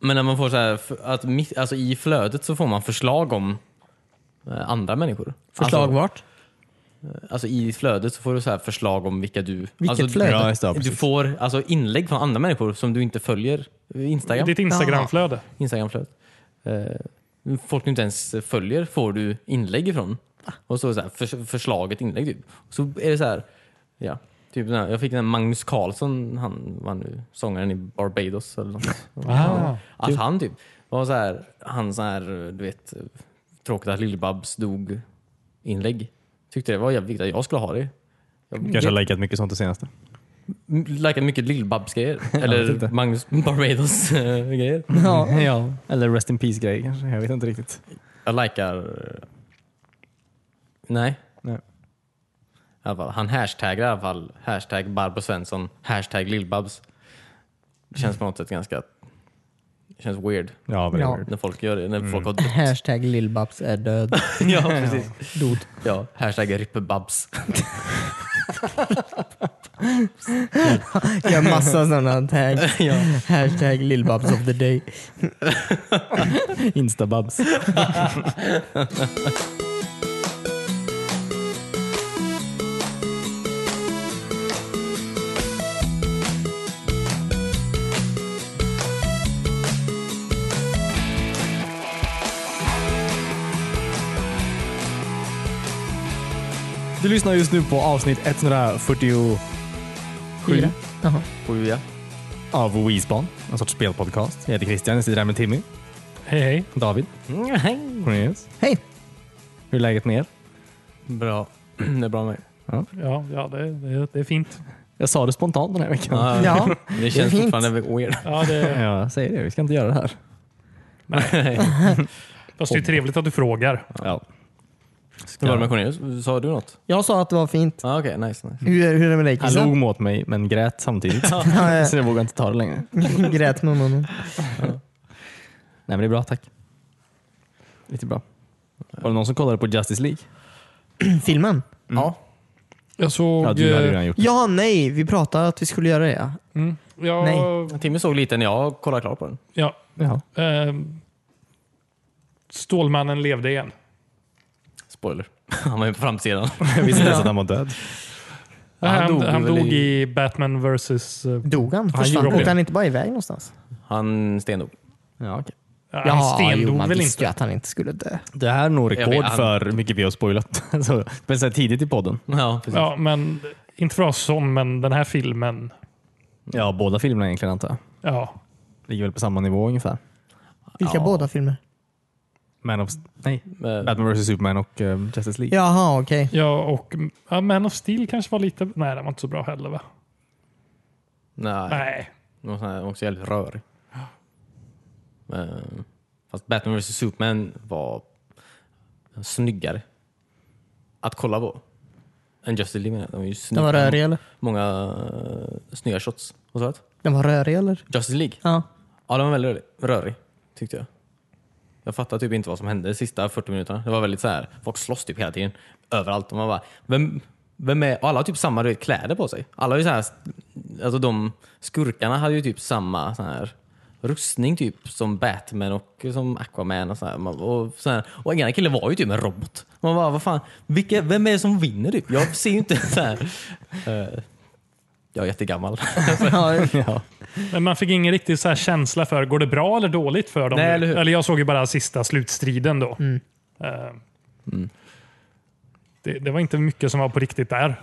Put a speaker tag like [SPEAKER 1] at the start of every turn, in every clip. [SPEAKER 1] Men när man får så här, f- att mitt, alltså i flödet så får man förslag om eh, andra människor.
[SPEAKER 2] Förslag
[SPEAKER 1] alltså,
[SPEAKER 2] vart?
[SPEAKER 1] alltså i flödet så får du så här förslag om vilka du... Vilket alltså,
[SPEAKER 2] flöde?
[SPEAKER 3] Ja, just det, ja,
[SPEAKER 1] Du, du
[SPEAKER 3] precis.
[SPEAKER 1] får alltså inlägg från andra människor som du inte följer. eh, Instagram.
[SPEAKER 4] Ditt Instagramflöde.
[SPEAKER 1] Instagramflödet. Eh, folk du inte ens följer får du inlägg ifrån.
[SPEAKER 2] Ah.
[SPEAKER 1] Och så, så här, förs- förslaget inlägg typ. Så är det så här, ja. Typ den här, jag fick den här Magnus Carlsson, han var nu sångaren i Barbados eller något.
[SPEAKER 4] Ah.
[SPEAKER 1] Att han typ var så här, han så här, du vet, tråkigt att Lill-Babs dog inlägg. Tyckte det var jävligt viktigt att jag skulle ha det.
[SPEAKER 3] Kanske har likat mycket sånt det senaste.
[SPEAKER 1] M- Likat mycket Lill-Babs grejer.
[SPEAKER 3] vet inte.
[SPEAKER 1] Eller Magnus Barbados eh, grejer.
[SPEAKER 2] Ja. ja.
[SPEAKER 3] Eller Rest in Peace-grejer kanske. Jag vet inte riktigt.
[SPEAKER 1] Jag likar... eh, Nej.
[SPEAKER 3] Nej.
[SPEAKER 1] I alla fall, han hashtaggar i alla fall. Hashtag Barbro Svensson. Hashtag Lill-Babs. Det känns på något sätt ganska... Det känns weird
[SPEAKER 3] Ja, väldigt
[SPEAKER 2] Ja.
[SPEAKER 3] weird.
[SPEAKER 1] när folk gör det. När folk har dött.
[SPEAKER 2] Hashtag Lill-Babs är död.
[SPEAKER 1] ja, precis.
[SPEAKER 2] Dot.
[SPEAKER 1] Ja, hashtag Rippe-Babs.
[SPEAKER 2] Jag har massa sådana tag. Hashtag Lill-Babs of the day.
[SPEAKER 3] Instababs. Du lyssnar just nu på avsnitt 147
[SPEAKER 2] Fyra. Jaha.
[SPEAKER 1] Sju, ja.
[SPEAKER 3] av WeSpan, en sorts spelpodcast. Jag heter Christian, jag sitter här med Timmy,
[SPEAKER 4] Hej hej.
[SPEAKER 3] David, Cornelius.
[SPEAKER 2] Hej!
[SPEAKER 3] Hur är läget med er?
[SPEAKER 1] Bra. Det är bra med
[SPEAKER 4] Ja, ja det, det, det är fint.
[SPEAKER 3] Jag sa det spontant den här veckan.
[SPEAKER 2] Ja.
[SPEAKER 1] Ah, Det känns
[SPEAKER 2] fint.
[SPEAKER 1] fortfarande weird.
[SPEAKER 4] Ja, det,
[SPEAKER 3] Ja, jag säger det. Vi ska inte göra det här.
[SPEAKER 4] fast det är trevligt att du frågar.
[SPEAKER 3] Ja.
[SPEAKER 1] Hur var det med Cornelius? Sa du något?
[SPEAKER 2] Jag sa att det var fint.
[SPEAKER 1] Ah, Okej, nice, nice.
[SPEAKER 2] Hur, är- hur är det med dig
[SPEAKER 3] Han
[SPEAKER 2] Christian?
[SPEAKER 3] log mot mig men grät samtidigt.
[SPEAKER 2] Ja, jag
[SPEAKER 3] så jag vågar inte ta det längre. Nej
[SPEAKER 2] Grät med munnen.
[SPEAKER 3] men det är bra, tack. Lite bra. Var det någon som kollade på Justice League?
[SPEAKER 2] Filmen?
[SPEAKER 1] Ja.
[SPEAKER 4] Jag såg... eh,
[SPEAKER 3] Ja, du hade ju redan gjort det.
[SPEAKER 2] Ja, nej. Vi pratade att vi skulle göra det. Ja.
[SPEAKER 4] mm, jag,
[SPEAKER 2] Nej.
[SPEAKER 1] Timmy såg lite när jag kollade klart på den.
[SPEAKER 4] Ja,
[SPEAKER 3] Ja.
[SPEAKER 4] ehm, Stålmannen levde igen.
[SPEAKER 1] Spoiler. Han var ju på framsidan.
[SPEAKER 3] Jag visste inte ens att han var död.
[SPEAKER 1] Ja, han
[SPEAKER 4] han,
[SPEAKER 1] dog
[SPEAKER 4] han
[SPEAKER 1] väl
[SPEAKER 4] dog
[SPEAKER 1] i-
[SPEAKER 4] i Batman vs... eh,
[SPEAKER 2] Dog han?
[SPEAKER 4] gjorde
[SPEAKER 2] Försvann?
[SPEAKER 4] det.
[SPEAKER 2] Åkte han inte bara iväg någonstans?
[SPEAKER 1] Han stendog.
[SPEAKER 3] Ja, okay.
[SPEAKER 4] Han
[SPEAKER 2] jo,
[SPEAKER 4] stendog
[SPEAKER 2] man
[SPEAKER 4] väl
[SPEAKER 2] visste ju
[SPEAKER 4] inte?
[SPEAKER 2] att han inte skulle dö.
[SPEAKER 3] Det här når
[SPEAKER 1] vet,
[SPEAKER 3] rekord
[SPEAKER 1] han-
[SPEAKER 3] för hur mycket vi har spoilat. Så, men så här tidigt i podden.
[SPEAKER 1] Ja, precis.
[SPEAKER 4] Ja, men inte för oss sån, men den här filmen.
[SPEAKER 3] Ja, båda filmerna egentligen antar jag.
[SPEAKER 4] Ja,
[SPEAKER 3] Ligger väl på samma nivå ungefär.
[SPEAKER 2] Vilka
[SPEAKER 1] Ja.
[SPEAKER 2] båda filmer?
[SPEAKER 3] Man of, nej,
[SPEAKER 1] Eh,
[SPEAKER 3] Batman vs Superman och eh, Justice League.
[SPEAKER 2] Jaha, okej.
[SPEAKER 4] ja och ja, Man of Steel kanske var lite... Nej, den var inte så bra heller va?
[SPEAKER 1] nej,
[SPEAKER 4] Nej.
[SPEAKER 1] de var sån här- också jävligt rörig. Eh, Fast Batman vs Superman var snyggare att kolla på. Än Justice League menar jag. Den var ju snygg.
[SPEAKER 2] Den var rörig eller?
[SPEAKER 1] Många eh, snygga shots. Och sånt.
[SPEAKER 2] Den var rörig eller?
[SPEAKER 1] Justice League?
[SPEAKER 2] Ja.
[SPEAKER 1] Ja, den var väldigt rörig, rörig tyckte jag. Jag fattade typ inte vad som hände de sista 40 minuterna. Det var väldigt så här, folk slåss typ hela tiden. Överallt. Och man bara, vem, vem är, och alla har typ samma du vet, kläder på sig. Alla är ju så här, alltså de skurkarna hade ju typ samma så här, rustning typ som Batman och som Aquaman och så här. Man- Och, så här. och en annan kille var ju typ en robot. Man bara, vad fan, vilka, vem är det som vinner typ? Jag ser ju inte så här. Eh, jag är jättegammal.
[SPEAKER 2] ja.
[SPEAKER 4] Men man fick ingen riktig så här känsla för, går det bra eller dåligt för dem?
[SPEAKER 1] Nej, eller hur? Mm.
[SPEAKER 4] jag såg ju bara sista slutstriden då. Eh, Det, det var inte mycket som var på riktigt där.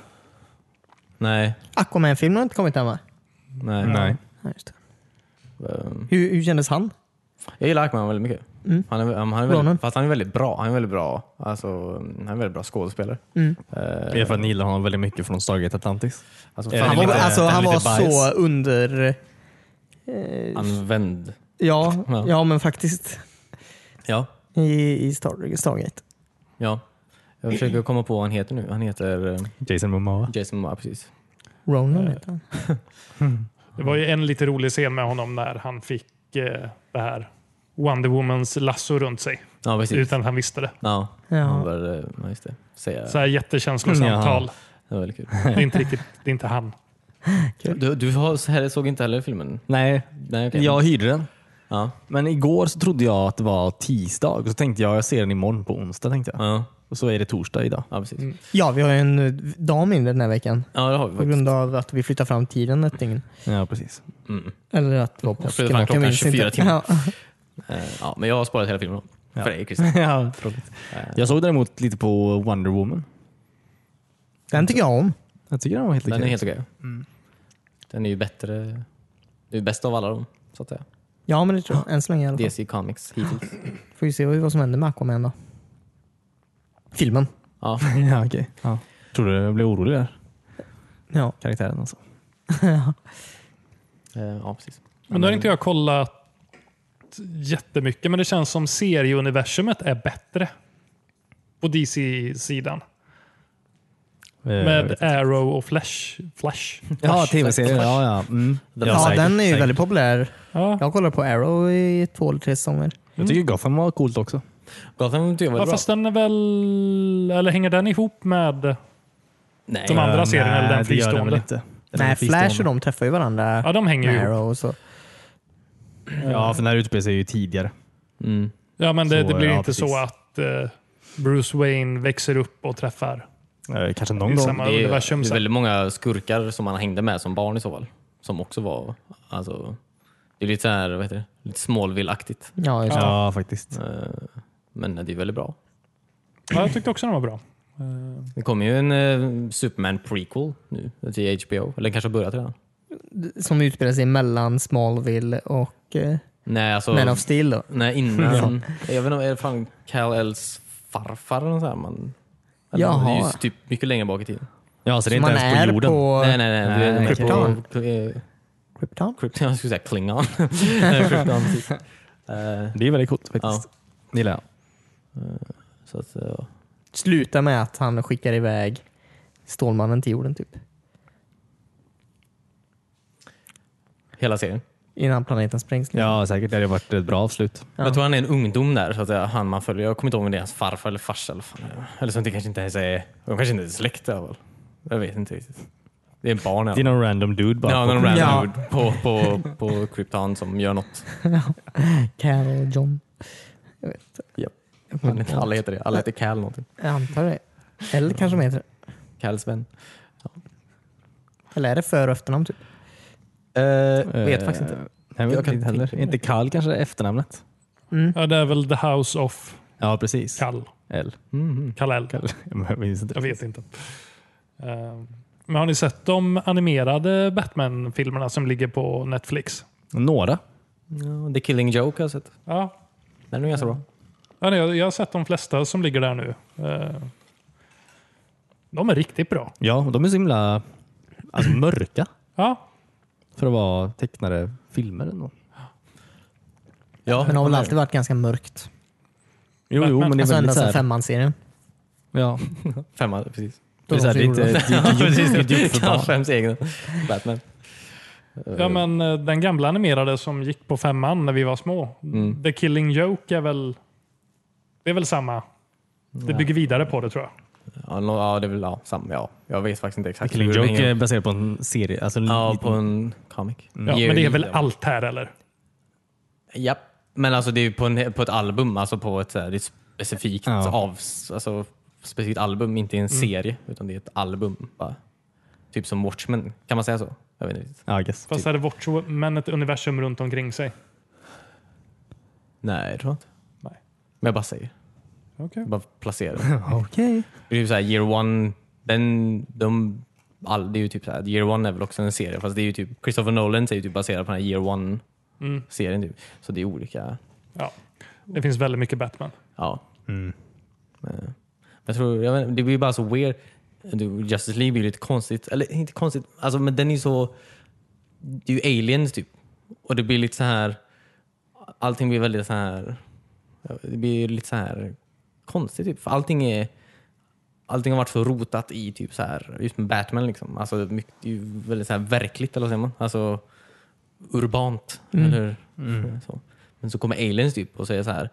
[SPEAKER 1] nej,
[SPEAKER 2] Aquaman-filmen har inte kommit än va?
[SPEAKER 1] nej.
[SPEAKER 3] Nej.
[SPEAKER 2] Nej, just det.
[SPEAKER 1] Eh,
[SPEAKER 2] Hur, hur kändes han?
[SPEAKER 1] Jag gillar Ackman väldigt mycket. Han är, han är
[SPEAKER 2] Mm. Ronan.
[SPEAKER 1] väldigt, fast han är väldigt bra. Han är väldigt bra, alltså, han är väldigt bra skådespelare.
[SPEAKER 3] Det är för att ni gillar honom väldigt mycket från Stargate Atlantis.
[SPEAKER 1] Alltså,
[SPEAKER 3] Är
[SPEAKER 1] fan,
[SPEAKER 3] det
[SPEAKER 2] Han
[SPEAKER 1] han
[SPEAKER 2] var,
[SPEAKER 3] lite-
[SPEAKER 2] alltså,
[SPEAKER 3] den är
[SPEAKER 2] han var
[SPEAKER 3] lite bias.
[SPEAKER 2] så under... eh,
[SPEAKER 1] var använd.
[SPEAKER 2] Ja,
[SPEAKER 1] Ja.
[SPEAKER 2] ja men faktiskt.
[SPEAKER 1] Ja,
[SPEAKER 2] I, i Star, Stargate.
[SPEAKER 1] ja. Jag försöker komma på vad han heter nu. Han heter eh,
[SPEAKER 3] Jason Momoa.
[SPEAKER 1] Jason Momoa, precis.
[SPEAKER 2] Ronan heter han.
[SPEAKER 4] Det var ju en lite rolig scen med honom när han fick eh, det här Wonder Womans lasso runt sig
[SPEAKER 1] Ja, precis.
[SPEAKER 4] utan att han visste det.
[SPEAKER 1] Ja,
[SPEAKER 2] Ja.
[SPEAKER 1] han började, ja, just det. Säga.
[SPEAKER 4] Så här jättekänslosamtal.
[SPEAKER 1] Det var väldigt kul.
[SPEAKER 4] Det är inte riktigt, det är inte han.
[SPEAKER 1] Du, du har- så här såg inte heller filmen?
[SPEAKER 3] Nej,
[SPEAKER 1] Nej, okej.
[SPEAKER 3] jag hyrde den.
[SPEAKER 1] Ja.
[SPEAKER 3] Men igår så trodde jag att det var tisdag och så tänkte jag jag ser den imorgon på onsdag. tänkte jag.
[SPEAKER 1] Ja.
[SPEAKER 3] Och så är det torsdag idag.
[SPEAKER 1] ja, precis.
[SPEAKER 2] Ja, vi har ju en eh, dag mindre den här veckan.
[SPEAKER 1] Ja, det har vi
[SPEAKER 2] Mm. På
[SPEAKER 1] faktiskt.
[SPEAKER 2] grund av att vi flyttar fram tiden ett dygn.
[SPEAKER 3] Ja, precis.
[SPEAKER 1] Mm.
[SPEAKER 2] Eller att det var
[SPEAKER 1] flyttar
[SPEAKER 2] påsken.
[SPEAKER 1] fram
[SPEAKER 2] jag
[SPEAKER 1] klockan
[SPEAKER 2] minns
[SPEAKER 1] 24
[SPEAKER 2] inte.
[SPEAKER 1] timmar.
[SPEAKER 2] Ja.
[SPEAKER 1] Eh, Ja, men jag har sparat hela filmen då.
[SPEAKER 3] Ja.
[SPEAKER 1] För dig Christian.
[SPEAKER 3] ja, tråkigt. Jag såg däremot lite på Wonder Woman.
[SPEAKER 2] Den tycker jag om.
[SPEAKER 3] Jag tycker den var helt
[SPEAKER 1] Den är
[SPEAKER 3] okej.
[SPEAKER 1] helt okej. Den är ju bättre. Det är bäst av alla dem, så att säga.
[SPEAKER 2] Ja, men det tror jag. Än så länge i alla fall.
[SPEAKER 1] DC Comics hittills.
[SPEAKER 2] Får vi se vad vad som händer med Aquaman då. Filmen.
[SPEAKER 1] Ja.
[SPEAKER 3] ja, okej. ja. Tror du jag blev orolig där?
[SPEAKER 2] Ja.
[SPEAKER 3] Karaktären alltså.
[SPEAKER 1] Eh, ja, precis.
[SPEAKER 4] Men då har inte jag kollat jättemycket, men det känns som serieuniversumet är bättre på DC-sidan.
[SPEAKER 3] Eh,
[SPEAKER 4] Med Arrow och Flash. Flash.
[SPEAKER 3] ja, tv-serien. Ja, ja. Mm. Ja,
[SPEAKER 2] Ja,
[SPEAKER 3] säkert,
[SPEAKER 2] den är ju
[SPEAKER 3] säkert.
[SPEAKER 2] väldigt populär.
[SPEAKER 4] Ja.
[SPEAKER 2] Jag kollar på Arrow i två eller tre säsonger.
[SPEAKER 3] Jag tycker Gotham var coolt också.
[SPEAKER 1] Gotham tycker jag
[SPEAKER 4] Ja,
[SPEAKER 1] var bra.
[SPEAKER 4] fast den är väl... Eller hänger den ihop med...
[SPEAKER 1] Nej.
[SPEAKER 4] de andra
[SPEAKER 3] Eh,
[SPEAKER 4] serierna eller den
[SPEAKER 3] nej, det gör
[SPEAKER 4] fristående?
[SPEAKER 3] väl inte. Den är
[SPEAKER 2] Nej,
[SPEAKER 3] fristående.
[SPEAKER 2] Flash och de träffar ju varandra.
[SPEAKER 4] Ja, de hänger ju
[SPEAKER 2] med
[SPEAKER 4] ihop.
[SPEAKER 2] Arrow och så.
[SPEAKER 3] Ja, för den här utspelar sig ju tidigare.
[SPEAKER 1] Mm.
[SPEAKER 4] Ja, men det,
[SPEAKER 3] Så,
[SPEAKER 4] det blir
[SPEAKER 3] ja,
[SPEAKER 4] inte
[SPEAKER 3] precis.
[SPEAKER 4] så att eh, Bruce Wayne växer upp och träffar.
[SPEAKER 3] Eh, Kanske någon
[SPEAKER 4] Det är
[SPEAKER 3] gång.
[SPEAKER 4] samma-
[SPEAKER 1] Det, är, det
[SPEAKER 4] universum
[SPEAKER 1] är
[SPEAKER 4] sen.
[SPEAKER 1] väldigt många skurkar som man hängde med som barn i så fall. Som också var... Alltså, det är lite så här, vad heter det? Lite Smallville-aktigt.
[SPEAKER 2] Ja, just det.
[SPEAKER 3] Ja, faktiskt.
[SPEAKER 1] Eh, Men det är väldigt bra.
[SPEAKER 4] Ja, jag tyckte också den var bra. Eh,
[SPEAKER 1] Det kommer ju en eh, Superman prequel nu till HBO. Eller den kanske har börjat redan.
[SPEAKER 2] Som utspelar sig mellan Smallville och eh,
[SPEAKER 1] Nej, alltså...
[SPEAKER 2] Man of Steel. Då.
[SPEAKER 1] Nej, innan. Jag vet inte, är det fan Kal-Els farfar? Eller något så här, man, eller,
[SPEAKER 2] Jaha.
[SPEAKER 1] Det är ju typ mycket längre bak i tiden.
[SPEAKER 3] Ja, så det är
[SPEAKER 2] Så
[SPEAKER 3] inte
[SPEAKER 2] man
[SPEAKER 3] ens på
[SPEAKER 2] är
[SPEAKER 3] jorden.
[SPEAKER 2] på
[SPEAKER 1] nej, nej, nej.
[SPEAKER 3] nej,
[SPEAKER 1] nej
[SPEAKER 2] Krypton.
[SPEAKER 1] På, eh,
[SPEAKER 2] Krypton.
[SPEAKER 1] Krypton, jag skulle säga Klingon. Nej, Krypton, precis. Eh,
[SPEAKER 3] Det är väldigt coolt
[SPEAKER 1] ja,
[SPEAKER 3] faktiskt. Det gillar jag.
[SPEAKER 1] så att, eh,
[SPEAKER 2] Slutar med att han skickar iväg Stålmannen till jorden typ.
[SPEAKER 1] hela serien.
[SPEAKER 2] Innan planeten sprängs. liksom.
[SPEAKER 3] Ja, säkert. Det hade varit ett bra avslut.
[SPEAKER 2] Ja.
[SPEAKER 1] Jag tror han är en ungdom där, så att säga, han man följer. Jag kommer inte ihåg om det är hans farfar eller farsa. Eller, fan, det är. eller så det kanske inte ens är... De kanske inte är släkt i alla fall. Jag vet inte riktigt. Det är en barn i alla
[SPEAKER 3] Det är
[SPEAKER 1] fall.
[SPEAKER 3] någon random dude bara.
[SPEAKER 1] Ja,
[SPEAKER 3] på-
[SPEAKER 1] någon
[SPEAKER 2] Ja.
[SPEAKER 1] random dude på, på, på Krypton som gör något.
[SPEAKER 2] Cal och John.
[SPEAKER 1] Jag vet inte, Alla heter det. Alla heter Cal någonting.
[SPEAKER 2] Jag antar det. Eller kanske de heter det.
[SPEAKER 1] Cals vän.
[SPEAKER 2] Eller är det för och efternamn typ?
[SPEAKER 1] Eh, vet
[SPEAKER 3] Eh,
[SPEAKER 1] faktiskt inte.
[SPEAKER 3] Nej, men
[SPEAKER 1] Jag kan tänka
[SPEAKER 3] inte heller.
[SPEAKER 1] mig.
[SPEAKER 3] Inte Kall kanske är efternamnet?
[SPEAKER 2] Mm.
[SPEAKER 4] Ja, det är väl The House of
[SPEAKER 3] Ja, precis.
[SPEAKER 4] Kall.
[SPEAKER 3] L.
[SPEAKER 1] Mhm.
[SPEAKER 4] Kal-El.
[SPEAKER 3] Kall. Jag minns inte.
[SPEAKER 4] Jag vet inte. Eh, Men har ni sett de animerade Batman-filmerna som ligger på Netflix?
[SPEAKER 3] Några.
[SPEAKER 1] Ja, The Killing Joke har jag sett.
[SPEAKER 4] Ja,
[SPEAKER 1] Den är ganska bra.
[SPEAKER 4] Ja, nej, jag, jag har sett de flesta som ligger där nu. Eh, De är riktigt bra.
[SPEAKER 3] Ja, och de är så himla alltså, mörka
[SPEAKER 4] Ja,
[SPEAKER 3] för att vara tecknade filmer. Ändå.
[SPEAKER 1] Ja,
[SPEAKER 2] Men det har väl alltid varit ganska mörkt.
[SPEAKER 3] Jo,
[SPEAKER 4] Batman.
[SPEAKER 3] jo, men det är
[SPEAKER 2] Alltså ända
[SPEAKER 3] väldigt så
[SPEAKER 2] sedan
[SPEAKER 3] här,
[SPEAKER 2] femman-serien.
[SPEAKER 3] ja.
[SPEAKER 1] Femma, precis.
[SPEAKER 3] det är så här, det är inte- det är inte gjort- det är inte gjort för barn.
[SPEAKER 1] Kanske ens egen typ Batman.
[SPEAKER 4] Ja, men eh, den gamla animerade som gick på femman när vi var små.
[SPEAKER 1] Mm.
[SPEAKER 4] The Killing Joke är väl... Det är väl samma. Det bygger vidare på det tror jag.
[SPEAKER 1] Ja, nå- ja, det är väl ja, samma. Ja. Jag vet faktiskt inte exakt.
[SPEAKER 3] Killing
[SPEAKER 1] hur det
[SPEAKER 3] Joke
[SPEAKER 1] hänger
[SPEAKER 3] är
[SPEAKER 1] ihop.
[SPEAKER 3] baserad på en serie. Alltså, en
[SPEAKER 1] Ja,
[SPEAKER 3] liten-
[SPEAKER 1] på en comic.
[SPEAKER 4] Ja,
[SPEAKER 1] Yearly,
[SPEAKER 4] men det är väl
[SPEAKER 1] ja.
[SPEAKER 4] allt här eller?
[SPEAKER 1] Japp. Men alltså det är ju på, en, på ett album, alltså på ett, så här, det är ett specifikt
[SPEAKER 3] Ja.
[SPEAKER 1] av, alltså, specifikt album, inte en serie, utan det är ett album. Bara. Typ som Watchmen, kan man säga så? Jag vet inte riktigt.
[SPEAKER 3] Ja, I guess.
[SPEAKER 4] Fast hade Watchmen ett universum runt omkring sig?
[SPEAKER 1] Nej, jag tror inte.
[SPEAKER 4] Nej.
[SPEAKER 1] Men jag bara säger.
[SPEAKER 4] Okej.
[SPEAKER 1] Jag bara placerar det.
[SPEAKER 3] Okej.
[SPEAKER 1] Det är ju typ så här, year one, den, de, all, det är ju typ så här, year one är väl också en serie, fast det är ju typ, Christopher Nolan är ju typ baserad på den här year
[SPEAKER 4] Mm.
[SPEAKER 1] one-serien. Typ. Så det är olika.
[SPEAKER 4] Ja. Det finns väldigt mycket Batman.
[SPEAKER 1] Ja.
[SPEAKER 3] Mm.
[SPEAKER 1] Eh, Jag tror, jag vet, inte, det blir bara så weird. Du, Justice League blir lite konstigt. Eller inte konstigt, alltså, men den är ju så... Det är ju aliens typ. Och det blir lite så här... Allting blir väldigt så här... Det blir lite så här konstigt typ. För allting är... Allting har varit så rotat i typ så här, just med Batman liksom. Alltså mycket, det är ju väldigt så här verkligt eller vad säger man? Alltså urbant. Eller, Så. Men så kommer aliens typ och säger så här.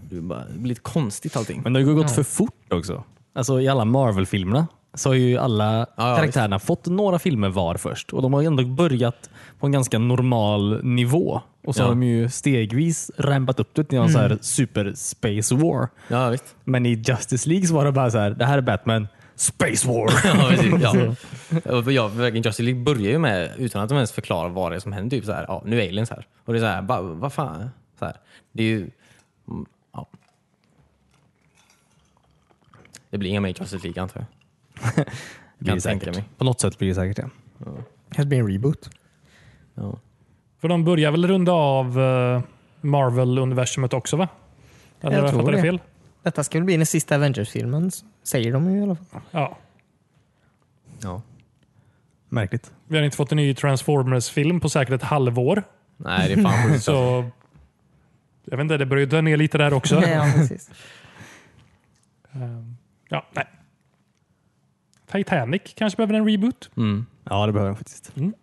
[SPEAKER 1] Det är bara- det blir lite konstigt allting.
[SPEAKER 3] Men det har ju gått för fort också. Alltså I alla Marvel-filmerna så har ju alla
[SPEAKER 1] ja,
[SPEAKER 3] karaktärerna fått några filmer var först och de har ju ändå börjat på en ganska normal nivå. Och så
[SPEAKER 1] Ja.
[SPEAKER 3] har de ju stegvis rampat upp det till någon så här super space war.
[SPEAKER 1] Ja, visst.
[SPEAKER 3] Men i Justice League så var det bara så här, det här är Batman, space war.
[SPEAKER 1] Ja, precis. Ja. Och Jag, verkligen, Justice League börjar ju med, utan att de ens förklarar vad det är som händer, typ så här, ja, nu är aliens här. Och det är så här, va- vad fan? Så här, det är ju... mm, Ja. Det blir inga mer Justice League antar jag.
[SPEAKER 3] Det
[SPEAKER 1] Kan
[SPEAKER 3] det
[SPEAKER 1] tänka mig.
[SPEAKER 3] På något sätt blir det säkert det.
[SPEAKER 2] Det blir en reboot.
[SPEAKER 1] Ja.
[SPEAKER 4] För de börjar väl runda av eh, Marvel-universumet också va? Eller
[SPEAKER 2] Jag
[SPEAKER 4] har jag
[SPEAKER 2] tror
[SPEAKER 4] fattat det
[SPEAKER 2] det.
[SPEAKER 4] fel?
[SPEAKER 2] Detta ska väl bli den sista Avengers-filmen, säger de ju i alla fall.
[SPEAKER 4] Ja.
[SPEAKER 1] Ja.
[SPEAKER 3] Märkligt.
[SPEAKER 4] Vi har inte fått en ny Transformers-film på säkert ett halvår.
[SPEAKER 1] Nej, det är fan sjukt. alltså.
[SPEAKER 4] Så jag vet inte, det börjar ju dö ner lite där också.
[SPEAKER 2] Nej, ja, precis.
[SPEAKER 4] Ehm, ja, nej. Titanic kanske behöver en reboot.
[SPEAKER 1] Mm.
[SPEAKER 3] Ja, det behöver den faktiskt.
[SPEAKER 4] Mm.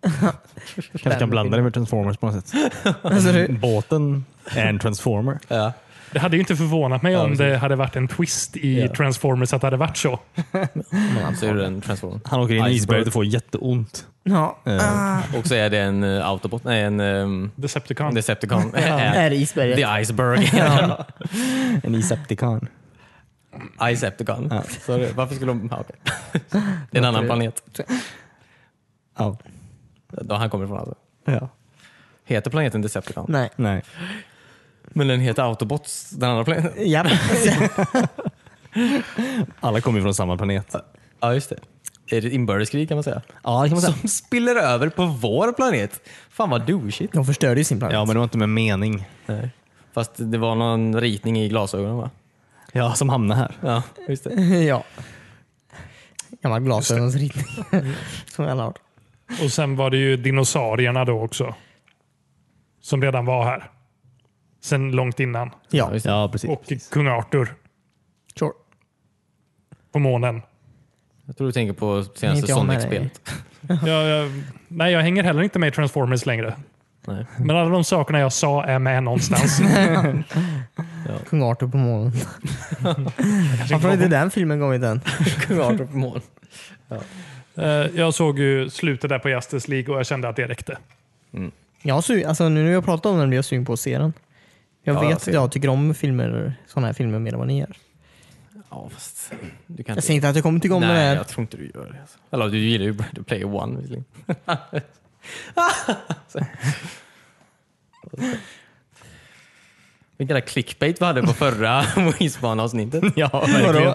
[SPEAKER 3] Kanske kan blanda det med Transformers på något sätt.
[SPEAKER 2] Alltså, det-
[SPEAKER 3] Båten är en Transformer.
[SPEAKER 1] Ja.
[SPEAKER 4] Det hade ju inte förvånat mig om
[SPEAKER 1] precis.
[SPEAKER 4] det hade varit en twist i
[SPEAKER 1] Ja.
[SPEAKER 4] Transformers att det hade varit så.
[SPEAKER 1] Man ser ju en transform.
[SPEAKER 3] Han åker in i
[SPEAKER 1] Iceberg.
[SPEAKER 3] isberget och får jätteont.
[SPEAKER 2] ja.
[SPEAKER 3] Eh,
[SPEAKER 1] Och så är det en eh, Autobot, nej en ehm,
[SPEAKER 4] Decepticon.
[SPEAKER 1] Decepticon.
[SPEAKER 2] Är
[SPEAKER 1] The
[SPEAKER 2] det isberget?
[SPEAKER 1] Iceberg.
[SPEAKER 2] Ja.
[SPEAKER 3] En Icepticon.
[SPEAKER 1] Icepticon.
[SPEAKER 3] Ja.
[SPEAKER 1] Sorry, varför skulle de... Ja, okej. Det är en annan planet.
[SPEAKER 3] Ja.
[SPEAKER 1] Då han kommer ifrån alltså.
[SPEAKER 3] ja.
[SPEAKER 1] Heter planeten Decepticon?
[SPEAKER 2] Nej.
[SPEAKER 3] Nej.
[SPEAKER 1] Men den heter Autobots, den andra planeten?
[SPEAKER 2] Japp.
[SPEAKER 3] Alla kommer ju från samma planet.
[SPEAKER 1] Ja, just det. Är det ett inbördeskrig kan man säga?
[SPEAKER 3] Ja, det kan man säga.
[SPEAKER 1] Som spiller över på vår planet. Fan vad douchigt.
[SPEAKER 2] De förstörde ju sin planet.
[SPEAKER 3] Ja, men det var inte med mening.
[SPEAKER 1] Nej. Fast det var någon ritning i glasögonen va?
[SPEAKER 3] Ja, som hamnar här.
[SPEAKER 1] Ja, just det.
[SPEAKER 2] ja. Gammal glasögonsritning. Som alla har.
[SPEAKER 4] Och sen var det ju dinosaurierna då också. Som redan var här. Sen långt innan.
[SPEAKER 2] Ja,
[SPEAKER 1] just det.
[SPEAKER 3] Ja, precis.
[SPEAKER 4] Och kung Arthur
[SPEAKER 2] sure.
[SPEAKER 4] på månen.
[SPEAKER 1] Jag tror du tänker på
[SPEAKER 2] Nej,
[SPEAKER 1] senaste
[SPEAKER 2] inte jag med dig.
[SPEAKER 1] Sonic-spelet.
[SPEAKER 4] Jag, jag, nej, jag hänger heller inte med i Transformers längre.
[SPEAKER 1] Nej.
[SPEAKER 4] Men alla de sakerna jag sa är med någonstans.
[SPEAKER 2] Kung Arthur på månen.
[SPEAKER 4] Kanske
[SPEAKER 2] Varför har
[SPEAKER 4] inte
[SPEAKER 2] inte den filmen kommit än?
[SPEAKER 1] Kung Arthur på moln.
[SPEAKER 4] Eh, Jag såg ju slutet där på Justice League och jag kände att det räckte.
[SPEAKER 2] Jag har su- alltså, nu när jag pratar om den blir jag sugen på att se den. Jag
[SPEAKER 1] Ja, jag
[SPEAKER 2] vet att
[SPEAKER 1] ser
[SPEAKER 2] jag tycker om filmer, sådana här filmer mer än vad ni gör.
[SPEAKER 1] Ja, fast du kan
[SPEAKER 2] Jag säger inte att jag kommer tycka om den
[SPEAKER 1] Nej,
[SPEAKER 2] här.
[SPEAKER 1] jag tror inte du gör det. Alltså. Eller du gillar ju The Player One visserligen. Vilken där clickbait vi hade på förra Wiesbanan-avsnittet.
[SPEAKER 3] Ja, verkligen.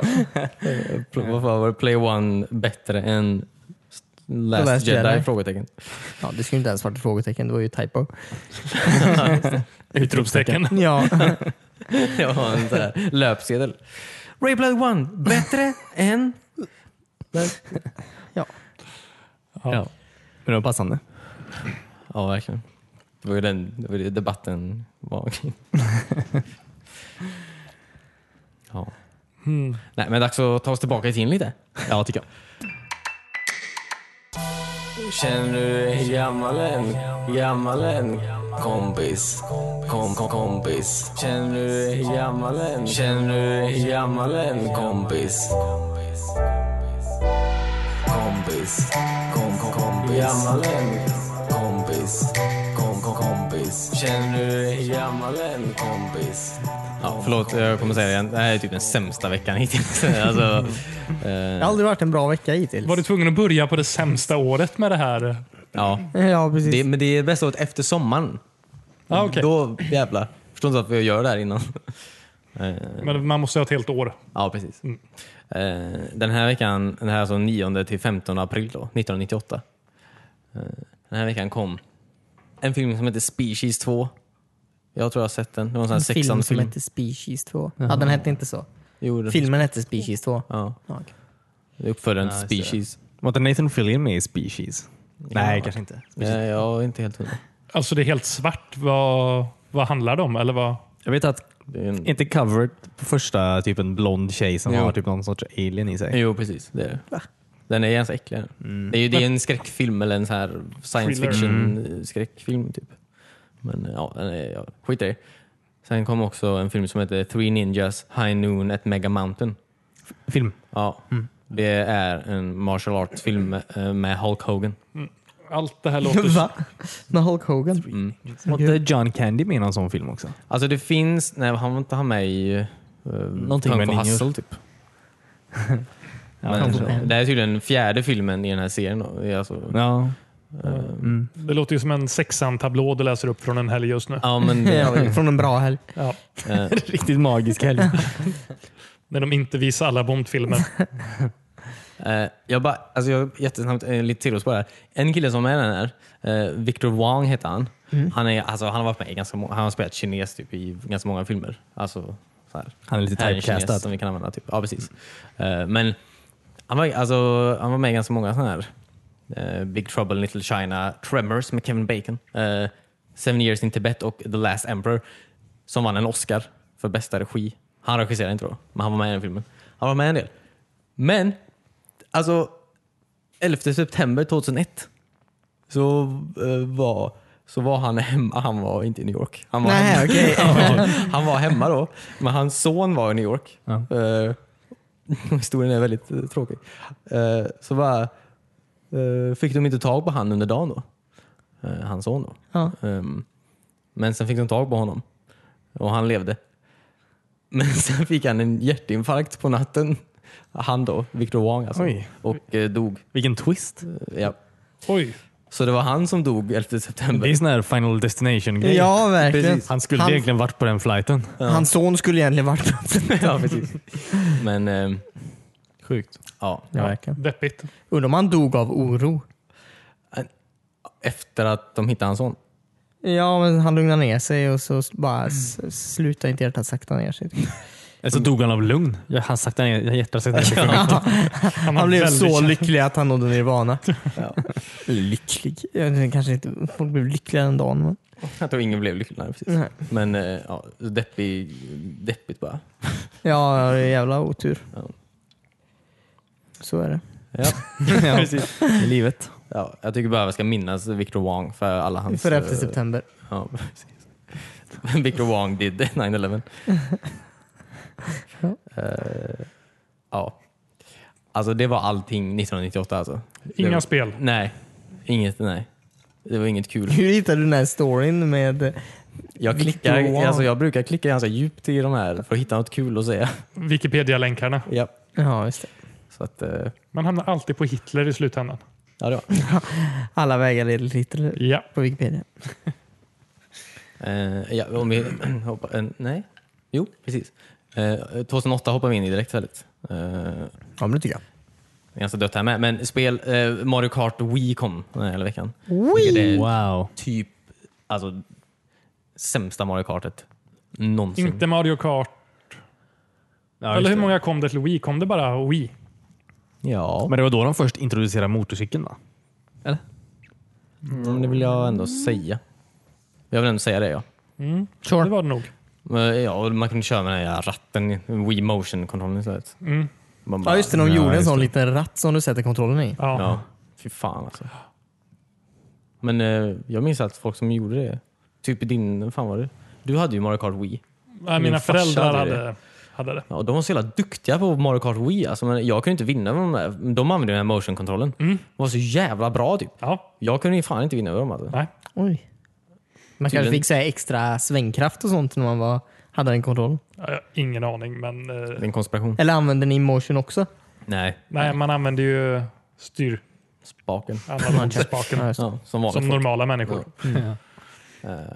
[SPEAKER 1] Varför var Player One bättre än Last,
[SPEAKER 2] The Last
[SPEAKER 1] Jedi?
[SPEAKER 2] Jedi?
[SPEAKER 1] Frågetecken.
[SPEAKER 2] Ja, det skulle inte ens varit ett frågetecken, det var ju typo.
[SPEAKER 4] Utropstecken.
[SPEAKER 2] Ja,
[SPEAKER 1] Det var en sån här löpsedel. Ray Player One, bättre än...
[SPEAKER 4] Ja.
[SPEAKER 3] Men det var passande.
[SPEAKER 1] Ja, verkligen. Det var ju den det var ju debatten var kring. Ja.
[SPEAKER 4] Mm.
[SPEAKER 1] Nej, men dags att ta oss tillbaka i tiden lite.
[SPEAKER 3] Ja, tycker jag.
[SPEAKER 5] Känner du dig gammal än? Gammal än? Kompis, kom, kom, kompis. Känner du dig gammal än? Känner du dig gammal än? Kompis. Kompis, kom, kom, kompis. Gammal än? Kompis, kom, kom, kompis. Känner du dig gammal än? Kompis.
[SPEAKER 1] Ja, förlåt, jag kommer säga det igen. Det här är typ den sämsta veckan hittills. Alltså,
[SPEAKER 2] det har
[SPEAKER 1] eh,
[SPEAKER 2] aldrig varit en bra vecka hittills.
[SPEAKER 4] Var du tvungen att börja på det sämsta året med det här?
[SPEAKER 1] ja.
[SPEAKER 2] Ja, precis.
[SPEAKER 1] det, men det är bästa året efter sommaren.
[SPEAKER 4] Ah, okej.
[SPEAKER 1] Mm, Då jävlar. Förstår inte varför jag gör det här innan. Eh,
[SPEAKER 4] Men man måste ha ett helt år.
[SPEAKER 1] ja, precis.
[SPEAKER 3] Mm.
[SPEAKER 1] Eh, den här veckan, den här är alltså 9 till 15 april då, 1998. Eh, den här veckan kom en film som heter Species 2. Jag tror jag har sett den. Det var en sån här
[SPEAKER 2] en film
[SPEAKER 1] sexan
[SPEAKER 2] som
[SPEAKER 1] film.
[SPEAKER 2] hette Species 2. Ja, den hette inte så.
[SPEAKER 1] Jo, den-
[SPEAKER 2] Filmen hette Species 2.
[SPEAKER 1] Ja,
[SPEAKER 2] Ja, okej.
[SPEAKER 1] det är uppföljaren
[SPEAKER 3] Ja, just det.
[SPEAKER 1] Species.
[SPEAKER 3] Var inte Nathan Fillion med i Species? Nej, kanske inte.
[SPEAKER 1] Nej, Eh, jag är inte helt hundra.
[SPEAKER 4] Alltså det är helt svart. Vad, vad handlar det om? Eller vad?
[SPEAKER 3] Jag vet att,
[SPEAKER 1] Det är en...
[SPEAKER 3] inte coveret på första, typ en blond tjej som
[SPEAKER 1] Jo.
[SPEAKER 3] har typ någon sorts alien i sig.
[SPEAKER 1] Jo, precis. Det är det. Den är ganska äcklig.
[SPEAKER 3] Mm.
[SPEAKER 1] Det är ju det är en skräckfilm eller en så här science
[SPEAKER 4] Thriller.
[SPEAKER 1] fiction
[SPEAKER 3] Mm.
[SPEAKER 1] eh, skräckfilm. typ. Men ja, den är, ja skit i det. Sen kom också en film som heter Three Ninjas High Noon at Mega Mountain.
[SPEAKER 3] Film. Mm.
[SPEAKER 1] Ja, Det är en martial arts-film med, eh, med Hulk Hogan.
[SPEAKER 4] Allt det här låter...
[SPEAKER 2] Va? Med Hulk Hogan?
[SPEAKER 3] Var inte John Candy med i någon sån film också?
[SPEAKER 1] Alltså det finns, nej han var inte han med i uh,
[SPEAKER 3] Någonting med ninjor.
[SPEAKER 1] Hustle, typ.
[SPEAKER 3] kanske.
[SPEAKER 1] Men, det här är tydligen fjärde filmen i den här serien. då. Det är Alltså,
[SPEAKER 3] Ja.
[SPEAKER 4] Det låter ju som en sexan-tablå du läser upp från en helg just nu.
[SPEAKER 1] ja, men,
[SPEAKER 2] Ja, Från en bra helg.
[SPEAKER 4] Ja.
[SPEAKER 1] eh,
[SPEAKER 3] Riktigt magisk helg.
[SPEAKER 4] När de inte visar alla Bond-filmer.
[SPEAKER 1] Eh, jag bara, alltså jag jättesnabbt, eh, lite till på det här. En kille som är med i den här, eh, Victor Wong heter han. Han, är, alltså, han har varit med i ganska många, han har spelat kines typ, i ganska många filmer. Alltså, så här.
[SPEAKER 3] Han är lite
[SPEAKER 1] Här är en kines
[SPEAKER 3] typecastad.
[SPEAKER 1] som vi kan använda. Typ. Ja, precis. Eh, men han var, alltså, han var med i ganska många sådana här. eh, Big Trouble in Little China, Tremors med Kevin Bacon, eh, Seven Years in Tibet och The Last Emperor som vann en Oscar för bästa regi. Han regisserade inte då, men han var med i den filmen. Han var med en del. Men, alltså 11 september 2001 så, eh, var, så var han hemma. Han var inte i New York. Han var
[SPEAKER 2] Nej,
[SPEAKER 1] hemma.
[SPEAKER 2] okej.
[SPEAKER 1] Ja, han var hemma då, men hans son var i New York.
[SPEAKER 3] Ja.
[SPEAKER 1] Eh, historien är väldigt eh, tråkig. Eh, så bara, eh, fick de inte tag på han under dagen då. Eh, hans son då.
[SPEAKER 2] Ja.
[SPEAKER 1] Ehm, men sen fick de tag på honom och han levde. Men sen fick han en hjärtinfarkt på natten. Han då, Victor Wong alltså.
[SPEAKER 3] Oj.
[SPEAKER 1] Och eh, dog.
[SPEAKER 3] Vilken twist.
[SPEAKER 1] Eh, ja.
[SPEAKER 4] Oj,
[SPEAKER 1] Så det var han som dog 11
[SPEAKER 3] Det är
[SPEAKER 1] september.
[SPEAKER 3] sån här Final Destination-grej.
[SPEAKER 2] Ja, verkligen.
[SPEAKER 1] Precis.
[SPEAKER 3] Han skulle
[SPEAKER 2] Han-
[SPEAKER 3] egentligen varit på den flighten.
[SPEAKER 2] Hans son skulle egentligen varit
[SPEAKER 1] ja, precis. Men ehm,
[SPEAKER 3] Sjukt.
[SPEAKER 1] ja,
[SPEAKER 2] ja. verkligen.
[SPEAKER 4] deppigt.
[SPEAKER 2] Undrar om han dog av oro?
[SPEAKER 1] efter att de hittade hans son.
[SPEAKER 2] Ja, men han lugnade ner sig och så s- bara s- slutade inte hjärtat sakta ner sig.
[SPEAKER 3] Eller så dog han av lugn. Ja, Han saktade ner, hjärtat saktade ner sig.
[SPEAKER 4] Han,
[SPEAKER 2] Han
[SPEAKER 4] har
[SPEAKER 2] blev
[SPEAKER 4] väldigt
[SPEAKER 2] så
[SPEAKER 4] känsla-
[SPEAKER 2] lycklig att han nådde nirvana. Lycklig? Ja, det kanske inte, folk blev lyckliga den dagen. Men...
[SPEAKER 1] Jag tror ingen blev lycklig. Nej, precis.
[SPEAKER 2] Nej.
[SPEAKER 1] Men eh, ja, deppig, deppigt bara.
[SPEAKER 2] Ja, det är jävla otur.
[SPEAKER 1] Ja.
[SPEAKER 2] Så är det.
[SPEAKER 1] Ja.
[SPEAKER 3] Ja, precis. I livet.
[SPEAKER 1] Ja, jag tycker bara vi ska minnas Victor Wong för alla hans...
[SPEAKER 2] För typ. efter
[SPEAKER 1] eh,
[SPEAKER 2] september.
[SPEAKER 1] Ja, precis. Victor Wong did 9-11.
[SPEAKER 2] Ja.
[SPEAKER 1] Eh, ja. Alltså det var allting 1998 alltså. Det
[SPEAKER 4] Inga
[SPEAKER 1] var,
[SPEAKER 4] spel.
[SPEAKER 1] Nej, inget nej. Det var inget kul.
[SPEAKER 2] Hur hittade du den här storyn med... eh,
[SPEAKER 1] Jag,
[SPEAKER 2] Victor Wong.
[SPEAKER 1] klickar, alltså jag brukar klicka ganska djupt i de här för att hitta något kul att säga.
[SPEAKER 4] Wikipedia-länkarna.
[SPEAKER 1] Ja,
[SPEAKER 2] Ja, just det.
[SPEAKER 1] så att, eh,
[SPEAKER 4] Man hamnar alltid på Hitler i slutändan.
[SPEAKER 1] ja, det var.
[SPEAKER 2] Alla vägar leder till Hitler
[SPEAKER 4] Ja.
[SPEAKER 2] på Wikipedia.
[SPEAKER 1] Eh, ja, om vi hoppar, eh, nej, jo precis. Eh, 2008 hoppar vi in i direkt väldigt. Eh,
[SPEAKER 2] Ja, men det tycker jag.
[SPEAKER 1] ganska dött här med. Men spel, eh, Mario Kart Wii kom den här hela veckan. Vilket är
[SPEAKER 3] Wow.
[SPEAKER 1] typ alltså, sämsta Mario Kartet någonsin.
[SPEAKER 4] Inte Mario Kart.
[SPEAKER 3] Ja,
[SPEAKER 4] Eller
[SPEAKER 3] just
[SPEAKER 4] hur
[SPEAKER 3] det.
[SPEAKER 4] många kom det till Wii? Kom det bara Wii?
[SPEAKER 1] Ja,
[SPEAKER 3] Men det var då de först introducerade motorcykeln va?
[SPEAKER 1] men Mm, det vill jag ändå säga. Jag vill ändå säga det ja.
[SPEAKER 4] Det var det nog.
[SPEAKER 1] Men, ja och man kunde köra med den här ratten, Wii Motion-kontrollen istället.
[SPEAKER 4] Mm.
[SPEAKER 1] Man bara-
[SPEAKER 2] Ja, just det. De
[SPEAKER 3] Ja,
[SPEAKER 2] gjorde en
[SPEAKER 3] just
[SPEAKER 2] sån
[SPEAKER 3] det.
[SPEAKER 2] liten ratt som du sätter kontrollen i.
[SPEAKER 4] Ja.
[SPEAKER 1] Ja, fy fan alltså. Men eh, jag minns att folk som gjorde det, typ i din, fan var det? Du hade ju Mario Kart Wii.
[SPEAKER 4] Nej,
[SPEAKER 1] Min
[SPEAKER 4] mina
[SPEAKER 1] farsa
[SPEAKER 4] föräldrar
[SPEAKER 1] hade det.
[SPEAKER 4] hade, hade det.
[SPEAKER 1] Ja, och de var så jävla duktiga på Mario Kart Wii. Alltså, men jag kunde inte vinna över de där. De använde den här motion-kontrollen. De var så jävla bra typ.
[SPEAKER 4] Ja.
[SPEAKER 1] Jag kunde ju fan inte vinna över dem alltså.
[SPEAKER 4] Nej.
[SPEAKER 2] Oj. Man kanske
[SPEAKER 1] Tydligen.
[SPEAKER 2] fick så här extra svängkraft och sånt när man var, hade den kontrollen.
[SPEAKER 4] Jag har ingen aning, men eh,
[SPEAKER 1] Det är en konspiration.
[SPEAKER 2] Eller använde ni motion också?
[SPEAKER 1] Nej,
[SPEAKER 4] nej, man använder ju styr
[SPEAKER 1] spaken.
[SPEAKER 2] Ja,
[SPEAKER 4] analogspaken
[SPEAKER 2] just det.
[SPEAKER 1] Ja, som vanligt. Eh,
[SPEAKER 4] som normala människor.
[SPEAKER 1] ja,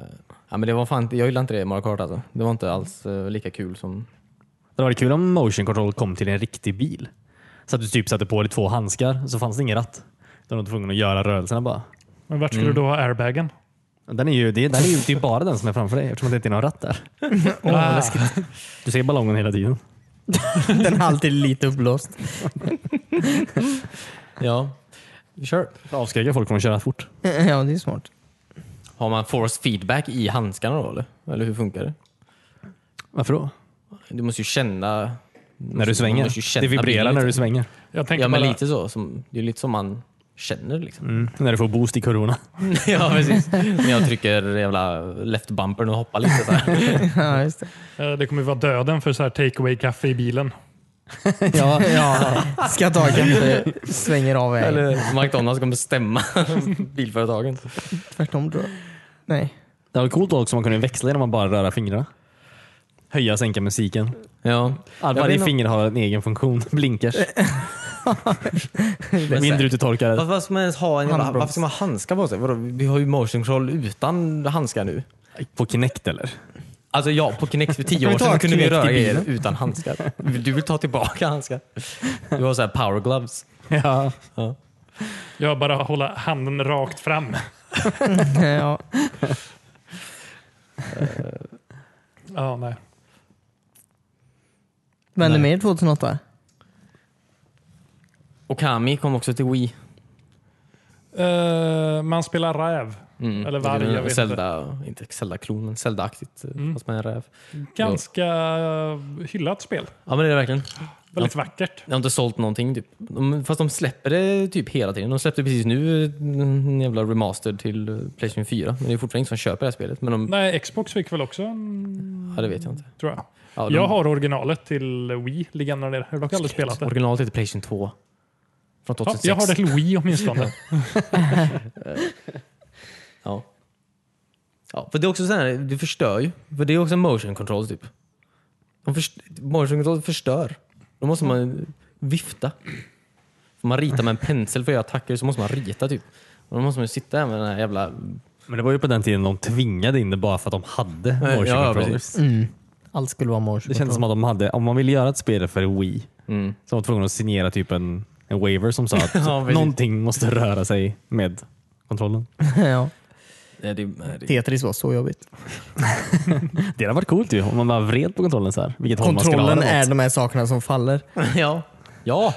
[SPEAKER 1] men det var fan inte, jag gillade inte det Mario Kart alltså. Det var inte alls eh, lika kul som...
[SPEAKER 3] Det var kul om motion control kom till en riktig bil. Så att du typ satte på dig två handskar så fanns det ingen ratt. Då var du tvungen att göra rörelserna bara.
[SPEAKER 4] Men vart skulle
[SPEAKER 1] Mm.
[SPEAKER 4] du då ha airbagen?
[SPEAKER 3] Den är ju, det, den är ju det är ju bara den som är framför dig eftersom det inte är någon ratt där.
[SPEAKER 4] Ah,
[SPEAKER 3] Du ser ballongen hela tiden.
[SPEAKER 2] Den är alltid lite uppblåst.
[SPEAKER 1] Ja, sure.
[SPEAKER 3] Avskräcka folk från att köra fort.
[SPEAKER 2] Ja, det är smart.
[SPEAKER 1] Har man force feedback i handskarna då eller? Eller hur funkar det?
[SPEAKER 3] Varför då?
[SPEAKER 1] Du måste ju känna...
[SPEAKER 3] När du
[SPEAKER 1] Man
[SPEAKER 3] svänger.
[SPEAKER 1] måste ju känna
[SPEAKER 3] det vibrerar
[SPEAKER 1] bilen
[SPEAKER 3] när du
[SPEAKER 1] lite.
[SPEAKER 3] svänger.
[SPEAKER 4] jag tänker
[SPEAKER 1] Ja men
[SPEAKER 4] bara,
[SPEAKER 1] lite så. Som, det är lite som man känner liksom.
[SPEAKER 3] Mm. När du får boost i kurvorna.
[SPEAKER 1] ja precis. När jag trycker jävla left bumpern och hoppar lite så här.
[SPEAKER 2] Ja, just det.
[SPEAKER 4] eh, det kommer ju vara döden för så här takeaway-kaffe i bilen.
[SPEAKER 2] ja, Ska ta kanske svänger av vägen.
[SPEAKER 1] Eller McDonalds kommer stämma bilföretagen.
[SPEAKER 2] Tvärtom tror jag. Nej.
[SPEAKER 3] Det var coolt också om man kunde växla genom att bara röra fingrarna. Höja och sänka musiken.
[SPEAKER 1] Ja.
[SPEAKER 3] All,
[SPEAKER 1] Jag
[SPEAKER 3] varje
[SPEAKER 1] vet
[SPEAKER 3] finger har en egen funktion. Blinkers. Min rutetorkare.
[SPEAKER 1] Varför ska man ens ha en jävla,
[SPEAKER 2] Handbroms.
[SPEAKER 1] varför ska man ha handskar på sig? Vadå, vi har ju motion control utan handskar nu.
[SPEAKER 3] På Kinect eller?
[SPEAKER 1] Alltså ja, på Kinect för tio
[SPEAKER 2] Kan vi
[SPEAKER 1] år
[SPEAKER 2] ta
[SPEAKER 1] sedan kunde vi
[SPEAKER 2] Kinect i
[SPEAKER 1] röra er
[SPEAKER 2] bilen?
[SPEAKER 1] utan handskar. Vill- Du vill ta tillbaka handskar. Du har så här power gloves.
[SPEAKER 3] Ja.
[SPEAKER 4] Jag bara hålla handen rakt fram.
[SPEAKER 2] ja.
[SPEAKER 4] Ja, nej.
[SPEAKER 2] Men det är mer 2008?
[SPEAKER 1] Okami kom också till Wii.
[SPEAKER 4] Eh, man spelar räv.
[SPEAKER 1] Mm.
[SPEAKER 4] Eller varg, jag vet Mm.
[SPEAKER 1] Zelda, inte. Zelda-klonen, Zelda-aktigt. eh, Fast med en räv.
[SPEAKER 4] Ganska eh, hyllat spel.
[SPEAKER 1] Ja men det är det verkligen.
[SPEAKER 4] Väldigt vackert.
[SPEAKER 1] Jag har inte sålt någonting. Typ. De, fast de släpper det typ hela tiden. De släppte precis nu eh, en jävla remaster till eh, Playstation 4. Men det är fortfarande ingen som köper det här spelet. Men de,
[SPEAKER 4] Nej, Xbox fick väl också en,
[SPEAKER 1] ja, det vet jag inte.
[SPEAKER 4] tror jag.
[SPEAKER 1] Ja, de,
[SPEAKER 4] Jag har originalet till Wii liggande där nere. Jag har dock aldrig spelat det.
[SPEAKER 1] Originalet heter Playstation 2. Från
[SPEAKER 4] Ja,
[SPEAKER 1] 2006.
[SPEAKER 4] jag har det till Wii åtminstone.
[SPEAKER 1] Ja. Ja, för det är också så här, det förstör ju. För det är också motion controls typ. De först, motion controls förstör. Då måste man vifta. Om man ritar med en pensel för att göra attacker så måste man rita typ. Och då måste man ju sitta här med den här jävla...
[SPEAKER 3] Men det var ju på den tiden de tvingade in det bara för att de hade motion
[SPEAKER 1] ja,
[SPEAKER 3] controllers.
[SPEAKER 1] precis.
[SPEAKER 2] Mm. Allt skulle vara motion
[SPEAKER 3] Det kändes som att de hade, om man ville göra ett spel för Wii
[SPEAKER 1] Mm.
[SPEAKER 3] så var man tvungen att signera typ en, en waiver som sa att
[SPEAKER 1] Ja, precis.
[SPEAKER 3] någonting måste röra sig med kontrollen.
[SPEAKER 2] ja.
[SPEAKER 1] Nej, det, nej, det,
[SPEAKER 2] Tetris var så jobbigt.
[SPEAKER 3] Det hade varit coolt ju om man bara vred på kontrollen så här. Vilket håll man skulle ha
[SPEAKER 2] Kontrollen
[SPEAKER 3] den åt.
[SPEAKER 2] är de här sakerna som faller.
[SPEAKER 1] ja. Ja!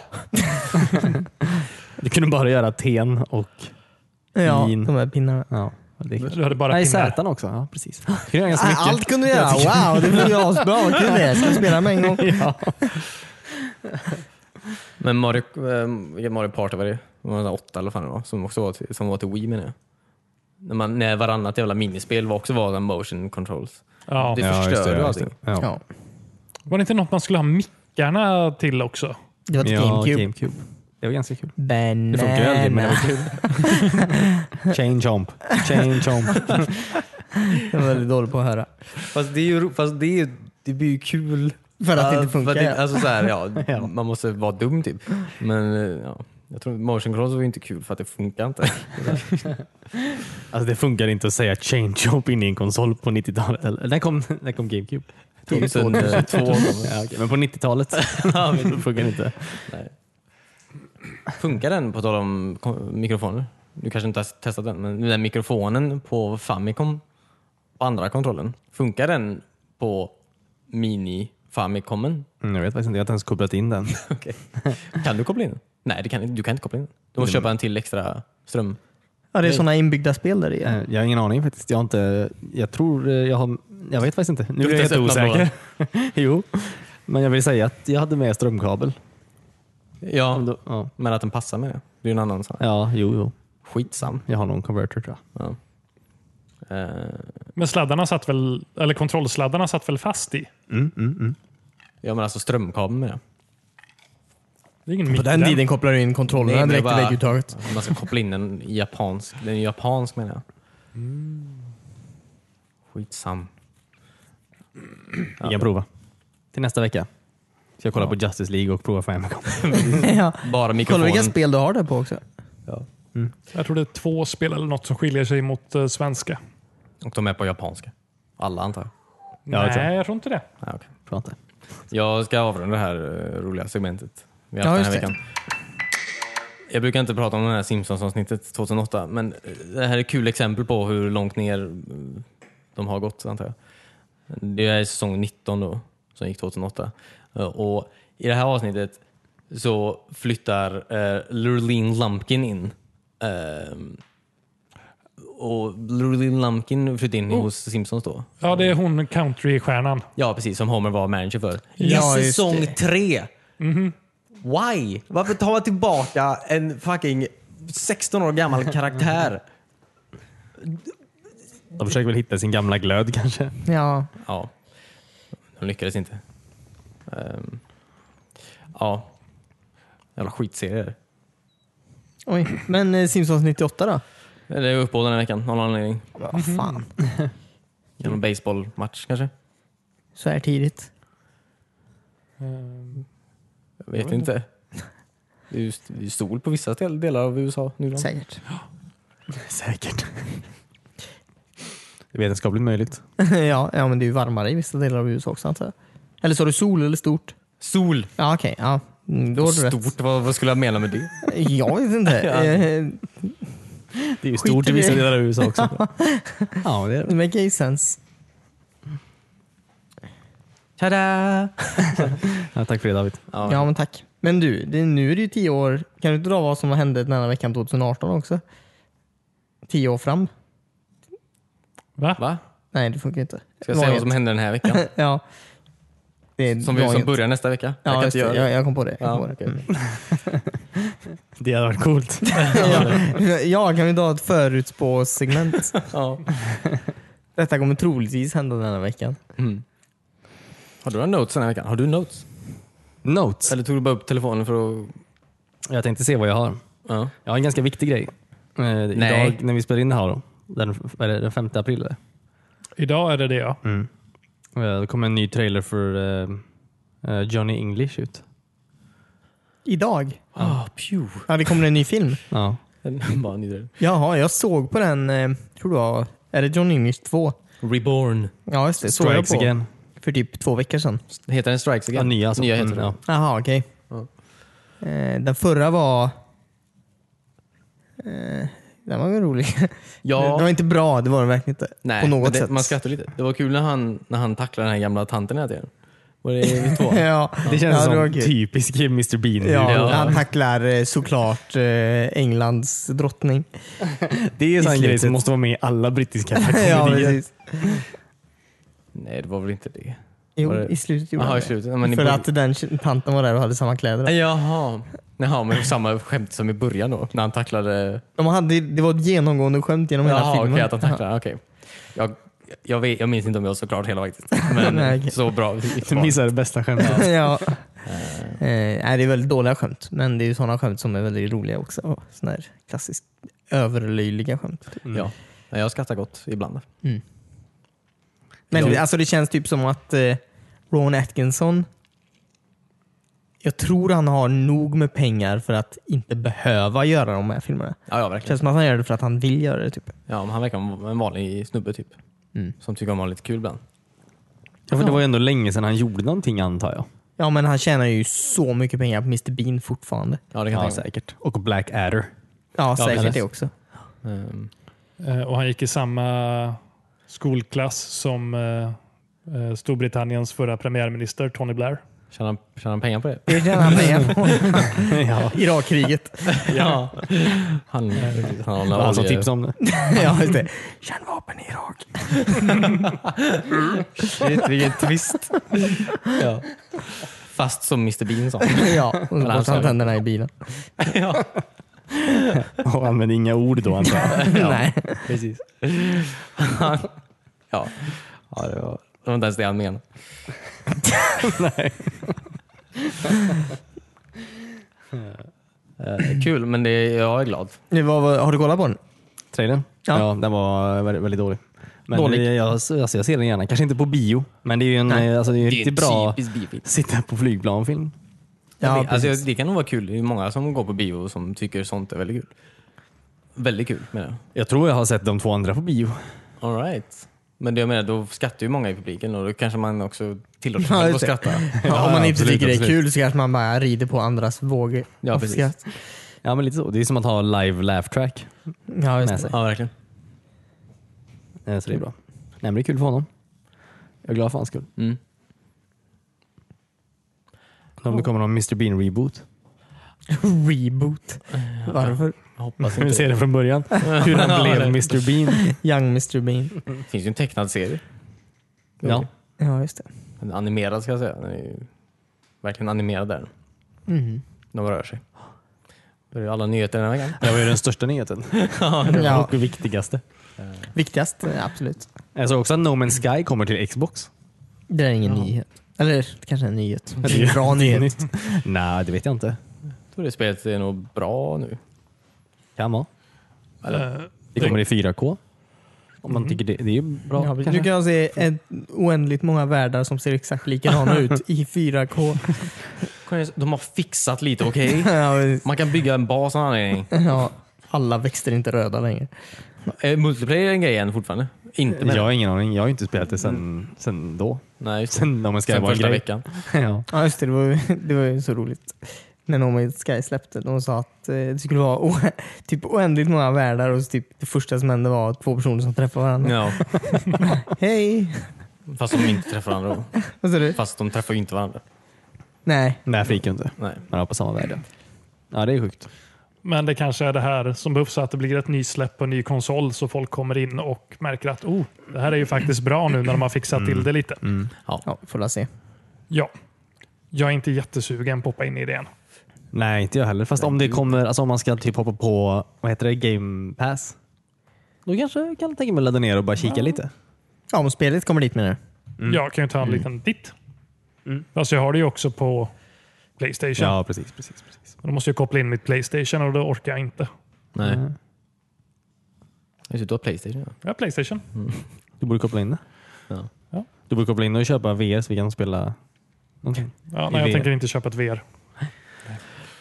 [SPEAKER 3] Du kunde bara göra ten och
[SPEAKER 2] Ja,
[SPEAKER 3] Min.
[SPEAKER 2] de här pinnarna.
[SPEAKER 3] ja. Det
[SPEAKER 4] Du hade bara
[SPEAKER 3] Nej,
[SPEAKER 4] pinnar.
[SPEAKER 3] Zätan också. Ja, precis. Ah, Du kunde göra ganska mycket.
[SPEAKER 2] Allt kunde du göra. Wow, det vore ju asbra. Vad kul det är. Ska vi spela med en gång?
[SPEAKER 3] Ja.
[SPEAKER 1] Men Mario, eh, vilket Mario Party var det? Det var någon åtta eller vad fan det var. Som också var till, som var till Wii menar jag. När, man, när varannat jävla minispel var också var motion controls.
[SPEAKER 4] Ja.
[SPEAKER 1] Det förstör ju allting.
[SPEAKER 3] Ja.
[SPEAKER 2] Ja.
[SPEAKER 4] Var det inte något man skulle ha mickarna till också?
[SPEAKER 2] Det var ett
[SPEAKER 3] Ja,
[SPEAKER 2] GameCube. eh,
[SPEAKER 3] GameCube. Det var ganska kul.
[SPEAKER 2] Banana.
[SPEAKER 3] Det funkar ju aldrig men det var kul. Chain jump. Chain jump.
[SPEAKER 2] Jag var väldigt dålig på att höra.
[SPEAKER 1] Fast det, är ju, ro- fast det, är, ju- det blir ju kul.
[SPEAKER 2] För att det
[SPEAKER 1] Ja,
[SPEAKER 2] inte
[SPEAKER 1] för
[SPEAKER 2] funkar.
[SPEAKER 1] att det- alltså så här, ja,
[SPEAKER 3] Ja.
[SPEAKER 1] Man måste vara dum typ. Men eh, ja, jag tror motion controls var ju inte kul för att det funkar inte.
[SPEAKER 3] Alltså det funkar inte att säga chain jump in i en konsol på 90-talet. Eller, När kom, när kom GameCube?
[SPEAKER 1] Typ 2002
[SPEAKER 3] Ja, okej, Men på 90-talet funkar det inte.
[SPEAKER 1] Funkar den på tal om ko- mikrofoner? Du kanske inte har testat den, men den mikrofonen på Famicom, på andra kontrollen, funkar den på mini Famicomen?
[SPEAKER 3] Mm, jag vet faktiskt inte, jag har inte ens kopplat in den.
[SPEAKER 1] Okej. Kan du koppla in den? Nej, det kan, inte- du kan inte koppla in den. Du måste köpa en till extra ström.
[SPEAKER 2] Ja, det är sådana inbyggda spel där i.
[SPEAKER 3] Eh, Jag har ingen aning faktiskt. Jag, har inte, jag tror eh, jag har... Jag vet faktiskt inte. Nu
[SPEAKER 1] Du
[SPEAKER 3] är jag
[SPEAKER 1] har inte ens
[SPEAKER 3] helt
[SPEAKER 1] öppnat
[SPEAKER 3] osäker. jo, men jag vill säga att jag hade med strömkabel. Om
[SPEAKER 1] Ja,
[SPEAKER 3] du- Ja,
[SPEAKER 1] men att den passar med det. Det är ju en annan sak.
[SPEAKER 3] ja jo, jo.
[SPEAKER 1] Skitsam.
[SPEAKER 3] Jag har någon converter tror jag.
[SPEAKER 1] Ja. Eh,
[SPEAKER 4] Men sladdarna satt väl, eller kontrollsladdarna satt väl fast i?
[SPEAKER 3] Mm, mm, mm.
[SPEAKER 1] ja, men alltså strömkabeln med det.
[SPEAKER 4] Det är ingen
[SPEAKER 2] På
[SPEAKER 4] mick
[SPEAKER 2] den
[SPEAKER 4] där.
[SPEAKER 2] tiden kopplar du in
[SPEAKER 1] Nej,
[SPEAKER 2] kontrollerna
[SPEAKER 1] men det
[SPEAKER 2] direkt
[SPEAKER 1] bara-
[SPEAKER 2] i vägguttaget.
[SPEAKER 1] Alltså, Man ska koppla in den i japansk. Den är japansk menar jag.
[SPEAKER 2] Mm.
[SPEAKER 1] Skitsam.
[SPEAKER 3] Vi kan prova. Till nästa vecka. Ska jag kolla på Justice League och prova för Amacom.
[SPEAKER 2] ja.
[SPEAKER 1] Bara
[SPEAKER 2] Kolla
[SPEAKER 1] mikrofonen.
[SPEAKER 2] vilka spel du har där på också.
[SPEAKER 1] Ja.
[SPEAKER 4] Jag tror det är två spel eller något som skiljer sig mot eh, svenska.
[SPEAKER 1] Och de är på japanska. Alla antar jag.
[SPEAKER 3] Ja, jag tror-
[SPEAKER 4] Nej, jag tror inte det.
[SPEAKER 1] Nej, okej.
[SPEAKER 3] Tror jag inte.
[SPEAKER 1] Jag ska avrunda det här eh, roliga segmentet vi har
[SPEAKER 2] Ja,
[SPEAKER 1] haft den
[SPEAKER 2] just
[SPEAKER 1] här
[SPEAKER 2] det.
[SPEAKER 1] veckan. Jag brukar inte prata om det här Simpsons-avsnittet 2008, men eh, det här är ett kul exempel på hur långt ner eh, de har gått, antar jag. Det är säsong 19 då, som gick 2008. Eh, Och I det här avsnittet så flyttar eh, Lurleen Lumpkin in. Eh, och Lurleen Lumpkin flyttade in
[SPEAKER 2] Oh.
[SPEAKER 1] hos Simpsons då.
[SPEAKER 4] Ja, det är hon countrystjärnan.
[SPEAKER 1] Ja, precis. Som Homer var manager för.
[SPEAKER 2] Ja,
[SPEAKER 1] I
[SPEAKER 2] just
[SPEAKER 1] säsong
[SPEAKER 2] det.
[SPEAKER 1] tre!
[SPEAKER 2] Mhm.
[SPEAKER 1] Why? Varför tar man tillbaka en fucking 16 år gammal karaktär?
[SPEAKER 3] De försöker väl hitta sin gamla glöd kanske.
[SPEAKER 2] Ja.
[SPEAKER 1] ja, de lyckades inte. Ehm, Ja. Jävla skitserier.
[SPEAKER 2] Oj. Men eh, Simpsons 98 då?
[SPEAKER 1] Det är uppehåll den här veckan, någon anledning.
[SPEAKER 2] Vad fan.
[SPEAKER 1] Genom baseballmatch kanske?
[SPEAKER 2] Så här tidigt.
[SPEAKER 4] Ehm,
[SPEAKER 1] Jag vet inte. Det är ju st- det är ju sol på vissa del- delar av USA nu. då.
[SPEAKER 2] Säkert.
[SPEAKER 3] Säkert. Det är vetenskapligt möjligt.
[SPEAKER 2] ja, ja, men det är ju varmare i vissa delar av USA också antar jag. Eller sa du sol eller stort?
[SPEAKER 1] Sol!
[SPEAKER 2] Ja, okej. ja. Mm, Då har du rätt.
[SPEAKER 1] Stort, vad, vad skulle jag mena med det?
[SPEAKER 2] Jag vet inte.
[SPEAKER 1] Ja.
[SPEAKER 2] Eh,
[SPEAKER 3] Det är ju
[SPEAKER 2] Skit
[SPEAKER 3] stort
[SPEAKER 2] i
[SPEAKER 3] i vissa
[SPEAKER 2] det.
[SPEAKER 3] delar av USA också. ja, det är
[SPEAKER 2] Det
[SPEAKER 3] det.
[SPEAKER 2] make sense.
[SPEAKER 1] Tada!
[SPEAKER 3] Ja, tack för det David.
[SPEAKER 1] Ja.
[SPEAKER 2] Ja, men tack. Men du, det, nu är det ju tio år. Kan du inte dra vad som hände den här veckan 2018 också? Tio år fram?
[SPEAKER 4] Va?
[SPEAKER 1] Va?
[SPEAKER 2] Nej, det funkar inte.
[SPEAKER 1] Ska jag säga vad som
[SPEAKER 2] Vaget.
[SPEAKER 1] händer den här veckan?
[SPEAKER 2] ja. Det är
[SPEAKER 1] Som, vi, som
[SPEAKER 2] vaget.
[SPEAKER 1] börjar nästa vecka?
[SPEAKER 2] Ja,
[SPEAKER 1] jag kan
[SPEAKER 2] just
[SPEAKER 1] inte
[SPEAKER 2] det.
[SPEAKER 1] göra det.
[SPEAKER 2] Jag, jag kom på det. Jag
[SPEAKER 1] Ja,
[SPEAKER 2] kom på det.
[SPEAKER 1] okej.
[SPEAKER 2] Mm.
[SPEAKER 3] Det hade varit coolt.
[SPEAKER 2] Ja. ja, kan vi ta ett förutspåsegment?
[SPEAKER 1] Ja.
[SPEAKER 2] Detta kommer troligtvis hända den här veckan.
[SPEAKER 1] Mm. Har du några notes den här veckan? Har du notes?
[SPEAKER 3] Notes.
[SPEAKER 1] Eller tog du bara upp telefonen för att...
[SPEAKER 3] Jag tänkte se vad jag har.
[SPEAKER 1] Ja.
[SPEAKER 3] Jag har en ganska viktig grej. Eh, Idag när vi spelar in det här då. Den, eller den 5 april. eller?
[SPEAKER 4] Idag är det det ja.
[SPEAKER 2] Mm.
[SPEAKER 3] Eh, Då kommer en ny trailer för eh, eh, Johnny English ut.
[SPEAKER 2] Idag?
[SPEAKER 1] Ah, pew.
[SPEAKER 2] Ja, det kommer en ny film.
[SPEAKER 3] Ja.
[SPEAKER 1] bara en ny del.
[SPEAKER 2] Jaha, jag såg på den, eh, tror du var, är det John English 2?
[SPEAKER 1] Reborn.
[SPEAKER 2] Ja, just det. Såg jag
[SPEAKER 3] Strikes
[SPEAKER 2] på
[SPEAKER 3] again.
[SPEAKER 2] för typ två veckor sedan.
[SPEAKER 1] Heter den Strikes
[SPEAKER 3] Ja,
[SPEAKER 1] Again?
[SPEAKER 3] nya alltså.
[SPEAKER 1] nya heter
[SPEAKER 3] Mm,
[SPEAKER 1] den.
[SPEAKER 3] ja.
[SPEAKER 2] Jaha, okej.
[SPEAKER 1] Ja.
[SPEAKER 2] Eh, den förra var... Eh, den var väl rolig.
[SPEAKER 1] Ja.
[SPEAKER 2] Den var inte bra, det var den verkligen inte.
[SPEAKER 1] Nej,
[SPEAKER 2] på
[SPEAKER 1] men
[SPEAKER 2] något
[SPEAKER 1] det,
[SPEAKER 2] sätt.
[SPEAKER 1] man skrattar lite. Det var kul när han, när han tacklade den här gamla tanten hela tiden. Var det i två?
[SPEAKER 2] Ja,
[SPEAKER 3] Det känns
[SPEAKER 2] ja, var
[SPEAKER 3] som
[SPEAKER 2] kul.
[SPEAKER 3] typisk Mr Bean.
[SPEAKER 2] Ja,
[SPEAKER 1] typ. Ja.
[SPEAKER 2] Han tacklar eh, såklart eh, Englands drottning.
[SPEAKER 3] Det är en sån
[SPEAKER 2] I
[SPEAKER 3] grej som
[SPEAKER 2] slutet.
[SPEAKER 3] måste vara med i alla brittiska
[SPEAKER 2] ja,
[SPEAKER 3] komedier.
[SPEAKER 2] precis.
[SPEAKER 1] Nej, det var väl inte det.
[SPEAKER 2] Jo,
[SPEAKER 1] Var det-
[SPEAKER 2] i slutet gjorde
[SPEAKER 1] Jaha,
[SPEAKER 2] han
[SPEAKER 1] i
[SPEAKER 2] det.
[SPEAKER 1] slutet. Ja, Men i
[SPEAKER 2] För
[SPEAKER 1] bör-
[SPEAKER 2] att den tj- tanten var där och hade samma kläder.
[SPEAKER 1] Jaha. Jaha, men samma skämt som i början då? När han tacklade...
[SPEAKER 2] De hade, det var ett genomgående skämt genom hela
[SPEAKER 1] Jaha, okej
[SPEAKER 2] filmen.
[SPEAKER 1] att han tacklade. Okej. Jag, jag, vet, jag minns inte om jag såg klart hela faktiskt. Men
[SPEAKER 2] Nej, okej.
[SPEAKER 1] så bra.
[SPEAKER 3] Du missar det bästa skämtet.
[SPEAKER 2] ja. Eh, nej, det är väldigt dåliga skämt, men det är ju sådana skämt som är väldigt roliga också. Sådana här klassiskt överlöjliga skämt.
[SPEAKER 1] Ja. Nej, Jag skrattar gott ibland.
[SPEAKER 2] Men
[SPEAKER 1] Ja.
[SPEAKER 2] det- alltså, det känns typ som att eh, Ron Atkinson, jag tror han har nog med pengar för att inte behöva göra de här filmerna.
[SPEAKER 1] Ja, ja
[SPEAKER 2] Det
[SPEAKER 1] verkligen.
[SPEAKER 2] känns som att han gör det för att han vill göra det. Typ.
[SPEAKER 1] Ja, men han verkar vara en vanlig snubbe typ.
[SPEAKER 2] Mm.
[SPEAKER 1] Som tycker om att ha lite kul ibland.
[SPEAKER 3] Ja, för det var ju ändå länge sedan han gjorde någonting antar jag.
[SPEAKER 2] Ja, men han tjänar ju så mycket pengar på Mr Bean fortfarande.
[SPEAKER 1] Ja, det kan
[SPEAKER 3] Ja,
[SPEAKER 1] jag tänka mig.
[SPEAKER 3] säkert. Och Black Adder.
[SPEAKER 2] Ja, säkert
[SPEAKER 3] precis.
[SPEAKER 2] det också.
[SPEAKER 1] Ehm,
[SPEAKER 4] Eh, Och han gick i samma skolklass som eh, eh, Storbritanniens förra premiärminister Tony Blair.
[SPEAKER 1] Tjänar han, tjänar han pengar på det?
[SPEAKER 2] Det tjänar han pengar på.
[SPEAKER 3] ja.
[SPEAKER 2] Irakkriget.
[SPEAKER 1] Ja. Han, han har
[SPEAKER 3] Det var han som tipsade Alltså, om det.
[SPEAKER 2] ja, just det. Kärnvapen i Irak.
[SPEAKER 1] Shit, vilken twist. ja. Fast som Mr Bean sa.
[SPEAKER 2] ja, och så
[SPEAKER 1] han
[SPEAKER 2] borstar
[SPEAKER 1] sa
[SPEAKER 2] han
[SPEAKER 1] det.
[SPEAKER 2] tänderna i bilen.
[SPEAKER 1] ja,
[SPEAKER 3] Och använde inga ord då antar jag.
[SPEAKER 2] Nej.
[SPEAKER 1] precis. ja. ja, det var, det var inte ens det han menade. Nej. Eh, kul, men det, jag är glad.
[SPEAKER 2] Det var, vad- har du kollat på den?
[SPEAKER 3] Trailern?
[SPEAKER 2] Ja.
[SPEAKER 3] Ja. den var väldigt, väldigt dålig. Men
[SPEAKER 2] Dålig.
[SPEAKER 3] Jag, jag, alltså, jag ser den gärna. Kanske inte på bio, men det är ju en,
[SPEAKER 2] Nej.
[SPEAKER 3] eh, alltså, det är ju riktigt bra
[SPEAKER 1] typisk biofilm.
[SPEAKER 3] sitta på flygplan-film.
[SPEAKER 2] Ja,
[SPEAKER 1] alltså,
[SPEAKER 2] precis.
[SPEAKER 1] det kan nog vara kul. Det är många som går på bio som tycker sånt är väldigt kul. Väldigt kul menar jag.
[SPEAKER 3] Jag tror jag har sett de två andra på bio.
[SPEAKER 1] All right. Men det jag menar, då skrattar ju många i publiken och då kanske man också tillåter sig
[SPEAKER 2] Ja,
[SPEAKER 1] själv
[SPEAKER 2] just
[SPEAKER 1] att skratta.
[SPEAKER 2] Ja, om man inte
[SPEAKER 3] absolut,
[SPEAKER 2] tycker det är
[SPEAKER 3] absolut.
[SPEAKER 2] kul så kanske man bara rider på andras vågor.
[SPEAKER 1] Ja,
[SPEAKER 2] av
[SPEAKER 1] precis.
[SPEAKER 2] skratt.
[SPEAKER 3] Ja, men lite så. Det är som att ha live laugh track.
[SPEAKER 2] Ja,
[SPEAKER 3] Med
[SPEAKER 2] just
[SPEAKER 3] sig.
[SPEAKER 2] det.
[SPEAKER 1] Ja, verkligen.
[SPEAKER 3] Eh, Så det är bra. Nej, men det är kul för honom. Jag är glad för hans skull.
[SPEAKER 1] Mm.
[SPEAKER 3] Om det kommer någon Mr Bean-reboot.
[SPEAKER 2] Reboot. Varför?
[SPEAKER 1] Jag hoppas
[SPEAKER 3] Vi
[SPEAKER 1] inte.
[SPEAKER 3] ser det från början. Hur han blev Mr Bean.
[SPEAKER 2] Young Mr Bean.
[SPEAKER 1] Det finns ju en tecknad serie.
[SPEAKER 3] Ja.
[SPEAKER 2] Ja, just det.
[SPEAKER 1] En animerad ska jag säga. Den är ju verkligen animerad där.
[SPEAKER 2] Mm.
[SPEAKER 1] De rör sig. Det är ju alla nyheter den här veckan.
[SPEAKER 3] Det var ju den största nyheten.
[SPEAKER 2] Ja.
[SPEAKER 3] Och viktigaste.
[SPEAKER 2] Viktigast, eh, absolut.
[SPEAKER 3] Jag såg också att No Man's Sky kommer till Xbox.
[SPEAKER 2] Det där är ingen nyhet. Eller kanske en nyhet. Det är en bra nyhet.
[SPEAKER 3] Nej, det vet jag inte.
[SPEAKER 1] Jag tror det spelet är nog bra nu.
[SPEAKER 3] Kan vara.
[SPEAKER 4] Eh,
[SPEAKER 3] Det Mm. kommer i 4K. Om man tycker det, det är ju bra.
[SPEAKER 2] Ja,
[SPEAKER 3] kanske.
[SPEAKER 2] nu kan jag se ett oändligt många världar som ser exakt likadana ut i 4K.
[SPEAKER 1] De har fixat lite, okej?
[SPEAKER 2] Ja, precis.
[SPEAKER 1] Man kan bygga en bas av anledning.
[SPEAKER 2] ja, alla växter är inte röda längre.
[SPEAKER 1] Är multiplayer en grej än fortfarande? Inte men.
[SPEAKER 3] Jag har ingen aning. Jag har ju inte spelat det sen, sen då.
[SPEAKER 1] Nej, just det.
[SPEAKER 3] Sen om man ska
[SPEAKER 1] Sen
[SPEAKER 3] vara en
[SPEAKER 1] första
[SPEAKER 3] grej.
[SPEAKER 1] veckan.
[SPEAKER 3] ja.
[SPEAKER 2] Ja, just det. Det var, ju- det var ju så roligt. När No Man's Sky släppte. De sa att eh, det skulle vara o- typ oändligt många världar och så typ det första som hände var två personer som träffade varandra.
[SPEAKER 1] Ja,
[SPEAKER 2] Hej!
[SPEAKER 1] fast de inte träffar varandra.
[SPEAKER 2] Vad sa du?
[SPEAKER 1] Fast de träffar ju inte varandra.
[SPEAKER 2] Nej.
[SPEAKER 3] Nej, fick jag inte.
[SPEAKER 1] Nej.
[SPEAKER 3] Man var på samma värde. Ja, det är sjukt.
[SPEAKER 4] Men det kanske är det här som behövs, att det blir ett nysläpp på en ny konsol så folk kommer in och märker att oh, det här är ju faktiskt bra nu när de har fixat
[SPEAKER 3] Mm.
[SPEAKER 4] till det lite.
[SPEAKER 2] Ja, vi får väl se.
[SPEAKER 4] Ja. Jag är inte jättesugen på att hoppa in i det än.
[SPEAKER 3] Nej, inte jag heller. Fast om det kommer, alltså om man ska typ hoppa på, vad heter det, game pass. Då kanske jag kan tänka mig att ladda ner och bara kika lite.
[SPEAKER 2] Ja, om spelet kommer dit menar du?
[SPEAKER 3] Mm.
[SPEAKER 4] Jag kan ju ta en liten titt. Fast jag har det ju också på Playstation.
[SPEAKER 3] Ja, precis. precis, precis.
[SPEAKER 4] Men Då måste jag koppla in mitt Playstation och det orkar jag inte.
[SPEAKER 1] Nej. Just det, du har Playstation. Ja.
[SPEAKER 4] Jag har Playstation.
[SPEAKER 3] Du borde koppla in det.
[SPEAKER 1] Ja.
[SPEAKER 4] Ja.
[SPEAKER 3] Du borde koppla in och köpa VR så vi kan spela någonting.
[SPEAKER 4] Ja,
[SPEAKER 3] I
[SPEAKER 4] nej, jag
[SPEAKER 3] VR.
[SPEAKER 4] tänker inte köpa ett VR.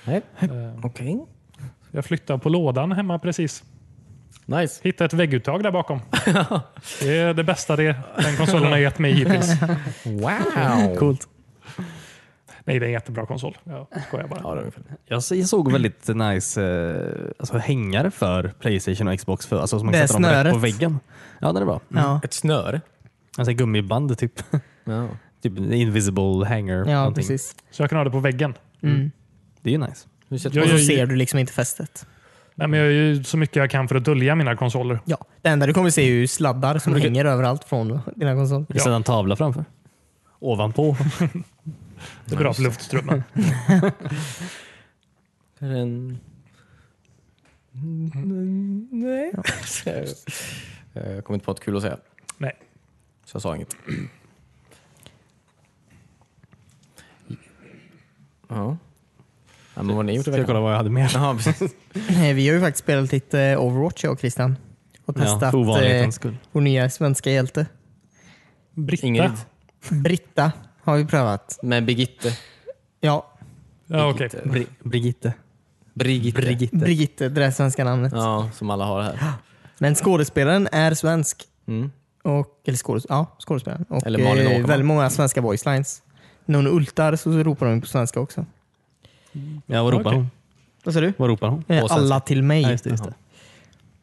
[SPEAKER 1] Nej.
[SPEAKER 4] Eh,
[SPEAKER 1] Okej.
[SPEAKER 4] Jag flyttade på lådan hemma precis.
[SPEAKER 1] Nice.
[SPEAKER 4] Hittade ett vägguttag där bakom. Det är det bästa det, den konsolen har gett mig hittills.
[SPEAKER 1] Wow!
[SPEAKER 3] Coolt.
[SPEAKER 4] Nej, det är en jättebra konsol. Jag skojar bara.
[SPEAKER 1] Ja, det är ungefär.
[SPEAKER 3] Jag, så- jag såg väldigt nice eh, alltså, hängare för Playstation och Xbox. För, alltså, som man
[SPEAKER 2] Det
[SPEAKER 3] kan sätta dem rätt på
[SPEAKER 2] snöret.
[SPEAKER 3] väggen. Ja, den är bra. Mm.
[SPEAKER 2] Ja,
[SPEAKER 1] Ett snöre.
[SPEAKER 3] Alltså, gummiband typ.
[SPEAKER 1] Ja.
[SPEAKER 3] typ en invisible hanger.
[SPEAKER 2] ja
[SPEAKER 3] någonting.
[SPEAKER 2] precis.
[SPEAKER 4] Så jag kan ha det på väggen.
[SPEAKER 2] Mm.
[SPEAKER 3] Det är ju nice.
[SPEAKER 1] Nu sätter
[SPEAKER 4] Jag
[SPEAKER 2] Och
[SPEAKER 1] man-
[SPEAKER 2] så
[SPEAKER 4] gör ju-
[SPEAKER 2] ser du liksom inte fästet.
[SPEAKER 4] Nej, men jag gör ju så mycket jag kan för att dölja mina konsoler.
[SPEAKER 2] Ja, det enda du kommer se är ju sladdar som
[SPEAKER 1] Vilket-
[SPEAKER 2] hänger överallt från dina konsoler.
[SPEAKER 3] Vi sätter en tavla framför. Ovanpå.
[SPEAKER 4] Det är bra för luftströmmen.
[SPEAKER 1] Är det en... Nej. Jag kom inte på något kul att säga,
[SPEAKER 4] Nej.
[SPEAKER 1] så jag sa inget. Ja. ja men vad har ni gjort i
[SPEAKER 3] Ska jag
[SPEAKER 1] veckan?
[SPEAKER 3] kolla vad jag hade mer?
[SPEAKER 1] Jaha, precis.
[SPEAKER 2] Nej, vi har ju faktiskt spelat lite eh, Overwatch jag och Christian. Och
[SPEAKER 3] Ja,
[SPEAKER 2] testat
[SPEAKER 3] för
[SPEAKER 2] eh,
[SPEAKER 3] ovanlighetens skull.
[SPEAKER 2] vår nya svenska hjälte.
[SPEAKER 4] Britta.
[SPEAKER 1] Ingrid.
[SPEAKER 4] Mm.
[SPEAKER 2] Britta har vi prövat.
[SPEAKER 1] Med Birgitte.
[SPEAKER 2] Ja,
[SPEAKER 4] Ja, okej.
[SPEAKER 2] eh,
[SPEAKER 3] Bri- Brigitte.
[SPEAKER 1] Brigitte.
[SPEAKER 3] Brigitte.
[SPEAKER 2] Brigitte, det där svenska namnet.
[SPEAKER 1] Ja, som alla har här.
[SPEAKER 2] Men skådespelaren är svensk.
[SPEAKER 1] Mm.
[SPEAKER 2] Och, eller skådes, ja, skådespelaren. Och,
[SPEAKER 1] Eller Malin
[SPEAKER 2] eh,
[SPEAKER 1] Åkerman.
[SPEAKER 2] Väldigt många svenska voicelines. När hon ultar så ropar hon på svenska också.
[SPEAKER 3] Ja, vad ropar
[SPEAKER 4] Okej.
[SPEAKER 3] hon?
[SPEAKER 2] Vad sa du?
[SPEAKER 3] Vad ropar hon?
[SPEAKER 2] Eh,
[SPEAKER 1] Och svenska.
[SPEAKER 2] Alla till mig.
[SPEAKER 3] Ja, just det, just det.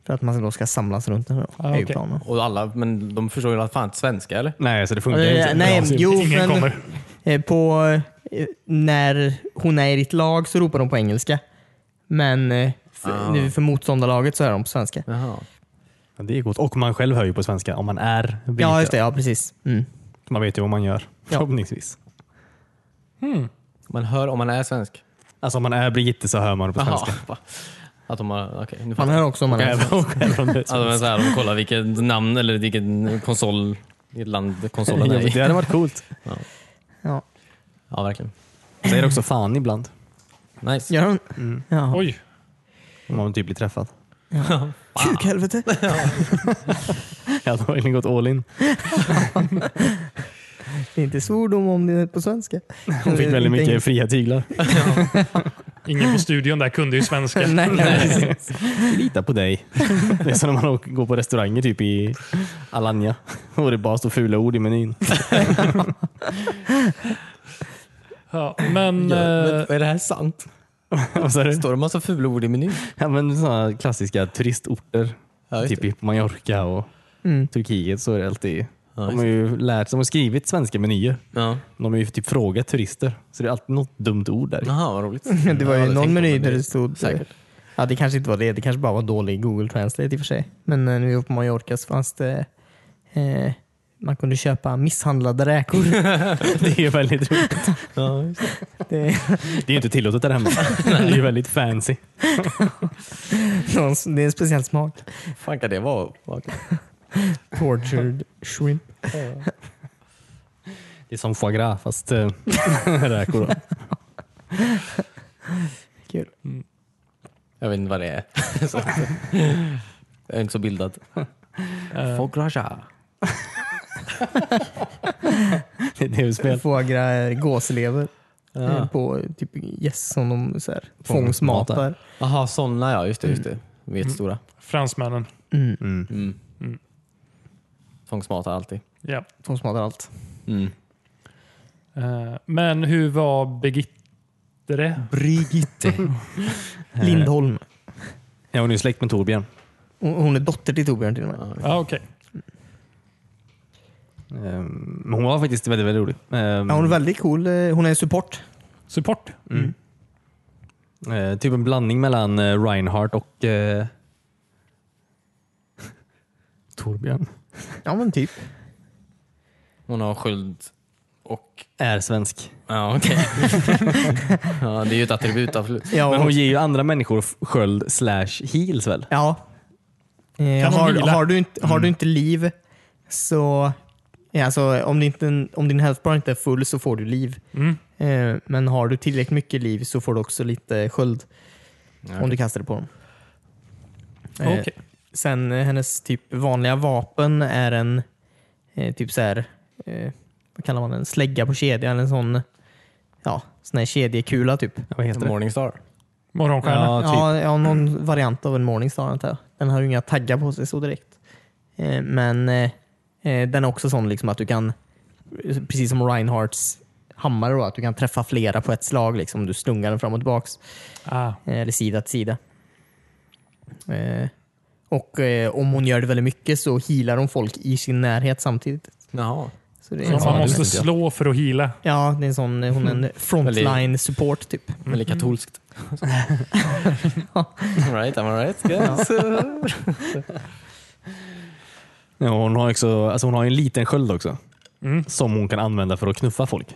[SPEAKER 2] För att man då ska samlas runt henne. då.
[SPEAKER 4] Ah,
[SPEAKER 2] Det är ju
[SPEAKER 4] okej.
[SPEAKER 2] planen.
[SPEAKER 1] Och alla, men de förstår ju att fan inte svenska eller?
[SPEAKER 3] Nej, så det funkar
[SPEAKER 2] Ja, det-
[SPEAKER 3] inte.
[SPEAKER 2] nej,
[SPEAKER 3] Ja,
[SPEAKER 2] Jo,
[SPEAKER 4] Ingen
[SPEAKER 2] men-
[SPEAKER 4] kommer.
[SPEAKER 2] Eh, På, eh, när hon är i ditt lag så ropar de på engelska. Men eh, för,
[SPEAKER 1] Ah.
[SPEAKER 2] nu för motståndarlaget så är de på svenska.
[SPEAKER 1] Jaha.
[SPEAKER 3] Ja, det är coolt. Och man själv hör ju på svenska om man är Brigitte.
[SPEAKER 2] Ja, just det. Ja, precis. Mm.
[SPEAKER 3] Man vet ju vad man gör. Förhoppningsvis.
[SPEAKER 1] Man hör om man är svensk.
[SPEAKER 3] Alltså om man är Brigitte så hör man det på
[SPEAKER 1] Jaha.
[SPEAKER 3] svenska.
[SPEAKER 1] va? Att de har, okej nu
[SPEAKER 2] Man
[SPEAKER 1] fattar jag.
[SPEAKER 2] hör också om man är
[SPEAKER 3] Även, och även om det är
[SPEAKER 1] Alltså, men så här, de kollar vilket namn eller vilken konsol, vilket land konsolen är
[SPEAKER 3] svenska. Det
[SPEAKER 1] i.
[SPEAKER 3] hade varit coolt.
[SPEAKER 2] ja.
[SPEAKER 1] Ja, verkligen.
[SPEAKER 3] Säger också fan ibland.
[SPEAKER 1] Nice.
[SPEAKER 2] Gör hon? Ja.
[SPEAKER 4] Oj.
[SPEAKER 3] Om man typ blir träffad.
[SPEAKER 2] Kukhelvete.
[SPEAKER 3] Jag hade verkligen gått all in.
[SPEAKER 2] Det är inte svordom om det är på svenska.
[SPEAKER 3] Hon fick väldigt mycket fria tyglar.
[SPEAKER 4] Ingen på studion där kunde ju svenska.
[SPEAKER 2] Nej, nej.
[SPEAKER 3] Vi litar på dig. Det är som när man åker- går på restauranger typ i Alanya och det bara står fula ord i menyn.
[SPEAKER 4] Ja, men
[SPEAKER 1] Ja, men,
[SPEAKER 4] eh,
[SPEAKER 1] är det här sant?
[SPEAKER 3] Vad sa du?
[SPEAKER 1] Står det massa fula ord i menyn?
[SPEAKER 3] Ja, men såna klassiska turistorter.
[SPEAKER 1] Ja, just
[SPEAKER 3] typ i Mallorca och
[SPEAKER 2] Mm.
[SPEAKER 3] Turkiet så är det alltid.
[SPEAKER 1] Ja,
[SPEAKER 3] de
[SPEAKER 1] just
[SPEAKER 3] har ju lärt sig, de har skrivit svenska menyer.
[SPEAKER 1] Ja.
[SPEAKER 3] De har ju typ frågat turister. Så det är alltid något dumt ord där.
[SPEAKER 1] Jaha, vad roligt.
[SPEAKER 2] Det var
[SPEAKER 1] Ja, tänkte
[SPEAKER 2] ju någon meny
[SPEAKER 1] man,
[SPEAKER 2] där
[SPEAKER 1] men
[SPEAKER 2] det stod...
[SPEAKER 1] Säkert.
[SPEAKER 2] Ja, det kanske inte var det. Det kanske bara var dålig Google Translate i och för sig. Men eh, när vi var på Mallorca så fanns det... Eh, man kunde köpa misshandlade räkor.
[SPEAKER 3] Det är väldigt roligt.
[SPEAKER 1] Ja, just det.
[SPEAKER 2] Det,
[SPEAKER 3] Det är ju inte tillåtet där hemma. Det är ju väldigt fancy.
[SPEAKER 2] någon- det är en speciell smak.
[SPEAKER 1] fan kan det vara? Vad-
[SPEAKER 2] Tortured shrimp.
[SPEAKER 3] Det är som foie gras fast eh, räkor. Då.
[SPEAKER 2] Kul.
[SPEAKER 1] Jag vet inte vad det är. Så- jag är inte så bildad. Foie gras.
[SPEAKER 3] Det är tv-spel.
[SPEAKER 2] Foie gras är gåslever eh,
[SPEAKER 3] Ja.
[SPEAKER 2] på typ gäss som de så här, fångsmatar.
[SPEAKER 1] Jaha, sådana ja. Just det. Just det. Vi är stora.
[SPEAKER 4] Fransmännen.
[SPEAKER 1] Fångsmatar alltid.
[SPEAKER 4] Ja.
[SPEAKER 2] Fångsmatar allt.
[SPEAKER 1] Mm.
[SPEAKER 4] Eh, Men hur var Birgitte?
[SPEAKER 3] Brigitte.
[SPEAKER 2] Lindholm.
[SPEAKER 3] Ja, hon är ju släkt med Torbjörn.
[SPEAKER 2] Hon- Hon är dotter till Torbjörn till och med.
[SPEAKER 4] Ja, ah, okej.
[SPEAKER 3] Eh, Men hon var faktiskt väldigt, väldigt rolig. Eh,
[SPEAKER 2] Ja, hon är väldigt cool. Eh, Hon är support.
[SPEAKER 4] Support.
[SPEAKER 3] eh, Typ en blandning mellan eh, Reinhardt och eh, Torbjörn.
[SPEAKER 2] Ja men typ.
[SPEAKER 1] Hon har sköld och...
[SPEAKER 3] Är svensk.
[SPEAKER 1] Ja, okej. ja, det är ju ett attribut absolut.
[SPEAKER 2] Ja,
[SPEAKER 3] Men
[SPEAKER 2] hon-
[SPEAKER 3] hon ger ju andra människor f- sköld slash heals väl?
[SPEAKER 2] ja. Eh,
[SPEAKER 4] Kan Mm. hon
[SPEAKER 2] har,
[SPEAKER 4] heala?
[SPEAKER 2] har, du inte, har du inte liv så... Ja, alltså, om, det inte, om din healthbar inte är full så får du liv.
[SPEAKER 4] Mm.
[SPEAKER 2] Eh, men har du tillräckligt mycket liv så får du också lite sköld. Om du kastar det på dem.
[SPEAKER 4] Okej.
[SPEAKER 2] Eh, sen eh, hennes typ vanliga vapen är en eh, typ så här, eh, vad kallar man den? Slägga på kedjan eller en sån, ja, sån här kedjekula typ.
[SPEAKER 3] Ja, Vad heter det?
[SPEAKER 1] Morningstar.
[SPEAKER 4] Morgonstjärna.
[SPEAKER 3] Ja, typ.
[SPEAKER 2] Ja, ja, någon variant av en Morningstar antar jag. Den har ju inga taggar på sig så direkt. Eh, Men eh, eh, den är också sån liksom att du kan, precis som Reinhardts hammare, då, att du kan träffa flera på ett slag. Liksom. Du slungar den fram och tillbaks.
[SPEAKER 4] Ah.
[SPEAKER 2] Eh, eller sida till sida. Eh, och eh, om hon gör det väldigt mycket så healar hon folk i sin närhet samtidigt.
[SPEAKER 1] Jaha.
[SPEAKER 2] Så det är en
[SPEAKER 4] Så
[SPEAKER 2] sån,
[SPEAKER 4] man
[SPEAKER 3] det
[SPEAKER 4] måste Mm.
[SPEAKER 3] vet inte jag.
[SPEAKER 4] slå för att hila.
[SPEAKER 2] ja, det är en sån, hon är en frontline support typ.
[SPEAKER 1] Väldigt katolskt. All right, I'm all right. Yes.
[SPEAKER 3] Ja, hon har också, alltså hon har ju en liten sköld också.
[SPEAKER 4] Mm.
[SPEAKER 3] Som hon kan använda för att knuffa folk.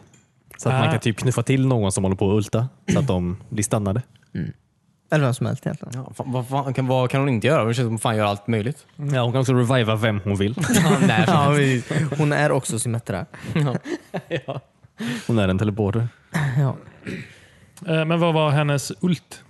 [SPEAKER 3] Så att
[SPEAKER 4] Ah.
[SPEAKER 3] man kan typ knuffa till någon som håller på att ulta. Så att de blir stannade.
[SPEAKER 2] Eller vem som helst egentligen.
[SPEAKER 1] Ja, fan, vad, fan, kan, vad kan hon inte göra? Det känns som att hon fan gör allt möjligt.
[SPEAKER 3] Ja, hon kan också reviva vem hon vill.
[SPEAKER 1] nej,
[SPEAKER 2] Ja, precis. hon är också Symmetra.
[SPEAKER 3] Hon är en teleporter.
[SPEAKER 2] Ja.
[SPEAKER 4] Eh, Men vad var hennes ult?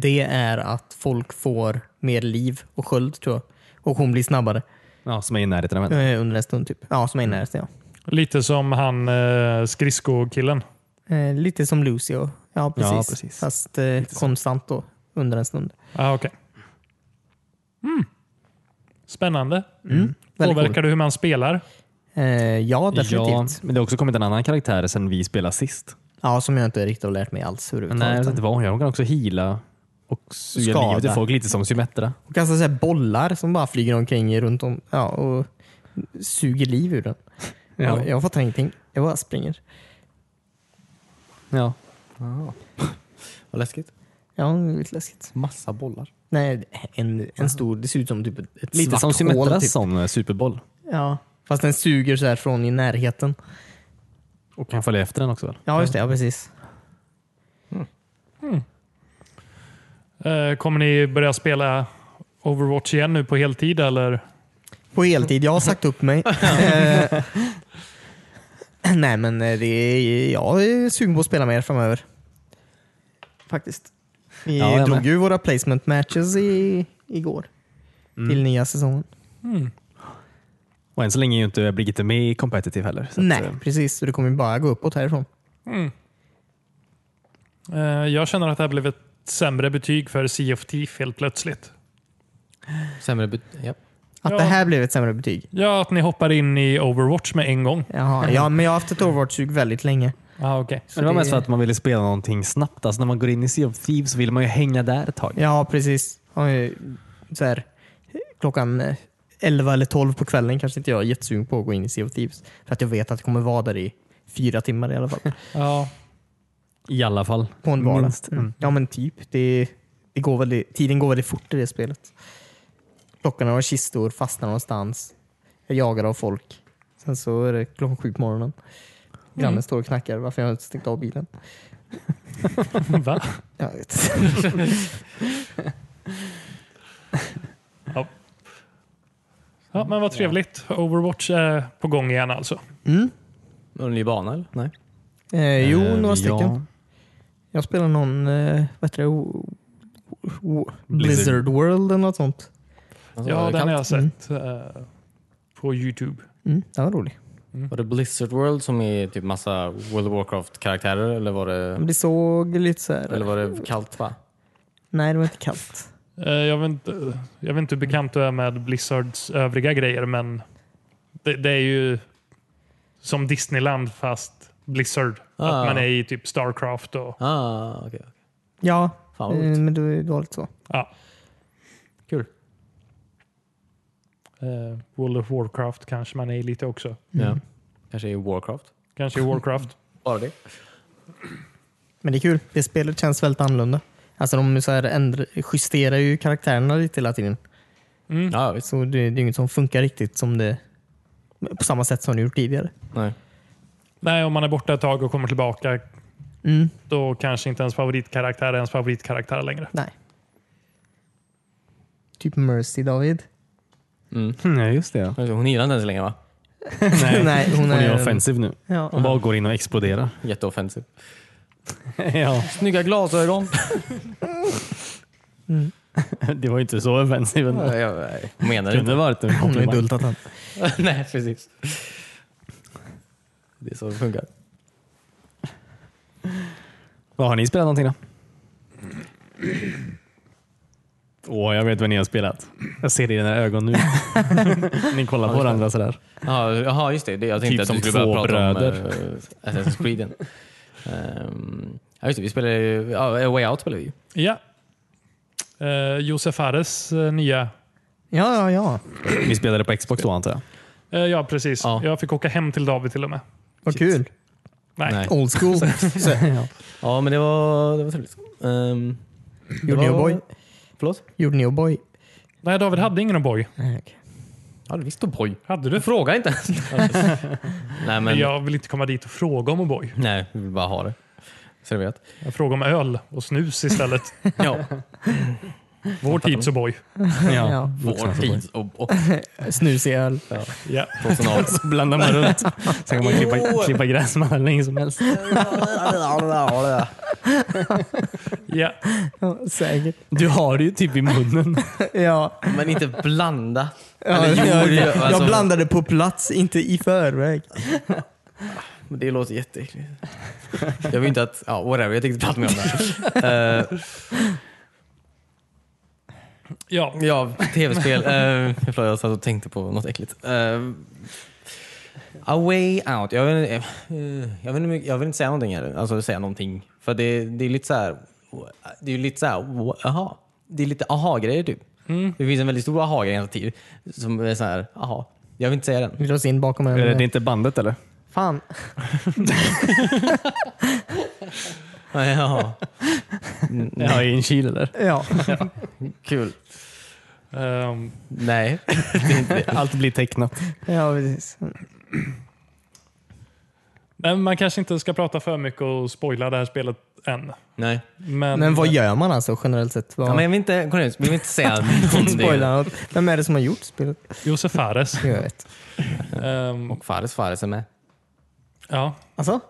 [SPEAKER 2] Det är att folk får mer liv och sköld tror jag. Och hon blir snabbare
[SPEAKER 3] Ja, som är i närheten av henne.
[SPEAKER 2] eh, under en stund. Typ. Ja, som är
[SPEAKER 3] Mm.
[SPEAKER 2] närmast, ja.
[SPEAKER 4] Lite som han eh, skridskokillen.
[SPEAKER 2] eh, Lite som Lucio. Ja, precis.
[SPEAKER 3] Ja, precis.
[SPEAKER 2] Fast eh, konstant då, under en stund.
[SPEAKER 4] Ah, okay. mm. Spännande.
[SPEAKER 2] Väldigt
[SPEAKER 4] Påverkar du hur man spelar?
[SPEAKER 2] Eh, ja,
[SPEAKER 3] Ja,
[SPEAKER 2] definitivt. Ja.
[SPEAKER 3] men det har också kommit en annan karaktär sen vi spelade sist.
[SPEAKER 2] som jag inte riktigt har lärt mig alls
[SPEAKER 3] Men nej, jag
[SPEAKER 2] överhuvudtaget.
[SPEAKER 3] vet inte vad hon gör. Hon kan också hila och suga
[SPEAKER 2] Skada.
[SPEAKER 3] livet ur folk lite som Symmetra.
[SPEAKER 2] Och kastar så här alltså bollar som bara flyger omkring runt om ja, och suger liv ur den.
[SPEAKER 3] Ja.
[SPEAKER 2] Jag, jag fattar ingenting. Jag bara springer.
[SPEAKER 3] Ja.
[SPEAKER 1] Vad läskigt.
[SPEAKER 2] Ja, det är lite läskigt.
[SPEAKER 1] Massa bollar.
[SPEAKER 2] Nej, en, en stor, det ser ut som typ ett, ett
[SPEAKER 3] Lite
[SPEAKER 2] svart
[SPEAKER 3] som
[SPEAKER 2] hål.
[SPEAKER 3] Symmetras
[SPEAKER 2] Typ.
[SPEAKER 3] sån eh, superboll.
[SPEAKER 2] Ja, fast den suger så här från i närheten.
[SPEAKER 3] Och kan följa efter den också. Väl?
[SPEAKER 2] Ja, just det. Ja, precis.
[SPEAKER 4] Eh, kommer ni börja spela Overwatch igen nu på heltid? Eller?
[SPEAKER 2] På heltid. Jag har sagt upp mig. Eh, Nej, men eh, det är, jag är sugen på att spela mer framöver. Faktiskt. Vi
[SPEAKER 3] Ja, jag
[SPEAKER 2] drog
[SPEAKER 3] med.
[SPEAKER 2] ju våra placement matches i, igår
[SPEAKER 3] Mm.
[SPEAKER 2] till nya säsongen.
[SPEAKER 3] Och än så länge är ju inte Brigitte med i competitive heller. Så att,
[SPEAKER 2] Nej,
[SPEAKER 3] eh,
[SPEAKER 2] precis. Så det kommer ju bara gå uppåt härifrån.
[SPEAKER 4] Eh, jag känner att det här blev ett sämre betyg för Sea of Thief helt plötsligt.
[SPEAKER 1] Sämre but- ja.
[SPEAKER 2] Att
[SPEAKER 4] Ja.
[SPEAKER 2] det här blev ett sämre betyg.
[SPEAKER 4] Ja, att ni hoppar in i Overwatch med en gång.
[SPEAKER 2] Jaha, ja, men jag har haft ett Overwatch-sug väldigt länge.
[SPEAKER 4] Ah, okay.
[SPEAKER 2] Så
[SPEAKER 3] Men det var
[SPEAKER 2] det-
[SPEAKER 3] mest för att man ville spela någonting snabbt. Alltså när man går in i Sea of Thieves så vill man ju hänga där ett tag.
[SPEAKER 2] Ja, precis. Ja, eh, Så här, eh, klockan eh, 11 eller 12 på kvällen kanske inte jag är jättesugen på att gå in i Sea of Thieves. För att jag vet att jag kommer vara där i fyra timmar i alla fall.
[SPEAKER 4] Ja.
[SPEAKER 3] I alla fall.
[SPEAKER 2] På en vardag.
[SPEAKER 3] Minst.
[SPEAKER 2] Mm. Ja, men typ. Det, det går väldigt, tiden går väldigt fort i det spelet. Klockan några kistor, fastnar någonstans. Jag jagar av folk. Sen så är det klockan sju på morgonen. Grannen står och knackar varför jag inte stängt av bilen.
[SPEAKER 4] Va?
[SPEAKER 2] Jag vet inte.
[SPEAKER 4] Alltså, Ja, men vad trevligt. Overwatch är på gång igen alltså.
[SPEAKER 1] Någon ny bana eller? Nej.
[SPEAKER 2] Mm. Eh, jo,
[SPEAKER 3] Eh,
[SPEAKER 2] några
[SPEAKER 3] ja.
[SPEAKER 2] stycken. Jag spelar någon, eh, vad heter det, o- o- Blizzard.
[SPEAKER 3] Blizzard
[SPEAKER 2] World eller något sånt.
[SPEAKER 1] Alltså, var
[SPEAKER 4] Ja,
[SPEAKER 1] det
[SPEAKER 4] den har
[SPEAKER 1] kallt?
[SPEAKER 4] jag sett eh, på Youtube.
[SPEAKER 2] Mm, den var rolig.
[SPEAKER 1] Var det Blizzard World som är typ massa World of Warcraft-karaktärer eller var det,
[SPEAKER 2] Men det såg lite så
[SPEAKER 1] eller
[SPEAKER 2] här.
[SPEAKER 1] var det kallt va?
[SPEAKER 2] Nej, det var inte kallt.
[SPEAKER 4] Eh, jag, vet inte, jag vet inte hur bekant du är med Blizzards övriga grejer, men det, det är ju som Disneyland fast Blizzard.
[SPEAKER 1] Ah.
[SPEAKER 4] Att man är i typ Starcraft och
[SPEAKER 1] Ah, okej. okej.
[SPEAKER 2] Ja,
[SPEAKER 1] Fan vad
[SPEAKER 2] eh,
[SPEAKER 1] roligt.
[SPEAKER 2] men det, det var lite så.
[SPEAKER 4] ja.
[SPEAKER 1] Kul.
[SPEAKER 4] Eh, World of Warcraft kanske man är i lite också.
[SPEAKER 1] Ja. Kanske i Warcraft?
[SPEAKER 4] Kanske i Warcraft.
[SPEAKER 1] Bara det?
[SPEAKER 2] Men det är kul. Det spelet känns väldigt annorlunda. Alltså de så här ändr- justerar ju karaktärerna lite hela tiden.
[SPEAKER 4] Mm.
[SPEAKER 1] Ja, ja, visst.
[SPEAKER 2] Så det, det är inget som funkar riktigt som det på samma sätt som det gjort tidigare.
[SPEAKER 1] Nej.
[SPEAKER 4] Nej, om man är borta ett tag och kommer tillbaka,
[SPEAKER 2] Mm,
[SPEAKER 4] då kanske inte ens favoritkaraktär är ens favoritkaraktär längre.
[SPEAKER 2] nej. Typ Mercy David.
[SPEAKER 1] Mm.
[SPEAKER 3] Mm, ja, just det. ja.
[SPEAKER 1] Hon gillar inte ens längre va?
[SPEAKER 2] Nej, hon
[SPEAKER 3] Hon
[SPEAKER 2] är...
[SPEAKER 3] är offensiv nu.
[SPEAKER 2] Ja.
[SPEAKER 3] Hon bara går in och exploderar.
[SPEAKER 1] Jätteoffensiv.
[SPEAKER 3] ja,
[SPEAKER 1] Snygga glasögon!
[SPEAKER 3] det var ju inte så offensiv ändå.
[SPEAKER 1] Nej, jag, nej. jag menar
[SPEAKER 3] Det
[SPEAKER 1] det
[SPEAKER 3] kunde
[SPEAKER 1] inte.
[SPEAKER 3] varit en
[SPEAKER 2] Hon är
[SPEAKER 3] komplimang.
[SPEAKER 2] dultat
[SPEAKER 1] nej, precis. Det är så det funkar.
[SPEAKER 3] Vad har ni spelat någonting då? Åh, jag vet vad ni har spelat. Jag ser det i dina ögon nu. ni kollar på varandra sådär.
[SPEAKER 1] Jaha, jaha, just det. Det- Jag tänkte
[SPEAKER 3] Typ
[SPEAKER 1] att
[SPEAKER 3] som
[SPEAKER 1] du skulle
[SPEAKER 3] två
[SPEAKER 1] börja prata om
[SPEAKER 3] bröder.
[SPEAKER 1] uh, Assassin's Creed. igen. Ehm, ja, just det. Vi spelade ju... ja, A Way Out spelade vi ju.
[SPEAKER 4] Ja. Eh, Josef Fares eh, nya
[SPEAKER 2] Ja, ja, ja.
[SPEAKER 3] Vi spelade på Xbox då antar jag.
[SPEAKER 4] Eh, Ja, precis.
[SPEAKER 1] Ja.
[SPEAKER 4] Jag fick åka hem till David till och med.
[SPEAKER 2] Vad kul.
[SPEAKER 4] Nej.
[SPEAKER 1] Nej.
[SPEAKER 2] Old school.
[SPEAKER 1] Ja, men det var, det var trevligt. Um,
[SPEAKER 2] Gjorde ni O'boy?
[SPEAKER 1] Förlåt?
[SPEAKER 2] Gjorde ni O'boy?
[SPEAKER 4] Nej, David hade ingen O'boy.
[SPEAKER 2] Nej, okej.
[SPEAKER 1] Ja, det visste O'boy.
[SPEAKER 4] Hade
[SPEAKER 1] Du
[SPEAKER 4] du?
[SPEAKER 1] frågar inte ens. nej, men...
[SPEAKER 4] Jag vill inte komma dit och fråga om O'boy.
[SPEAKER 1] Nej, vi vill bara ha det. Serverat.
[SPEAKER 4] Jag frågar om öl och snus istället.
[SPEAKER 1] Ja,
[SPEAKER 4] Vår tids O'boy.
[SPEAKER 2] Ja.
[SPEAKER 1] vår tids O'boy.
[SPEAKER 2] Snus i öl.
[SPEAKER 4] Ja.
[SPEAKER 3] Så blandar man runt. Sen kan man klippa, klippa gräs med hur länge som helst.
[SPEAKER 4] Ja.
[SPEAKER 2] Ja, säkert.
[SPEAKER 3] Du har det ju typ i munnen.
[SPEAKER 2] Ja.
[SPEAKER 1] Men inte blanda.
[SPEAKER 2] Ja,
[SPEAKER 1] Eller, jo,
[SPEAKER 2] jag,
[SPEAKER 1] det-
[SPEAKER 2] jag,
[SPEAKER 1] alltså-
[SPEAKER 2] blandade på plats, inte i förväg.
[SPEAKER 1] Men det låter jätteäckligt. Jag vill inte att... Ja, whatever. Jag tänkte inte prata mer om det. här. Eh,
[SPEAKER 4] ja.
[SPEAKER 1] ja, tv-spel. Uh, jag förlåt, jag satt och tänkte på något äckligt. Uh, A Way Out. Jag vill, eh, jag, vill, inte mycket- jag vill inte säga någonting här. Alltså säga någonting. För det, det är lite så här... Det är lite så här... wha- Aha. Det är lite aha-grejer typ. Det finns en väldigt stor aha-grej hela tiden. Som är så här... Aha. Jag vill inte säga den.
[SPEAKER 2] Vi dras in bakom
[SPEAKER 3] Eller,
[SPEAKER 2] ögonen.
[SPEAKER 3] det är inte bandet eller?
[SPEAKER 2] Fan.
[SPEAKER 1] Ja,
[SPEAKER 3] Ja, i en kil eller?
[SPEAKER 2] Ja.
[SPEAKER 1] kul.
[SPEAKER 4] Ehm,
[SPEAKER 1] Nej.
[SPEAKER 3] Allt blir tecknat.
[SPEAKER 2] ja, precis.
[SPEAKER 4] nej, men man kanske inte ska prata för mycket och spoila det här spelet än.
[SPEAKER 1] Nej.
[SPEAKER 4] Men, eh,
[SPEAKER 2] Men vad gör man alltså generellt sett? Vad...
[SPEAKER 1] Ja, men jag vill inte, Cornelius, vi vill inte säga någonting.
[SPEAKER 2] Spoilar något. Vem är det som har gjort spelet?
[SPEAKER 4] Josef Fares.
[SPEAKER 2] Jag vet.
[SPEAKER 4] Ehm,
[SPEAKER 1] Och Fares Fares är med.
[SPEAKER 4] ja.
[SPEAKER 2] Alltså,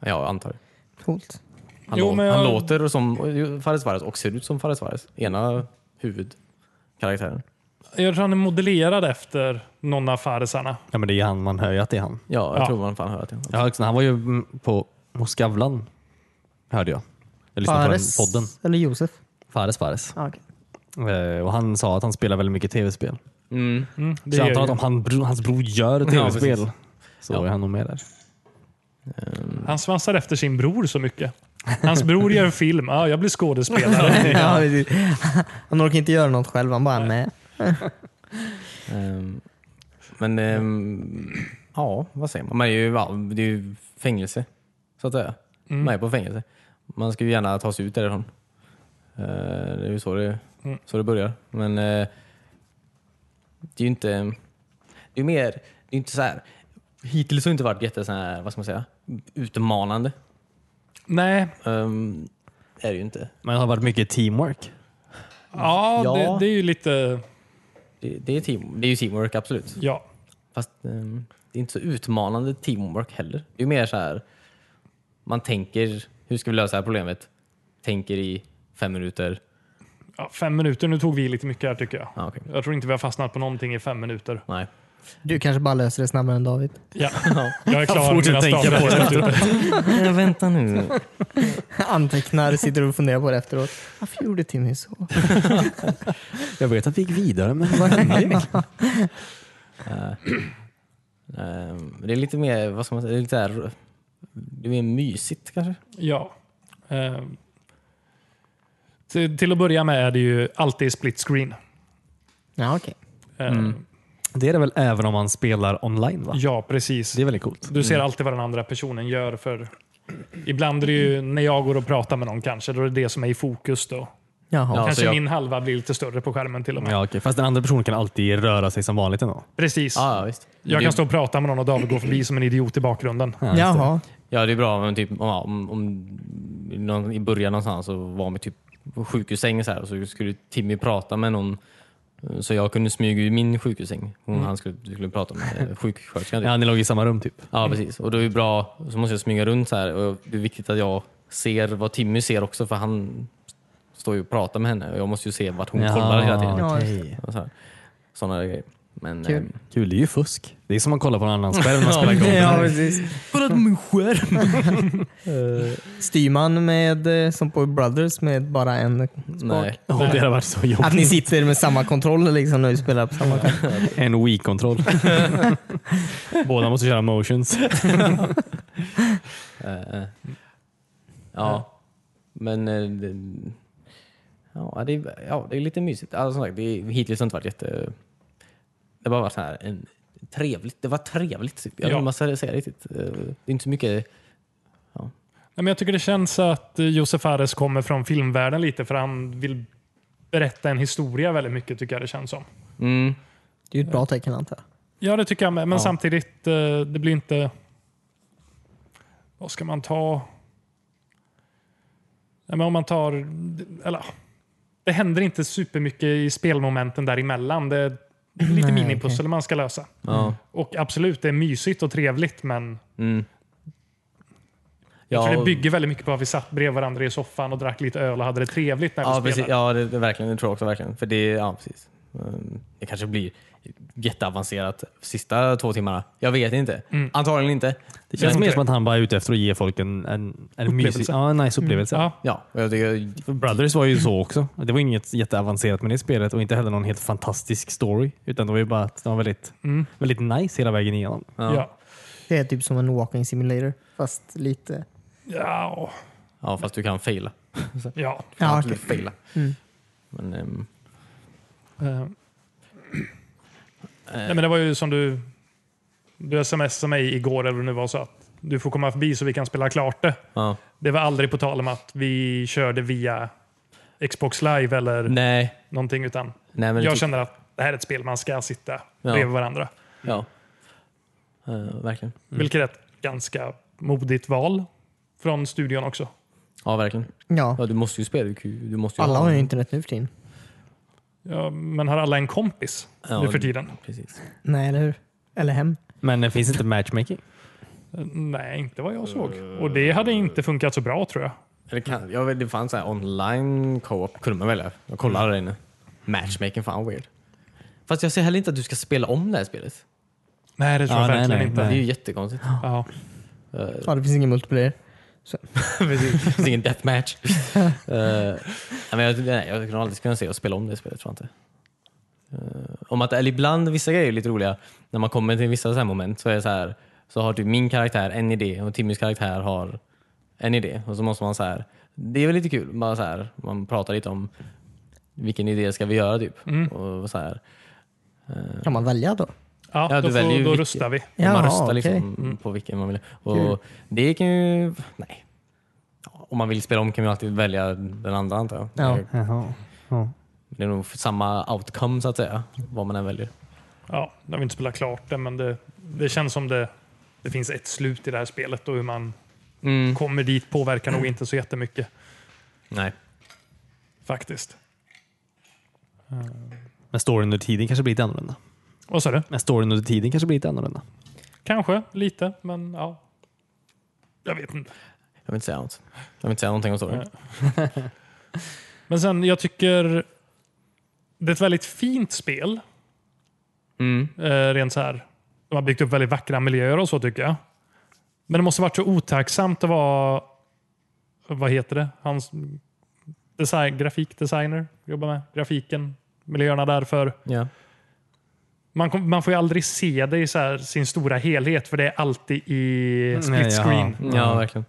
[SPEAKER 1] Ja, jag antar det.
[SPEAKER 2] coolt.
[SPEAKER 1] Han,
[SPEAKER 4] Jo,
[SPEAKER 1] lå-
[SPEAKER 4] men jag-
[SPEAKER 1] han låter som Fares Fares och ser ut som Fares Fares. Ena huvudkaraktären.
[SPEAKER 4] Jag tror han är modellerad efter någon av Faresarna.
[SPEAKER 3] Ja, men det är han. Man hör ju att det är han.
[SPEAKER 1] Ja, jag
[SPEAKER 4] Ja.
[SPEAKER 1] tror man fan hör att det.
[SPEAKER 3] Ja, Alexander, han var ju mm, på på Skavlan, hörde jag. Jag lyssnade
[SPEAKER 2] Fares
[SPEAKER 3] på den podden.
[SPEAKER 2] Eller Josef?
[SPEAKER 3] Fares Fares.
[SPEAKER 2] Ah, okej.
[SPEAKER 3] Eh, Och han sa att han spelar väldigt mycket tv-spel.
[SPEAKER 1] Mm.
[SPEAKER 4] Mm,
[SPEAKER 3] Så
[SPEAKER 4] det
[SPEAKER 3] jag
[SPEAKER 4] gör
[SPEAKER 3] antar att
[SPEAKER 4] ju.
[SPEAKER 3] om han, bro- hans bror gör tv-spel
[SPEAKER 1] precis.
[SPEAKER 3] så
[SPEAKER 1] Ja.
[SPEAKER 3] är han nog med där.
[SPEAKER 1] Ehm,
[SPEAKER 4] Han svansar efter sin bror så mycket. Hans bror gör en film. Ja, jag blir skådespelare.
[SPEAKER 2] ja, precis. Han orkar inte göra något själv, han bara nej.
[SPEAKER 1] Ehm, men ehm, ja, vad säger man? Man är ju, ja, det är ju fängelse, så att säga. Man är på fängelse. Man ska ju gärna ta sig ut därifrån. Eh, det är ju så det, så det börjar. Men eh, det är ju inte... Det är mer... Det är inte så här... Hittills har det inte varit jätte så här, vad ska man säga, utmanande.
[SPEAKER 4] Nej,
[SPEAKER 1] Ehm, är det ju inte.
[SPEAKER 3] Men det har varit mycket teamwork.
[SPEAKER 4] ja,
[SPEAKER 1] Ja.
[SPEAKER 4] Det, det är ju lite...
[SPEAKER 1] Det, det, är, team, det är ju teamwork, absolut.
[SPEAKER 4] Ja.
[SPEAKER 1] Fast ehm, det är inte så utmanande teamwork heller. Det är mer så här, man tänker, hur ska vi lösa det här problemet? Tänker i fem minuter.
[SPEAKER 4] Ja, fem minuter, nu tog vi lite mycket här tycker jag.
[SPEAKER 1] Ah, okej.
[SPEAKER 4] Jag tror inte vi har fastnat på någonting i fem minuter.
[SPEAKER 1] Nej.
[SPEAKER 2] Du kanske bara löser det snabbare än David.
[SPEAKER 4] Ja, jag är klar med
[SPEAKER 3] fortsätter
[SPEAKER 4] mina
[SPEAKER 3] tänka på
[SPEAKER 4] stavlar.
[SPEAKER 1] Eh, Vänta nu.
[SPEAKER 2] Antecknar, sitter och funderar på det efteråt. Varför gjorde Timmy så?
[SPEAKER 3] Jag vet att vi gick vidare, men vad hände?
[SPEAKER 1] Eh, Ehm, det är lite mer, vad ska man säga, det är lite här, det är mer mysigt kanske?
[SPEAKER 4] Ja. Eh, till, till att börja med är det ju alltid split screen.
[SPEAKER 2] Ja, okej.
[SPEAKER 4] Eh,
[SPEAKER 1] Mm.
[SPEAKER 3] Det är det väl även om man spelar online? va?
[SPEAKER 4] Ja, precis.
[SPEAKER 3] Det är väldigt coolt.
[SPEAKER 4] Du
[SPEAKER 1] Mm.
[SPEAKER 4] ser alltid vad den andra personen gör. för Ibland är det ju när jag går och pratar med någon kanske, då är det det som är i fokus. då.
[SPEAKER 2] Jaha.
[SPEAKER 1] Ja,
[SPEAKER 4] kanske
[SPEAKER 1] så jag-
[SPEAKER 4] min halva blir lite större på skärmen till och med.
[SPEAKER 3] Ja, okej. Fast den andra personen kan alltid röra sig som vanligt ändå.
[SPEAKER 4] Precis.
[SPEAKER 1] Ja, ja, visst.
[SPEAKER 4] Jag
[SPEAKER 1] Det-
[SPEAKER 4] kan stå och prata med någon och David går förbi som en idiot i bakgrunden.
[SPEAKER 3] Ja, just det.
[SPEAKER 2] Jaha.
[SPEAKER 1] Ja, det är bra men typ, om, om, om någon, i början någonstans så var man typ på sjukhussäng så här, och så skulle Timmy prata med någon så jag kunde smyga i min sjukhussäng. Hon,
[SPEAKER 2] Mm.
[SPEAKER 1] Han skulle, skulle prata med eh, sjuksköterskan. Typ.
[SPEAKER 3] Ja, ni låg i samma rum typ.
[SPEAKER 1] Ja, precis. Och då är det bra, så måste jag smyga runt så här och det är viktigt att jag ser vad Timmy ser också för han står ju och pratar med henne och jag måste ju se vart hon kollar hela tiden.
[SPEAKER 2] Ja.
[SPEAKER 3] okej.
[SPEAKER 1] Och så här. Sådana där grejer. Men,
[SPEAKER 2] Kul.
[SPEAKER 1] ehm,
[SPEAKER 3] Kul, det är ju fusk. Det är som att kolla på en annan spel när man spelar golf.
[SPEAKER 2] Ja, precis.
[SPEAKER 1] Kolla på min skärm!
[SPEAKER 2] Styr man med, eh, som på Brothers med bara en
[SPEAKER 1] Nej.
[SPEAKER 3] Åh, det hade varit så
[SPEAKER 2] Att ni
[SPEAKER 3] jobbigt.
[SPEAKER 2] sitter med samma kontroll liksom när du spelar på samma skärm.
[SPEAKER 3] En Wii-kontroll. Båda måste köra motions.
[SPEAKER 1] Eh,
[SPEAKER 4] Mm.
[SPEAKER 1] ja, men eh, det, ja, det, är- ja, det är lite mysigt. Alltså, som sagt, det, är- hittills har det inte varit jätte... Det har bara varit så här, en, trevligt. Det var trevligt. Typ. Jag vet
[SPEAKER 4] Ja.
[SPEAKER 1] inte hur man ska säga riktigt. Eh, Det är inte så mycket...
[SPEAKER 4] Nej, men jag tycker det känns att eh, Josef Fares kommer från filmvärlden lite, för han vill berätta en historia väldigt mycket, tycker jag det känns som.
[SPEAKER 1] Mm,
[SPEAKER 2] Det är ju ett bra tecken antar jag.
[SPEAKER 4] Ja, det tycker jag med. Men
[SPEAKER 1] Ja.
[SPEAKER 4] samtidigt, eh, det blir inte... Vad ska man ta? Nej, men om man tar... Eller, ja. det händer inte supermycket i spelmomenten däremellan. Det är lite
[SPEAKER 2] Nej,
[SPEAKER 4] minipussel man ska lösa.
[SPEAKER 1] ja,
[SPEAKER 4] Och absolut, det är mysigt och trevligt, men
[SPEAKER 1] mm.
[SPEAKER 4] jag tror
[SPEAKER 1] Ja,
[SPEAKER 4] det bygger väldigt mycket på att vi satt bredvid varandra i soffan och drack lite öl och hade det trevligt när vi
[SPEAKER 1] ja,
[SPEAKER 4] spelade.
[SPEAKER 1] precis, ja det, det, verkligen. Det tror jag också verkligen. För det, ja, precis. Mm, det kanske blir jätteavancerat sista två timmarna. Jag vet inte.
[SPEAKER 4] Mm.
[SPEAKER 1] Antagligen inte.
[SPEAKER 3] Det känns
[SPEAKER 4] Men-
[SPEAKER 3] mer som att han bara är ute efter att ge folk en, en, en mysig, ja, en nice upplevelse.
[SPEAKER 4] Ja.
[SPEAKER 1] Ja, och jag tycker
[SPEAKER 3] För Brothers var ju så också. Det var inget jätteavancerat med det spelet och inte heller någon helt fantastisk story. Utan det var ju bara att det var väldigt, väldigt nice hela vägen igenom.
[SPEAKER 1] Ja.
[SPEAKER 4] Ja.
[SPEAKER 2] Det är typ som en walking simulator fast lite...
[SPEAKER 4] Ja.
[SPEAKER 1] Ja, fast du kan faila.
[SPEAKER 4] ja.
[SPEAKER 2] Ja,
[SPEAKER 1] Absolut
[SPEAKER 2] okej. Mm.
[SPEAKER 1] faila. Men, ehm,
[SPEAKER 4] Eh. Nej, men det var ju som du, du smsade mig igår, eller nu var så att du får komma förbi så vi kan spela klart det.
[SPEAKER 1] ja.
[SPEAKER 4] Det var aldrig på tal om att vi körde via Xbox live eller
[SPEAKER 1] Nej.
[SPEAKER 4] någonting, utan
[SPEAKER 1] Nej, Mm. men det typ-
[SPEAKER 4] jag
[SPEAKER 1] tyck-
[SPEAKER 4] känner att det här är ett spel man ska sitta bredvid varandra.
[SPEAKER 1] Ja. Eh, verkligen.
[SPEAKER 4] Vilket är ett ganska modigt val från studion också.
[SPEAKER 1] Ja, verkligen.
[SPEAKER 2] Ja,
[SPEAKER 1] Ja, du måste ju spela. Du, du måste ju
[SPEAKER 2] alla har ju
[SPEAKER 1] en-
[SPEAKER 2] internet nu för tiden.
[SPEAKER 4] Ja, men har alla en kompis
[SPEAKER 1] Ja,
[SPEAKER 4] nu för tiden?
[SPEAKER 1] Precis.
[SPEAKER 2] Nej, eller hur? Eller hem.
[SPEAKER 3] Men det finns inte matchmaking.
[SPEAKER 4] Nej, inte vad jag såg. Och det hade inte funkat så bra tror jag.
[SPEAKER 1] Eller kan, jag vet, det fanns så här online co-op, kunde man välja. Jag
[SPEAKER 4] Mm.
[SPEAKER 1] kollade där inne. Matchmaking, fan weird. Fast jag ser heller inte att du ska spela om det här spelet.
[SPEAKER 4] Nej, det tror
[SPEAKER 3] Ja,
[SPEAKER 4] jag
[SPEAKER 3] nej,
[SPEAKER 4] verkligen
[SPEAKER 3] nej,
[SPEAKER 4] inte.
[SPEAKER 1] Det är ju jättekonstigt. Eh,
[SPEAKER 4] Ja.
[SPEAKER 2] Ja, det finns ingen multiplayer.
[SPEAKER 1] Precis. Det finns ingen deathmatch. Eh, nej, men jag, nej, jag skulle aldrig kunna se och spela om det spelet, tror jag inte. Eh, om att, eller ibland, vissa grejer är lite roliga. När man kommer till vissa så här moment så är det så här, så har typ min karaktär en idé och Timmys karaktär har en idé. Och så måste man så här, det är väl lite kul, bara så här, man pratar lite om vilken idé ska vi göra typ. Och så här, Eh,
[SPEAKER 2] Kan man välja då?
[SPEAKER 4] Ja,
[SPEAKER 1] Ja,
[SPEAKER 4] då,
[SPEAKER 1] du väljer ju
[SPEAKER 4] får, då
[SPEAKER 1] vilket-
[SPEAKER 4] röstar vi.
[SPEAKER 1] Och man
[SPEAKER 2] Jaha,
[SPEAKER 1] röstar
[SPEAKER 2] okej.
[SPEAKER 1] liksom på
[SPEAKER 4] Mm.
[SPEAKER 1] vilken man vill.
[SPEAKER 2] Kul.
[SPEAKER 1] Och det kan ju... Nej. Ja, Om man vill spela om kan man ju alltid välja den andra antar jag.
[SPEAKER 2] Ja.
[SPEAKER 3] Jaha.
[SPEAKER 1] Det är nog samma outcome så att säga, vad man än väljer.
[SPEAKER 4] Ja, nu har vi inte spelat klart det, men det, det känns som det, det finns ett slut i det här spelet och hur man kommer dit påverkar nog inte så jättemycket
[SPEAKER 1] Nej.
[SPEAKER 4] faktiskt.
[SPEAKER 3] Men storyn under tiden kanske blir lite annorlunda.
[SPEAKER 4] Vad sa du?
[SPEAKER 3] Men storyn under tiden kanske blir lite annorlunda.
[SPEAKER 4] Kanske lite, men ja. Jag vet inte.
[SPEAKER 1] Jag vill inte säga något. Jag vill inte säga någonting om storyn.
[SPEAKER 4] Men sen, jag tycker det är ett väldigt fint spel.
[SPEAKER 1] Mm.
[SPEAKER 4] Eh, rent så här. De har byggt upp väldigt vackra miljöer och så tycker jag. Men det måste varit så otacksamt att vara, vad heter det, hans design, grafikdesigner jobbar med. Grafiken, miljöerna därför.
[SPEAKER 1] Ja.
[SPEAKER 4] Man, kom, man får ju aldrig se det i så här, sin stora helhet för det är alltid i
[SPEAKER 3] Nej,
[SPEAKER 4] split
[SPEAKER 3] jaha.
[SPEAKER 4] screen.
[SPEAKER 1] ja, verkligen.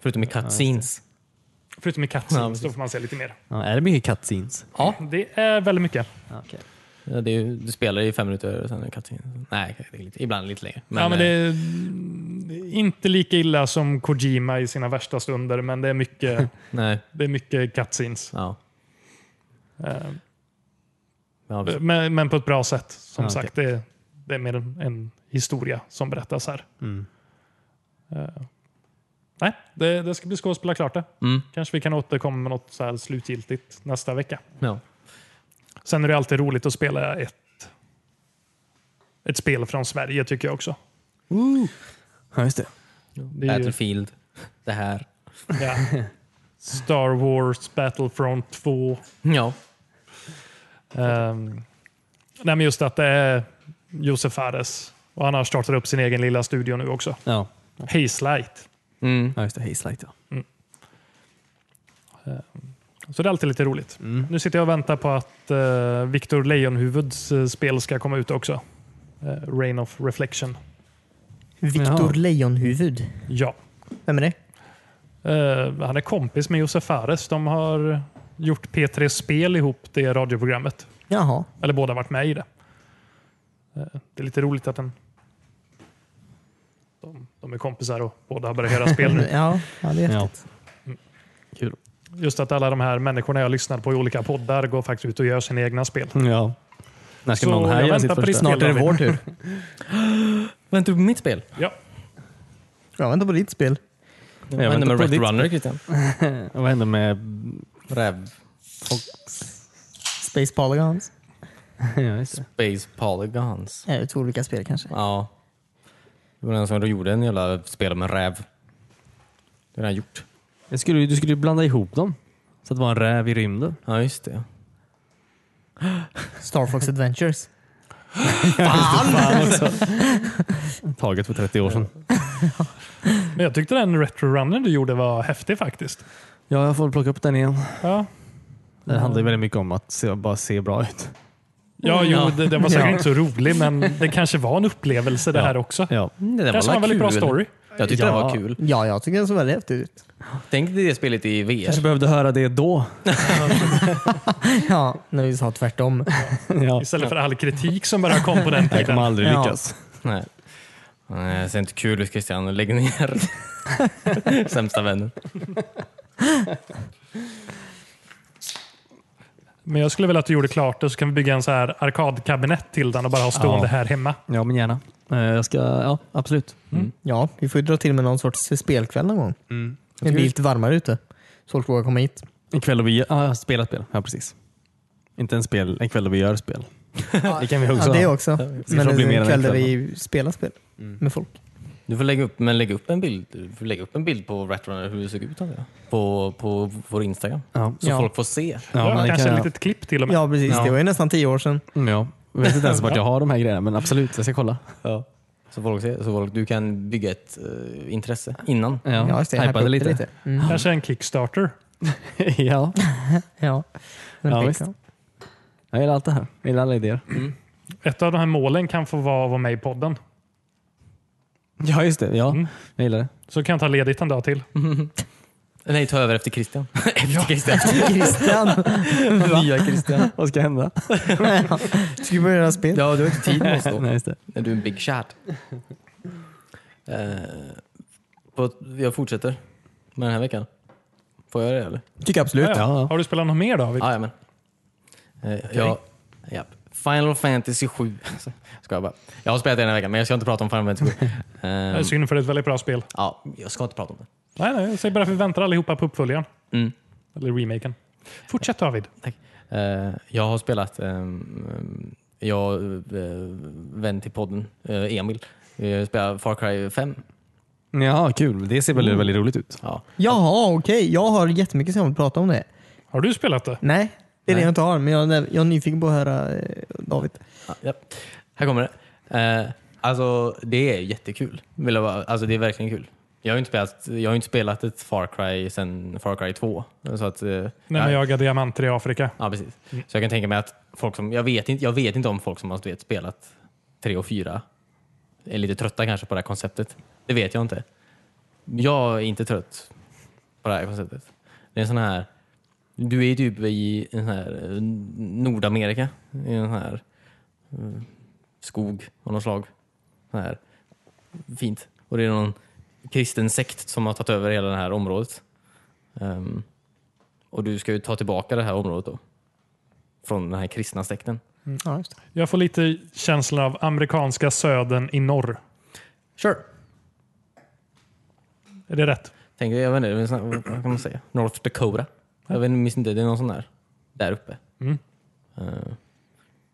[SPEAKER 1] Förutom i cutscenes.
[SPEAKER 4] Förutom i cutscenes,
[SPEAKER 1] Ja,
[SPEAKER 4] då får man se lite mer.
[SPEAKER 3] Ja, är det mycket cut scenes?
[SPEAKER 4] Ja, det är väldigt mycket.
[SPEAKER 1] Ja, det är ju, du spelar i fem minuter och sen är det cutscenes. Nej, det är lite, ibland lite längre.
[SPEAKER 4] ja, men det
[SPEAKER 1] eh,
[SPEAKER 4] är mm, inte lika illa som Kojima i sina värsta stunder, men det är mycket,
[SPEAKER 1] Nej.
[SPEAKER 4] det är mycket cutscenes.
[SPEAKER 1] Ja.
[SPEAKER 4] Eh,
[SPEAKER 1] Ja, precis.
[SPEAKER 4] Men, men på ett bra sätt. Som
[SPEAKER 3] Ja, okej.
[SPEAKER 4] sagt, det, det är mer en, en historia som berättas här.
[SPEAKER 3] Mm.
[SPEAKER 4] Eh, nej, det, det ska bli skoj att spela klart det.
[SPEAKER 1] Mm.
[SPEAKER 4] Kanske vi kan återkomma med något så här slutgiltigt nästa vecka.
[SPEAKER 1] Ja.
[SPEAKER 4] Sen är det alltid roligt att spela ett, ett spel från Sverige tycker jag också.
[SPEAKER 3] Ja, just det.
[SPEAKER 4] Det är ju-
[SPEAKER 1] Battlefield. Det här.
[SPEAKER 4] Ja. Star Wars Battlefront 2.
[SPEAKER 1] Ja.
[SPEAKER 4] Ehm, nej men just att det är Josef Fares. Och han har startat upp sin egen lilla studio nu också.
[SPEAKER 3] Ja,
[SPEAKER 4] Hazelight.
[SPEAKER 1] Mm.
[SPEAKER 3] ja just det. Hazelight ja.
[SPEAKER 4] Så det är alltid lite roligt.
[SPEAKER 3] Mm.
[SPEAKER 4] Nu sitter jag och väntar på att eh, Victor Lejonhuvuds eh, spel ska komma ut också. Eh, Rain of Reflection.
[SPEAKER 2] Viktor
[SPEAKER 3] Ja.
[SPEAKER 2] Lejonhuvud.
[SPEAKER 4] Ja.
[SPEAKER 2] Vem är det?
[SPEAKER 4] Eh, han är kompis med Josef Fares. De har gjort P3 Spel ihop, det radioprogrammet.
[SPEAKER 2] Jaha.
[SPEAKER 4] Eller båda har varit med i det. Eh, Det är lite roligt att den, de, de är kompisar och båda har börjat göra spel nu.
[SPEAKER 2] Ja, ja det är
[SPEAKER 3] Ja.
[SPEAKER 2] häftigt.
[SPEAKER 4] Just att alla de här människorna jag lyssnar på i olika poddar går faktiskt ut och gör sina egna spel.
[SPEAKER 3] ja. När ska
[SPEAKER 4] Så
[SPEAKER 3] någon här
[SPEAKER 4] jag
[SPEAKER 3] göra sitt
[SPEAKER 4] väntar på
[SPEAKER 3] första?
[SPEAKER 4] ditt spel.
[SPEAKER 2] Snart är det
[SPEAKER 4] David.
[SPEAKER 2] vår tur.
[SPEAKER 1] Väntar du på mitt spel?
[SPEAKER 4] Ja,
[SPEAKER 2] Jag väntar på ditt spel.
[SPEAKER 1] Vad
[SPEAKER 3] Jag
[SPEAKER 1] hände
[SPEAKER 3] väntar
[SPEAKER 1] med
[SPEAKER 3] på
[SPEAKER 1] Red
[SPEAKER 3] ditt
[SPEAKER 1] Runner Christian?
[SPEAKER 3] Vad händer med...
[SPEAKER 1] Räv.
[SPEAKER 2] Space Polygons.
[SPEAKER 3] ja, just det.
[SPEAKER 1] Space Polygons.
[SPEAKER 2] Är det två olika spel kanske?
[SPEAKER 1] Ja. Det var den som gjorde en jävla spel om en räv. Det har han gjort.
[SPEAKER 3] Jag skulle, ju- du skulle ju blanda ihop dem. Så att det var en räv i rymden.
[SPEAKER 1] Ja, just det.
[SPEAKER 2] Star Fox Adventures.
[SPEAKER 3] Taget för 30 år sedan.
[SPEAKER 4] men jag tyckte den retro runner du gjorde var häftig faktiskt.
[SPEAKER 3] Ja, jag får väl plocka upp den igen.
[SPEAKER 4] Ja,
[SPEAKER 3] Det handlar ju väldigt mycket om att se, bara se bra ut.
[SPEAKER 4] ja jo, det, det var säkert
[SPEAKER 2] Ja.
[SPEAKER 4] inte så rolig, men det kanske var en upplevelse det här också.
[SPEAKER 3] Ja.
[SPEAKER 1] Mm, Det där
[SPEAKER 4] kanske
[SPEAKER 1] var
[SPEAKER 4] var en väldigt bra
[SPEAKER 1] kul.
[SPEAKER 4] story.
[SPEAKER 1] Jag tyckte det
[SPEAKER 3] Ja.
[SPEAKER 1] var kul.
[SPEAKER 2] Ja, jag tycker den såg väldigt häftig ut.
[SPEAKER 1] Tänk dig det spelet i VR.
[SPEAKER 3] Kanske behövde höra det då.
[SPEAKER 2] Ja, när vi sa tvärtom.
[SPEAKER 3] ja.
[SPEAKER 4] Istället för all kritik som bara kom på den
[SPEAKER 3] Jag kommer
[SPEAKER 4] tiden.
[SPEAKER 3] aldrig
[SPEAKER 2] Ja.
[SPEAKER 3] lyckas.
[SPEAKER 1] Nej. Nej, det ser inte kul ut Christian. Lägg ner. Sämsta vännen.
[SPEAKER 4] Men jag skulle vilja att du gjorde klart det så kan vi bygga en så här arkadkabinett till den och bara ha stående
[SPEAKER 3] Ja.
[SPEAKER 4] här hemma.
[SPEAKER 3] Ja, men gärna. Eh, Jag ska, ja, absolut.
[SPEAKER 2] Ja, vi får ju dra till med någon sorts spelkväll någon gång.
[SPEAKER 3] Mm.
[SPEAKER 2] Det blir lite varmare ute. Så folk vågar komma hit.
[SPEAKER 3] En kväll då vi gör, ah, spela spel. Ja, precis. Inte en, spel, en kväll då vi gör spel. det kan vi också
[SPEAKER 2] Ja, det
[SPEAKER 3] ha.
[SPEAKER 2] också.
[SPEAKER 3] det
[SPEAKER 2] Men
[SPEAKER 3] bli mer
[SPEAKER 2] det
[SPEAKER 3] än
[SPEAKER 2] är
[SPEAKER 3] en
[SPEAKER 2] en kväll där
[SPEAKER 3] kväll, Mm.
[SPEAKER 2] vi spelar spel med folk.
[SPEAKER 1] Du får lägga upp, men lägga upp en bild. Du får lägga upp en bild på Ratrunner hur det såg ut. antar jag. På, på vår Instagram.
[SPEAKER 3] Ja.
[SPEAKER 1] Så
[SPEAKER 2] Ja.
[SPEAKER 1] folk får se.
[SPEAKER 3] Ja, men
[SPEAKER 4] ja,
[SPEAKER 3] det
[SPEAKER 4] kanske
[SPEAKER 3] kan
[SPEAKER 4] ett
[SPEAKER 3] jag-
[SPEAKER 4] litet klipp till och med.
[SPEAKER 2] Ja, precis.
[SPEAKER 1] Ja.
[SPEAKER 2] Det var ju nästan tio år sedan.
[SPEAKER 3] Mm, Ja. Jag vet inte ens vart jag har de här grejerna, men absolut, jag ska kolla.
[SPEAKER 1] Så, folk ser. så folk, du kan bygga ett eh, intresse innan.
[SPEAKER 3] Ja,
[SPEAKER 2] Ja, just det.
[SPEAKER 3] hypa
[SPEAKER 2] Hypa upp det lite. Mm.
[SPEAKER 4] Kanske en Kickstarter.
[SPEAKER 3] ja,
[SPEAKER 2] Ja. Men
[SPEAKER 3] Ja,
[SPEAKER 2] det-
[SPEAKER 3] visst. jag gillar allt det här. Jag gillar alla idéer.
[SPEAKER 4] Ett av de här målen kan få vara att vara med i podden.
[SPEAKER 3] Ja, just det. Ja,
[SPEAKER 4] Mm.
[SPEAKER 3] jag gillar det.
[SPEAKER 4] Så kan jag ta ledigt en dag till.
[SPEAKER 1] Nej, ta över efter Christian. efter Christian.
[SPEAKER 2] Christian!
[SPEAKER 1] Nya Christian.
[SPEAKER 3] Vad ska hända?
[SPEAKER 2] Ska vi börja göra spel?
[SPEAKER 1] Ja, du har inte tid med oss då.
[SPEAKER 3] Nej, just det.
[SPEAKER 1] När du är en big shot. Eh, på, jag fortsätter med den här veckan. Får jag göra det eller?
[SPEAKER 2] Tycker jag absolut.
[SPEAKER 4] Ja, ja.
[SPEAKER 3] ja.
[SPEAKER 4] Har du spelat något mer David?
[SPEAKER 1] Ah, jajamän. Eh, jag, ja, Final Fantasy 7. ska jag, bara. jag har spelat det den här veckan men jag ska inte prata om Final Fantasy 7.
[SPEAKER 4] Det är
[SPEAKER 1] Eh,
[SPEAKER 4] synd för det är ett väldigt bra spel.
[SPEAKER 1] ja, jag ska inte prata om det.
[SPEAKER 4] Ehm. Nej, nej, jag säger bara att vi väntar allihopa på uppföljaren.
[SPEAKER 1] Mm.
[SPEAKER 4] Eller remaken. Fortsätt David.
[SPEAKER 1] Eh, jag har spelat ehm, jag, eh, vän till podden, eh, Emil, eh, spelar Far Cry 5.
[SPEAKER 3] Ja, kul. Det ser väldigt, väldigt roligt ut.
[SPEAKER 1] Ja.
[SPEAKER 2] Jaha, okej. Jag har jättemycket som att prata om det.
[SPEAKER 4] Har du spelat det?
[SPEAKER 2] Nej, det är
[SPEAKER 1] Nej.
[SPEAKER 2] det jag inte har. Men jag, jag är nyfiken på att höra eh, David.
[SPEAKER 1] Ja, ja. Här kommer det. Eh, alltså, det är jättekul. Vill jag bara, alltså, det är verkligen kul. Jag har ju inte spelat, jag har ju inte spelat ett Far Cry sedan Far Cry 2. Så att, eh,
[SPEAKER 4] När man jagar diamanter i Afrika?
[SPEAKER 1] Ja, precis. Så jag kan tänka mig att folk som, jag vet inte, jag vet inte om folk som har du vet, spelat 3 och 4 är lite trötta kanske på det här konceptet. Det vet jag inte. Jag är inte trött på det här konceptet. Det är en sån här, du är ju typ i en sån här eh, Nordamerika, i en sån här eh, skog av något slag. Sån här fint. Och det är någon kristen sekt som har tagit över hela det här området. Ehm, och du ska ju ta tillbaka det här området då. Från den här kristna sekten.
[SPEAKER 2] Mm, Ja, just det.
[SPEAKER 4] Jag får lite känslan av amerikanska södern i norr.
[SPEAKER 1] Sure.
[SPEAKER 4] Är det rätt?
[SPEAKER 1] Tänk, jag vet inte, det är en sån här- vad kan man säga? North Dakota. Jag vet inte, minns inte, det är någon sån där. Där uppe.
[SPEAKER 4] Mm.
[SPEAKER 1] Eh,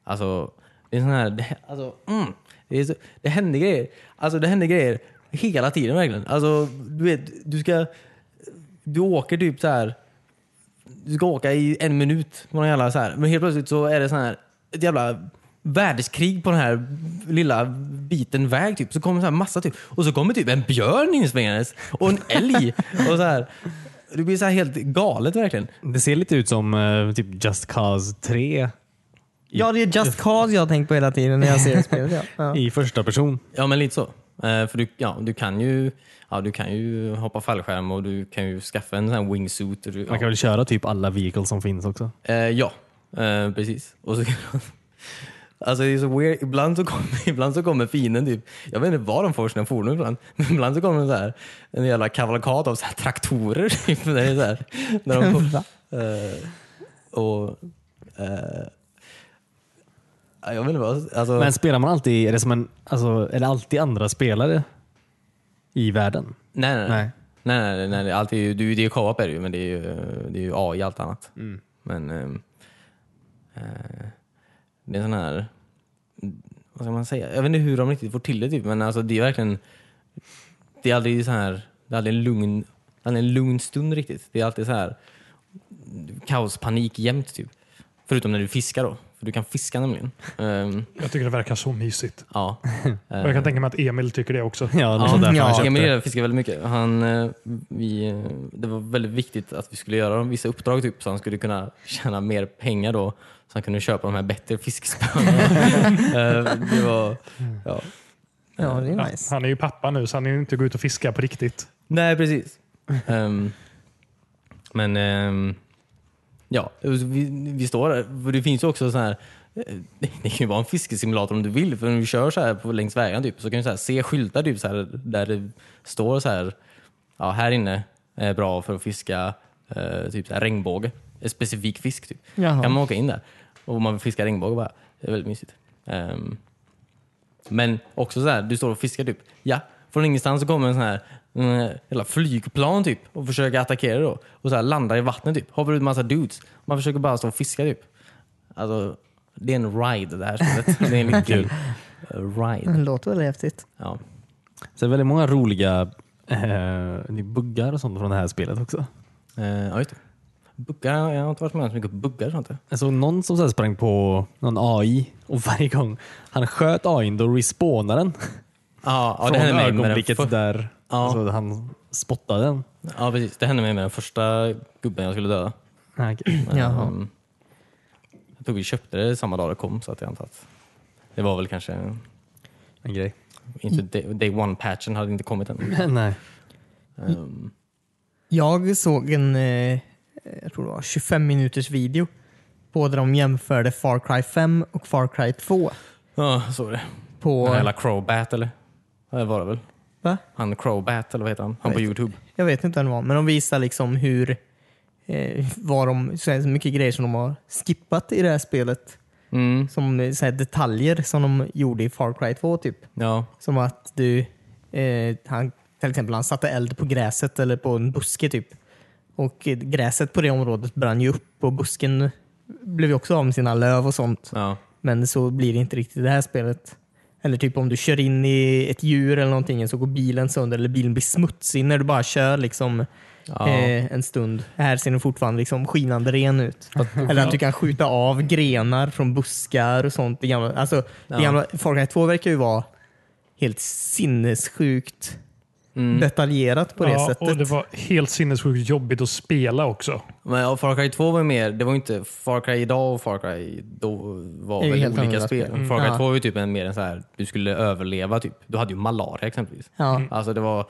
[SPEAKER 1] alltså, det är sån här... Det, alltså, mm, det, är så, det händer grejer. Alltså det händer grejer hela tiden verkligen. Alltså, du vet, du ska... Du åker typ så här... Du ska åka i en minut på någon jävla så här. Men helt plötsligt så är det sån här... Ett jävla världskrig på den här lilla biten väg typ. Så kommer så här massa typ. Och så kommer typ en björn insvängandes. Och en älg. och så här. Det blir så här helt galet verkligen.
[SPEAKER 3] Det ser lite ut som eh, typ Just Cause 3
[SPEAKER 2] Ja, det är Just Cause jag har tänkt på hela tiden när jag ser spelet. Ja. Ja.
[SPEAKER 3] i första person.
[SPEAKER 1] Ja, men lite så. Eh, för du, ja, du, kan ju, ja, du kan ju hoppa fallskärm och du kan ju skaffa en sån här wingsuit. Och du,
[SPEAKER 3] Man
[SPEAKER 1] ja,
[SPEAKER 3] kan väl köra typ alla vehicles som finns också.
[SPEAKER 1] eh, ja eh, precis. Och så, alltså, det är så weird. Ibland, så kommer, ibland så kommer fienden, typ, jag vet inte var de får sina fordon ibland, men ibland så kommer det så här, en jävla kavalkad av så här traktorer. Typ, när det är så här, när de
[SPEAKER 2] Va?
[SPEAKER 1] eh, och, eh, ja, jag vet inte vad... Alltså,
[SPEAKER 3] Men spelar man alltid, är det, som en, alltså, är det alltid andra spelare i världen?
[SPEAKER 1] Nej, nej, nej.
[SPEAKER 3] Nej.
[SPEAKER 1] nej, nej, nej, nej. det är Alltid, ju- du, det är ju co-op är det ju, men det är ju, det är ju AI allt annat. Men ehm, eh, det är sån här... Vad ska man säga? Jag vet inte hur de riktigt får till det, typ, men alltså, det är verkligen... Det är aldrig så här... Det är aldrig en lugn, aldrig en lugn stund riktigt. Det är alltid så här kaos, panik jämt. Typ. Förutom när du fiskar då. För du kan fiska nämligen. Ehm,
[SPEAKER 4] Jag tycker det verkar så mysigt.
[SPEAKER 1] ja.
[SPEAKER 4] Och jag kan tänka mig att Emil tycker det också.
[SPEAKER 3] Ja, det var
[SPEAKER 1] Ja,
[SPEAKER 3] därför
[SPEAKER 2] ja.
[SPEAKER 3] han köpte
[SPEAKER 1] Emil
[SPEAKER 3] det.
[SPEAKER 1] gillar fiskar väldigt mycket. Han, eh, vi, eh, det var väldigt viktigt att vi skulle göra dem vissa uppdrag typ, så han skulle kunna tjäna mer pengar då. Så han kunde köpa de här bättre fiskspöna. Eh, det var, ja.
[SPEAKER 2] ja, det
[SPEAKER 4] Han-
[SPEAKER 2] är nice.
[SPEAKER 4] Han är ju pappa nu så han är ju inte gå ut och fiska på riktigt.
[SPEAKER 1] Nej, precis. Ehm, men ehm, ja, vi, vi står där. För Det finns ju också så här eh, det kan ju vara en fiskesimulator om du vill, för om du kör så här på, längs vägen typ, så kan du så här se skyltar typ, så här, där det står så här, ja, här inne är bra för att fiska eh, typ så här, regnbåge, en specifik fisk. Typ.
[SPEAKER 2] Jaha.
[SPEAKER 1] kan man åka in där och om man vill fiska regnbåge bara. Det är väldigt mysigt. Ehm, men också så här, du står och fiskar typ. Ja, från ingenstans så kommer en sån här mm, jävla flygplan typ och försöker attackera då. Och så här, landar i vattnet typ. Hoppar ut massa dudes. Man försöker bara stå och fiska typ. Alltså, det är en ride det här spelet. Det är en liten kul
[SPEAKER 2] Det
[SPEAKER 1] ride.
[SPEAKER 2] låter väldigt häftigt.
[SPEAKER 1] Ja.
[SPEAKER 3] Så det är väldigt många roliga eh, buggar och sånt från det här spelet också.
[SPEAKER 1] Eh, ja, just det. Buggar, jag har inte varit med om så mycket buggar och sånt. där.
[SPEAKER 3] Alltså någon som så här sprang på någon AI och varje gång han sköt AI då respawnade den.
[SPEAKER 1] Ja, ja, det
[SPEAKER 3] Från
[SPEAKER 1] hände mig med den
[SPEAKER 3] ögonblicket
[SPEAKER 1] för-
[SPEAKER 3] där
[SPEAKER 1] Ja.
[SPEAKER 3] alltså, han spottade den.
[SPEAKER 1] Ja, precis. Det hände mig med den första gubben jag skulle döda.
[SPEAKER 3] Ah, okej.
[SPEAKER 1] Men,
[SPEAKER 2] Jaha.
[SPEAKER 1] ehm, jag tror vi köpte det samma dag det kom så att jag antar att det var väl kanske
[SPEAKER 3] En grej.
[SPEAKER 2] Mm.
[SPEAKER 1] inte day, day one-patchen hade inte kommit än.
[SPEAKER 3] Nej.
[SPEAKER 1] Ehm,
[SPEAKER 2] Jag såg en eh, jag tror det var 25 minuters video på där de jämförde Far Cry 5 och Far Cry 2.
[SPEAKER 1] Ja, så var det.
[SPEAKER 2] På,
[SPEAKER 1] Den här jävla Crowbat eller? Ja, Det var det väl?
[SPEAKER 2] va?
[SPEAKER 1] Han Crowbat eller vad heter han? Han
[SPEAKER 2] Jag
[SPEAKER 1] på
[SPEAKER 2] vet
[SPEAKER 1] Youtube.
[SPEAKER 2] Jag vet inte vad det var, men de visar liksom hur eh, vad de, så här, så mycket grejer som de har skippat i det här spelet.
[SPEAKER 1] Mm,
[SPEAKER 2] Som eh, så här, detaljer som de gjorde i Far Cry 2 typ.
[SPEAKER 1] ja.
[SPEAKER 2] Som att du, eh, han, till exempel han satte eld på gräset eller på en buske typ. Och eh, gräset på det området brann ju upp och busken blev ju också av med sina löv och sånt.
[SPEAKER 1] ja.
[SPEAKER 2] Men så blir det inte riktigt i det här spelet. Eller typ om du kör in i ett djur eller någonting så går bilen sönder eller bilen blir smutsig när du bara kör liksom
[SPEAKER 1] Ja.
[SPEAKER 2] eh, en stund. Här ser den fortfarande liksom skinande ren ut. eller att du kan skjuta av grenar från buskar och sånt. Det gamla, alltså, det
[SPEAKER 1] Ja.
[SPEAKER 2] gamla, Far Cry 2 verkar ju vara helt sinnessjukt
[SPEAKER 1] Mm.
[SPEAKER 2] detaljerat på det
[SPEAKER 4] ja,
[SPEAKER 2] sättet.
[SPEAKER 4] och det var helt sinnessjukt jobbigt att spela också.
[SPEAKER 1] Men ja, Far Cry 2 var ju mer, det var ju inte Far Cry idag och Far Cry då var
[SPEAKER 2] Det är ju
[SPEAKER 1] väl
[SPEAKER 2] helt
[SPEAKER 1] olika
[SPEAKER 2] annorlunda
[SPEAKER 1] spel.
[SPEAKER 2] spel. Mm.
[SPEAKER 1] Far Cry
[SPEAKER 2] Ja.
[SPEAKER 1] 2 var ju typ en, mer en så här, du skulle överleva typ. Du hade ju malaria exempelvis.
[SPEAKER 2] Ja.
[SPEAKER 1] Alltså det var,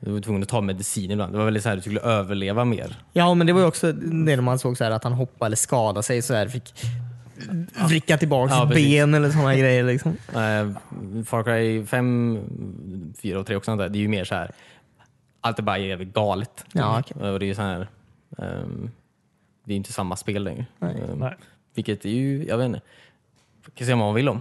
[SPEAKER 1] du var tvungen att ta medicin ibland. Det var väldigt så här, du skulle överleva mer.
[SPEAKER 2] Ja, men det var ju också det man såg så här, att han hoppade eller skadade sig så här, fick vricka tillbaka
[SPEAKER 1] Ja,
[SPEAKER 2] sitt
[SPEAKER 1] precis.
[SPEAKER 2] ben eller sådana grejer. Liksom.
[SPEAKER 1] Eh, Far Cry 5, 4 och 3 och sånt där, det är ju mer så här, allt är bara jävligt galet. Eh,
[SPEAKER 2] Ja, okej.
[SPEAKER 1] Och det är ju så här, ehm, det är ju inte samma spel längre.
[SPEAKER 2] Nej.
[SPEAKER 1] Ehm,
[SPEAKER 4] Nej.
[SPEAKER 1] Vilket är ju, jag vet inte, kan säga vad man vill om.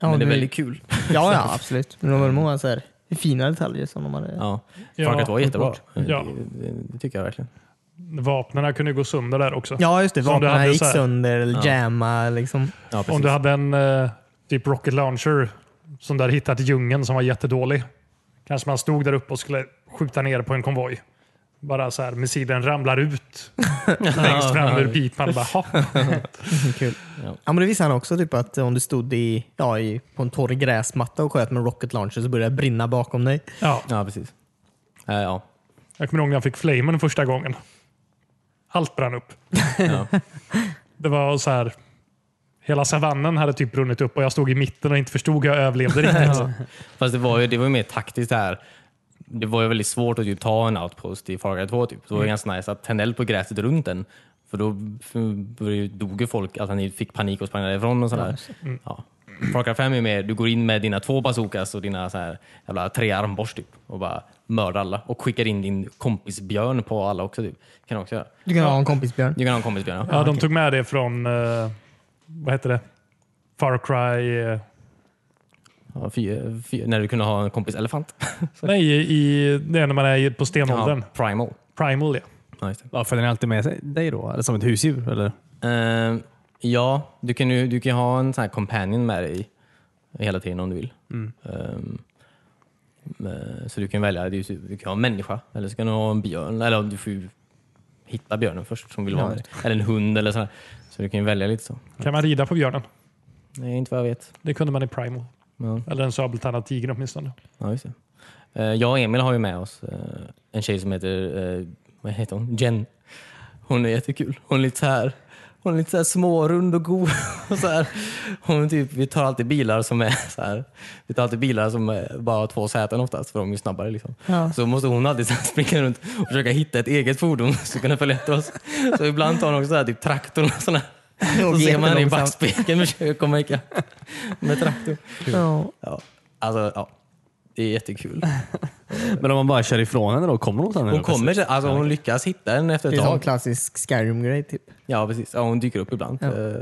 [SPEAKER 2] Ja,
[SPEAKER 1] men det är
[SPEAKER 2] nu-
[SPEAKER 1] väldigt kul.
[SPEAKER 2] Ja, ja, absolut. Men de var många så här, fina detaljer som de hade.
[SPEAKER 1] Ja.
[SPEAKER 4] Ja.
[SPEAKER 1] Far Cry 2 var jättebra. Eh,
[SPEAKER 4] Ja.
[SPEAKER 1] Det, det, det tycker jag verkligen.
[SPEAKER 4] Vapnena kunde ju gå sönder där också.
[SPEAKER 2] Ja, just det.
[SPEAKER 4] Som du
[SPEAKER 2] Vapnen
[SPEAKER 4] hade
[SPEAKER 2] gick
[SPEAKER 4] så här-
[SPEAKER 2] sönder eller
[SPEAKER 1] Ja.
[SPEAKER 2] jamma. Liksom.
[SPEAKER 1] Ja,
[SPEAKER 4] Om du hade en eh, typ rocket launcher som du hade hittat i djungeln som var jättedålig. Kanske man stod där uppe och skulle skjuta ner på en konvoj. Bara så här, missilen ramlar ut längst fram ur pipan. Bara, "Ha."
[SPEAKER 2] Kul. Ja. men det visade han också, typ, att om du stod i, ja, i, på en torr gräsmatta och sköt med rocket launcher så började det brinna bakom dig.
[SPEAKER 4] ja.
[SPEAKER 1] ja precis. Eh, ja.
[SPEAKER 4] Jag kommer ihåg när jag fick flamen första gången. Allt brann upp.
[SPEAKER 1] Ja.
[SPEAKER 4] Det var så här. Hela savannen hade typ brunnit upp och jag stod i mitten och inte förstod hur jag överlevde riktigt.
[SPEAKER 1] Fast det var ju det var ju mer taktiskt det här. Det var ju väldigt svårt att typ, ta en outpost i Far Cry 2. Typ. Det var ju ganska nice att tända eld på gräset runt den. För då f- började- dog ju folk, att han fick panik och sprang därifrån och sådär. Ja. Mm. Far Cry 5 är mer, du går in med dina två bazookas och dina så här, jävla tre armborst typ, och bara mördar alla. Och skickar in din kompis Björn på alla också. Typ. Kan du också göra.
[SPEAKER 2] Du kan ha en kompis Björn.
[SPEAKER 1] Du kan ha en kompis Björn. Ja.
[SPEAKER 4] Ja, de tog med det från, eh, vad heter det? Far Cry. eh,
[SPEAKER 1] Ja, fyra, fyra, när du kunde ha en kompis elefant.
[SPEAKER 4] nej, i, det är när man är i- på stenåldern.
[SPEAKER 1] Ja, primal.
[SPEAKER 4] Primal ja.
[SPEAKER 1] Ja, just det.
[SPEAKER 3] Ja, följer den alltid med sig- dig då? Eller som ett husdjur? Eller?
[SPEAKER 1] Ehm, ja, du kan ju du kan ju ha en sån här companion med dig hela tiden om du vill. Ehm, men- så du kan välja, du, typ, du kan ha en människa eller så kan du ha en björn. Eller du får ju hitta björnen först som vill vara med dig. Eller en hund eller sådär. Så du kan ju välja lite så.
[SPEAKER 4] Kan man rida på björnen?
[SPEAKER 1] Nej, inte vad jag vet.
[SPEAKER 4] Det kunde man i Primal.
[SPEAKER 1] Ja.
[SPEAKER 4] Eller en sabeltandad tiger åtminstone.
[SPEAKER 1] Ja, just det. Eh, jag och Emil har ju med oss eh, en tjej som heter, eh, vad heter hon? Jen. Hon är jättekul. Hon är lite så här, hon är lite så här smårund och god. Och så här. Hon är typ, vi tar alltid bilar som är så här. Vi tar alltid bilar som är bara har två säten oftast för de är ju snabbare. Liksom.
[SPEAKER 2] Ja.
[SPEAKER 1] Så måste hon alltid så här springa runt och försöka hitta ett eget fordon som kunna följa efter oss. Så ibland tar hon också så här, typ traktorn och sådär. Så ser man henne i
[SPEAKER 2] jättelångsam.
[SPEAKER 1] backspegeln och försöker komma ikapp med traktorn.
[SPEAKER 2] Ja.
[SPEAKER 1] Ja. Alltså, ja. Det är jättekul.
[SPEAKER 3] Men om man bara kör ifrån henne då? Kommer hon sen?
[SPEAKER 1] Hon kommer, sig- alltså hon lyckas hitta den efter
[SPEAKER 2] Det
[SPEAKER 1] ett
[SPEAKER 2] är en
[SPEAKER 1] tag.
[SPEAKER 2] klassisk Skyrim-grej. Typ.
[SPEAKER 1] Ja, precis. Ja, hon dyker upp ibland.
[SPEAKER 2] Ja.
[SPEAKER 1] Eh,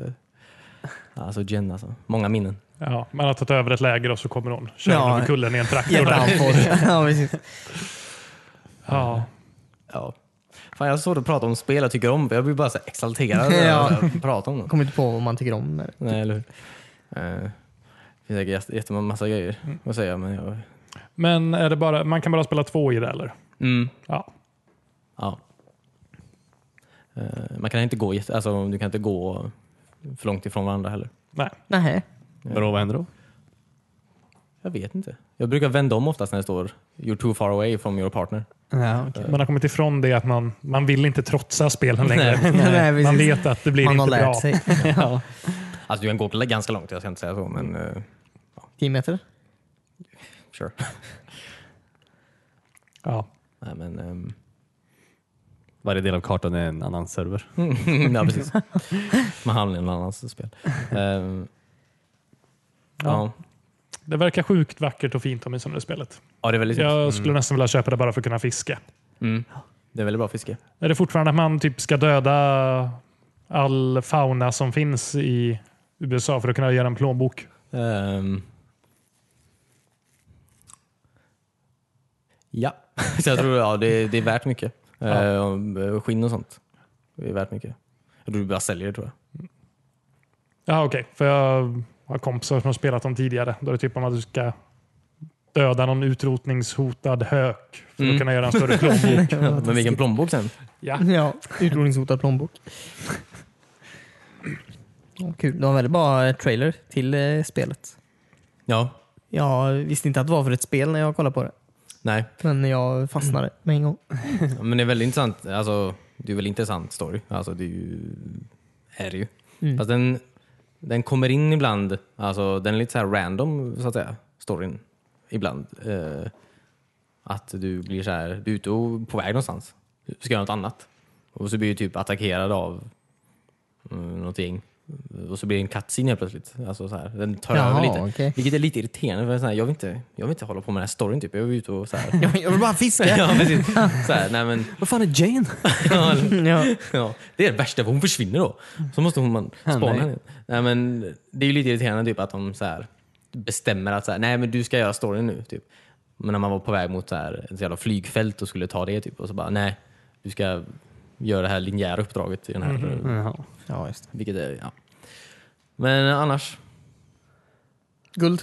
[SPEAKER 1] Alltså Jen alltså. Många minnen.
[SPEAKER 4] Ja, man har tagit över ett läger och så kommer någon kör
[SPEAKER 2] Ja.
[SPEAKER 4] över kullen i en traktor. där.
[SPEAKER 2] Jätteanfall. ja, precis.
[SPEAKER 4] Ja.
[SPEAKER 1] Ja. Fan, jag har svårt att prata om spel jag tycker om. för Jag blir bara så här exalterad när
[SPEAKER 2] Ja.
[SPEAKER 1] jag pratar om dem.
[SPEAKER 2] kommer inte på vad man tycker om med det.
[SPEAKER 1] Nej, eller hur? Eh, Det finns säkert jätte- jättemånga massa
[SPEAKER 2] Mm.
[SPEAKER 1] grejer att säga, men jag...
[SPEAKER 4] Men är det bara, man kan bara spela två i det eller?
[SPEAKER 1] Mm,
[SPEAKER 4] Ja.
[SPEAKER 1] ja. Eh, Man kan inte gå, jätte- alltså, du kan inte gå för långt ifrån varandra heller.
[SPEAKER 4] Nej.
[SPEAKER 2] Nej.
[SPEAKER 3] Vadå, vad händer då?
[SPEAKER 1] Jag vet inte. Jag brukar vända om oftast när det står “You're too far away from your partner”.
[SPEAKER 3] Ja, okej.
[SPEAKER 4] Man har kommit ifrån det att man, man vill inte trotsa spelen längre.
[SPEAKER 2] Nej, precis.
[SPEAKER 4] man vet att det blir
[SPEAKER 2] man har
[SPEAKER 4] inte
[SPEAKER 2] lärt
[SPEAKER 4] bra.
[SPEAKER 2] sig.
[SPEAKER 1] Alltså du kan gå ganska långt, jag ska inte säga så, men eh,
[SPEAKER 2] 10 meter?
[SPEAKER 1] sure.
[SPEAKER 4] Ja.
[SPEAKER 1] Nej, men, ehm,
[SPEAKER 3] Varje del av kartan är en annan server.
[SPEAKER 1] ja, precis. Man hamnar i en annans spel. Ehm, ja.
[SPEAKER 4] Det verkar sjukt vackert och fint om i som det spelet.
[SPEAKER 1] ja, det är väldigt snyggt.
[SPEAKER 4] Jag
[SPEAKER 2] Mm.
[SPEAKER 4] skulle nästan vilja köpa det bara för att kunna fiska.
[SPEAKER 1] Mm. Det är väldigt bra fiske.
[SPEAKER 4] Är det fortfarande att man typ ska döda all fauna som finns i USA för att kunna göra en plånbok?
[SPEAKER 1] Ehm. ja, så jag tror ja, det, det är värt mycket. eh, Ehm, skinn och sånt. Det är värt mycket. Jag tror du bara säljer det tror jag.
[SPEAKER 4] Ja, okej. För jag har kompisar som har spelat dem tidigare. Då är det typ om att du ska döda någon utrotningshotad hök för
[SPEAKER 1] Mm.
[SPEAKER 4] att kunna göra en större plånbok.
[SPEAKER 1] Men vilken plånbok sen.
[SPEAKER 4] ja.
[SPEAKER 2] Ja, utrotningshotad plånbok. Ja, Kul. Det var en väldigt bra trailer till eh, spelet.
[SPEAKER 1] Ja,
[SPEAKER 2] Jag visste inte att det var för ett spel när jag kollade på det,
[SPEAKER 1] nej.
[SPEAKER 2] men jag fastnade med en gång.
[SPEAKER 1] Men det är väldigt intressant. Alltså, det är väl intressant story. Alltså, det är ju... Är det ju.
[SPEAKER 2] Mm.
[SPEAKER 1] Fast den, den kommer in ibland. Alltså, den är lite så här random, så att säga. Storyn. Ibland. Eh, att du blir så här, du är ute och på väg någonstans. Du ska göra något annat. Och så blir du typ attackerad av mm, något gäng. Och så blir det en cutscene helt plötsligt. Alltså så här. Den tar
[SPEAKER 2] Jaha,
[SPEAKER 1] över lite.
[SPEAKER 2] okej.
[SPEAKER 1] Vilket är lite irriterande. För så här, jag, vill inte, jag vill inte hålla på med den här storyn. Typ. Jag vill ut och så här.
[SPEAKER 2] Jag vill bara fiska.
[SPEAKER 1] ja, precis. Så här, nej, men,
[SPEAKER 3] Vad fan är Jane?
[SPEAKER 1] ja,
[SPEAKER 2] Ja.
[SPEAKER 1] Ja, det är det värsta, för hon försvinner då. Så måste hon man spana
[SPEAKER 3] nej.
[SPEAKER 1] henne. Nej, men det är ju lite irriterande typ, att de så här, bestämmer att så här, Nej, men du ska göra storyn nu. Typ. Men när man var på väg mot så här, ett jävla flygfält och skulle ta det typ, och så bara nej, du ska göra det här linjära uppdraget. I den här,
[SPEAKER 3] Jaha.
[SPEAKER 2] ja, just det.
[SPEAKER 1] Vilket är, ja. Men annars,
[SPEAKER 2] Guld.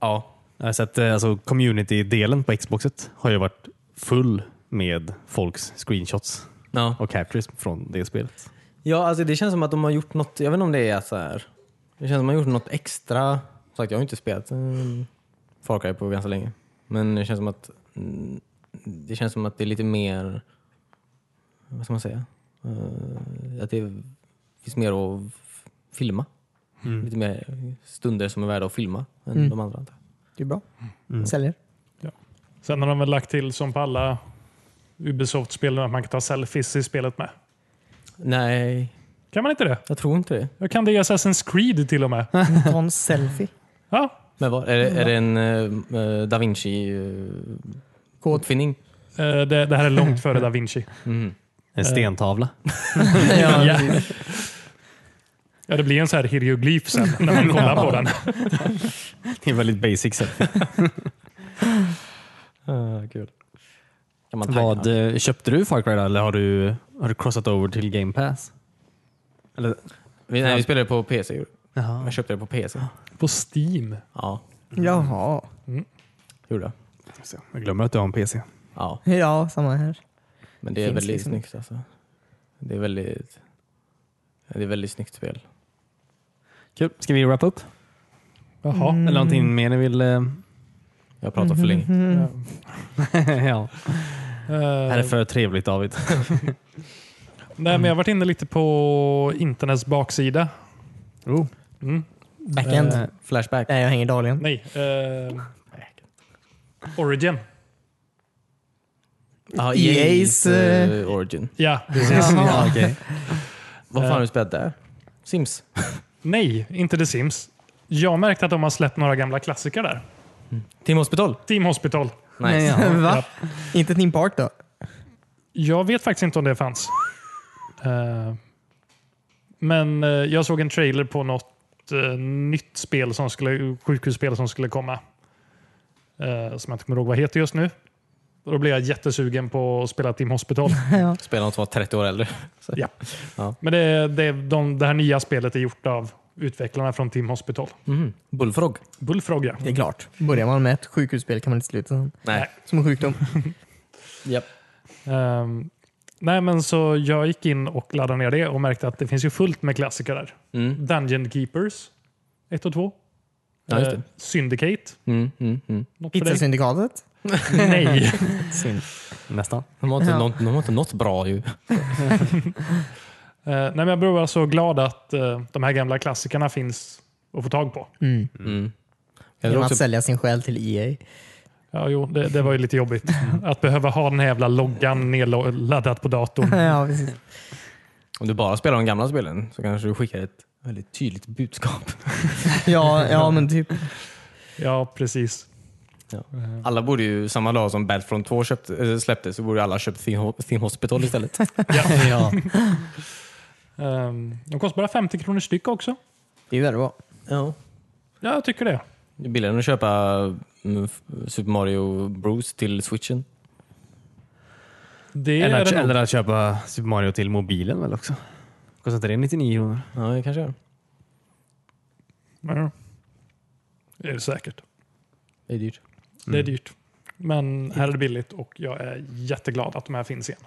[SPEAKER 1] ja.
[SPEAKER 3] Jag har sett eh, alltså, community-delen på Xboxet har ju varit full med folks screenshots
[SPEAKER 1] ja.
[SPEAKER 3] och captures från det spelet.
[SPEAKER 1] Ja, alltså det känns som att de har gjort något, jag vet inte om det är så här. Det känns som att de har gjort något extra. Som Sagt, jag har ju inte spelat eh, Far Cry på ganska länge. Men det känns som att mm, det känns som att det är lite mer, vad ska man säga? Eh, att det finns mer att f- filma. Lite mer stunder som är värda att filma än de andra. antar jag.
[SPEAKER 2] Det är bra. Säljer.
[SPEAKER 4] Sen har de väl lagt till, som på alla Ubisoft-spel, att man kan ta selfies i spelet med.
[SPEAKER 1] Nej,
[SPEAKER 4] Kan man inte det?
[SPEAKER 1] jag tror inte det.
[SPEAKER 4] Jag kan det i Assassin's Creed till och med.
[SPEAKER 2] Ta en selfie.
[SPEAKER 4] Ja,
[SPEAKER 1] Men vad, är, det, är det en eh, eh, Da Vinci-uppfinning?
[SPEAKER 4] eh, det, det här är långt före Da Vinci.
[SPEAKER 1] Mm.
[SPEAKER 3] En stentavla.
[SPEAKER 2] ja,
[SPEAKER 4] Ja. Ja, det blir en så här hieroglyf sen när man kollar på den.
[SPEAKER 3] Det är väldigt basic. Så.
[SPEAKER 1] kul. Kan man tagga?
[SPEAKER 3] Vad, eh, köpte du Far Cry då, eller har du, har du crossat över till Game Pass? Eller,
[SPEAKER 1] Vi, nej, vi spelade på PC. gjorde vi.
[SPEAKER 3] Jaha.
[SPEAKER 1] Jag köpte det på PC.
[SPEAKER 4] På Steam.
[SPEAKER 1] Ja,
[SPEAKER 2] Jaha.
[SPEAKER 1] gjorde jag.
[SPEAKER 3] Jag glömmer att du har en PC.
[SPEAKER 1] Ja,
[SPEAKER 2] Ja, samma här.
[SPEAKER 1] men det är
[SPEAKER 2] Finns
[SPEAKER 1] väldigt
[SPEAKER 2] liksom
[SPEAKER 1] snyggt alltså. Det är väldigt, det är väldigt snyggt spel.
[SPEAKER 3] Kul. Ska vi wrap up?
[SPEAKER 4] Jaha. Mm.
[SPEAKER 3] Eller någonting mer ni vill? eh,
[SPEAKER 1] Jag har pratat för länge.
[SPEAKER 2] Mm-hmm.
[SPEAKER 3] ja. Det här är för trevligt David.
[SPEAKER 4] Ehm, nej, men jag har varit inne lite på internets baksida.
[SPEAKER 3] Oh.
[SPEAKER 4] Mm.
[SPEAKER 2] Backend.
[SPEAKER 3] Eh,
[SPEAKER 1] Flashback.
[SPEAKER 2] Nej, jag hänger dagligen.
[SPEAKER 4] Nej. Eh, Origin.
[SPEAKER 1] Ja,
[SPEAKER 2] EA's,
[SPEAKER 1] eh, Origin.
[SPEAKER 4] Ja, precis.
[SPEAKER 3] Ja, okej.
[SPEAKER 1] Vad fan har du spelat där? Sims?
[SPEAKER 4] Nej, inte The Sims. Jag märkte att de har släppt några gamla klassiker där.
[SPEAKER 1] Team Hospital?
[SPEAKER 4] Team Hospital.
[SPEAKER 1] Nice.
[SPEAKER 2] Nej, Va? Inte Team Park då?
[SPEAKER 4] Jag vet faktiskt inte om det fanns. Eh, men eh, jag såg en trailer på något eh, nytt spel som skulle, sjukhusspel som skulle komma. Eh, som jag inte kommer ihåg vad heter just nu. Och Då blev jag jättesugen på att spela Team Hospital.
[SPEAKER 2] Ja.
[SPEAKER 1] Spelar någon som var 30 år äldre. Så.
[SPEAKER 4] ja.
[SPEAKER 1] Ja.
[SPEAKER 4] Men det, det, de, det här nya spelet är gjort av utvecklarna från Team Hospital.
[SPEAKER 1] Mhm. Bullfrog?
[SPEAKER 4] Bullfrog ja.
[SPEAKER 2] Det är klart. Börjar man med ett sjukhusspel kan man inte sluta som-
[SPEAKER 1] Nej.
[SPEAKER 2] som en sjukdom.
[SPEAKER 1] Japp.
[SPEAKER 4] Ehm, nej, men så jag gick in och laddade ner det och märkte att det finns ju fullt med klassiker där.
[SPEAKER 1] Mm.
[SPEAKER 4] Dungeon Keepers 1 och 2.
[SPEAKER 1] Ja, just
[SPEAKER 4] Eh,
[SPEAKER 1] det.
[SPEAKER 4] Syndicate.
[SPEAKER 1] Mm, mm, mm.
[SPEAKER 4] Något för dig.
[SPEAKER 2] Pizzasyndikatet?
[SPEAKER 4] Nej. Ehm,
[SPEAKER 2] Synd.
[SPEAKER 3] Nästan.
[SPEAKER 1] De har inte,
[SPEAKER 2] Ja.
[SPEAKER 1] något, de har inte något bra ju.
[SPEAKER 4] Eh, nej, men jag blev så glad att eh, de här gamla klassikerna finns att få tag på.
[SPEAKER 2] Mm.
[SPEAKER 1] Mm. Jag
[SPEAKER 2] Genom
[SPEAKER 1] tror
[SPEAKER 2] att
[SPEAKER 1] också,
[SPEAKER 2] sälja sin själ till E EA.
[SPEAKER 4] Ja, jo, det, det var ju lite jobbigt. Att behöva ha den här jävla loggan nedladdad på datorn.
[SPEAKER 2] Ja, precis.
[SPEAKER 1] om du bara spelar de gamla spelen så kanske du skickar ett väldigt tydligt budskap.
[SPEAKER 2] Ja, ja, men typ.
[SPEAKER 4] Ja, precis.
[SPEAKER 1] Alla borde ju, samma dag som Battlefront 2 köpte, eh, släpptes, så borde ju alla köpt Theme Ho- Theme Hospital istället.
[SPEAKER 3] ja.
[SPEAKER 4] Ehm, de kostar bara 50 kronor styck också.
[SPEAKER 2] Det är ju där det var.
[SPEAKER 1] ja.
[SPEAKER 4] Ja, jag tycker det.
[SPEAKER 1] Det är billigare än att köpa mm, f- Super Mario Bros till switchen.
[SPEAKER 4] Det
[SPEAKER 3] Eller,
[SPEAKER 4] är
[SPEAKER 3] att,
[SPEAKER 4] det nog.
[SPEAKER 3] eller att köpa Super Mario till mobilen väl också? Kostar inte det 99 kronor?
[SPEAKER 1] Ja, det kanske är.
[SPEAKER 4] Ja. Det är det säkert.
[SPEAKER 1] Det är dyrt.
[SPEAKER 4] Det
[SPEAKER 1] Mm.
[SPEAKER 4] är dyrt. Men här är det billigt och jag är jätteglad att de här finns igen.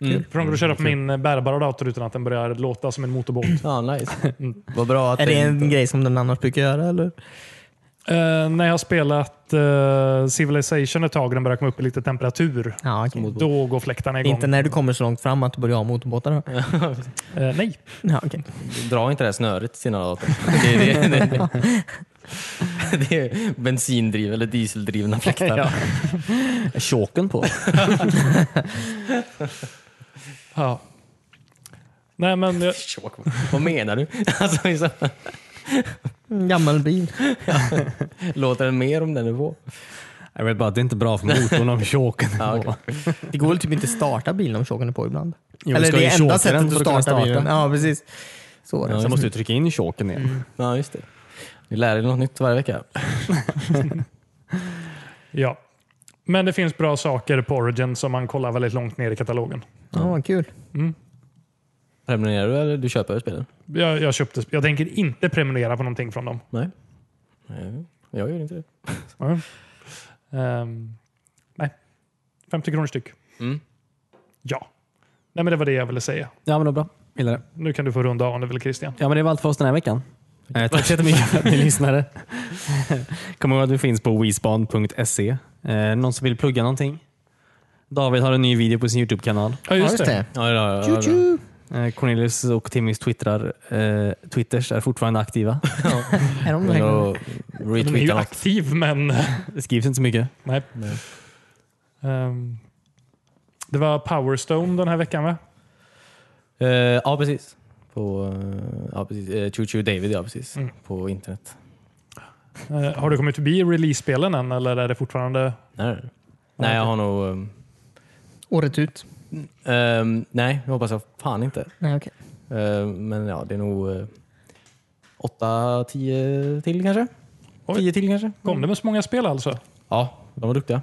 [SPEAKER 1] Mm. Mm.
[SPEAKER 4] För de går att köra på min eh, bärbara dator utan att den börjar låta som en motorbåt.
[SPEAKER 1] Ja, nice. Vad bra att
[SPEAKER 2] Är det en
[SPEAKER 1] inte...
[SPEAKER 2] grej som den annars brukar göra eller?
[SPEAKER 4] Eh, när jag har spelat eh, Civilization ett tag och den börjar komma upp i lite temperatur,
[SPEAKER 2] Ja, okej.
[SPEAKER 4] då går fläktarna igång.
[SPEAKER 2] Inte när du kommer så långt fram att du börjar ha motorbåtar? då?
[SPEAKER 4] Eh, nej.
[SPEAKER 2] Ja, okej.
[SPEAKER 1] Dra inte det här snöret till sina dator. Det är, det, det, det, det är bensindriv eller dieseldrivna fläktar.
[SPEAKER 3] Ja. Tjåken på.
[SPEAKER 4] Ja. Nej, men eh, jag,
[SPEAKER 1] Vad menar du? Alltså, liksom,
[SPEAKER 2] En Mm, Gammal bil.
[SPEAKER 1] låter den mer om den är på?
[SPEAKER 3] Jag vet bara att det är inte bra för motorn om tjåken är
[SPEAKER 1] Ja,
[SPEAKER 3] på.
[SPEAKER 1] okej.
[SPEAKER 2] Det går väl typ inte starta bilen om choken är på ibland?
[SPEAKER 3] Jo,
[SPEAKER 2] eller
[SPEAKER 3] ska
[SPEAKER 2] det
[SPEAKER 3] ju
[SPEAKER 2] är
[SPEAKER 3] choka
[SPEAKER 2] enda
[SPEAKER 3] den
[SPEAKER 2] sättet
[SPEAKER 3] för
[SPEAKER 2] att
[SPEAKER 3] att kunna
[SPEAKER 2] starta,
[SPEAKER 3] starta.
[SPEAKER 2] bilen. Ja, precis. Så var det.
[SPEAKER 3] Sen måste du trycka in tjåken igen.
[SPEAKER 1] Ja, just det. Ni lär er något nytt varje vecka.
[SPEAKER 4] ja. men det finns bra saker på Origin som man kollar väldigt långt ner i katalogen.
[SPEAKER 2] Ja, vad kul.
[SPEAKER 1] Prenumererar du eller du köper spelen?
[SPEAKER 4] Jag, jag, köpte, jag tänker inte prenumerera på någonting från dem.
[SPEAKER 1] Nej. Nej, Jag gör inte det.
[SPEAKER 4] Ehm, nej. 50 kronor styck.
[SPEAKER 1] Mm.
[SPEAKER 4] Ja. Nej, men det var det jag ville säga.
[SPEAKER 3] Ja, men då bra. Gillar det.
[SPEAKER 4] Nu kan du få runda av om du vill Christian.
[SPEAKER 3] Ja, men det var allt för oss den här veckan. Eh, tack så jättemycket för att ni lyssnade. Kom ihåg att vi finns på wespan.se. Eh, någon som vill plugga någonting? David har en ny video på sin Youtube-kanal.
[SPEAKER 4] Ja,
[SPEAKER 2] Ja, just det.
[SPEAKER 1] Ja, ja, ja, ja.
[SPEAKER 2] Tju-tju.
[SPEAKER 3] Eh, Cornelius och Timmys twittrar, eh, twitters är fortfarande aktiva.
[SPEAKER 2] Är de
[SPEAKER 1] Men
[SPEAKER 2] verkligen-
[SPEAKER 1] då
[SPEAKER 4] De är ju
[SPEAKER 1] retweetar något.
[SPEAKER 4] aktiv, men...
[SPEAKER 3] Det skrivs inte så mycket.
[SPEAKER 4] Nej.
[SPEAKER 1] Nej.
[SPEAKER 4] Ehm, det var Powerstone den här veckan, va?
[SPEAKER 1] Eh, Ja, precis. På, eh, ja, precis. Eh, Choo Choo David, ja precis.
[SPEAKER 4] Mm.
[SPEAKER 1] På internet.
[SPEAKER 4] Eh, har du kommit förbi release-spelen än, eller är det fortfarande...
[SPEAKER 1] Nej, nej jag har nog... ehm,
[SPEAKER 2] Året ut?
[SPEAKER 1] ehm, nej, jag hoppas jag fan inte.
[SPEAKER 2] Nej, okej.
[SPEAKER 1] Eh, men ja, det är nog eh, åtta, tio till kanske?
[SPEAKER 4] Oj.
[SPEAKER 1] Tio till kanske?
[SPEAKER 4] Kom det med så många spel alltså?
[SPEAKER 1] Ja, de var duktiga.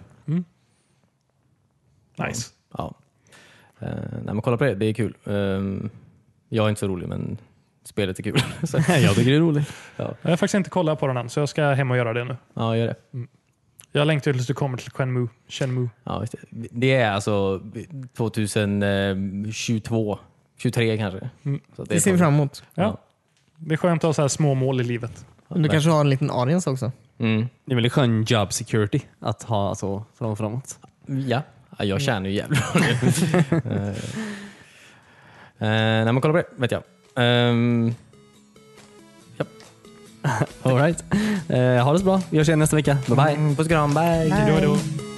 [SPEAKER 4] Nice.
[SPEAKER 1] Ja. Eh, nej, men kolla på det, det är kul. Eh, jag är inte så rolig, men spelet är kul. så,
[SPEAKER 3] jag tycker det är roligt.
[SPEAKER 4] Jag har faktiskt inte kollat på den än, så jag ska hem och göra det nu.
[SPEAKER 1] ja, gör det.
[SPEAKER 4] Jag längtar tills du kommer till Shenmue. Shenmue.
[SPEAKER 1] Ja, just det. det är alltså 2022, 23 kanske.
[SPEAKER 4] Mm.
[SPEAKER 1] Så att
[SPEAKER 2] Det ser vi fram emot.
[SPEAKER 4] Ja. Det är skönt att ha så här små mål i livet.
[SPEAKER 2] Men Du kanske har en liten audience också?
[SPEAKER 1] Mm.
[SPEAKER 3] Det är väldigt skön job security att ha alltså, fram framåt.
[SPEAKER 2] Mm.
[SPEAKER 1] Ja. ja, jag tjänar ju jävligt bra nu. Eh, eh, Nej, men kolla på det, vet jag. Ehm,
[SPEAKER 3] All right. eh, ha det så bra. Vi hörs igen nästa vecka. Bye bye.
[SPEAKER 1] puss och kram, bye!
[SPEAKER 4] Hej då, hej då.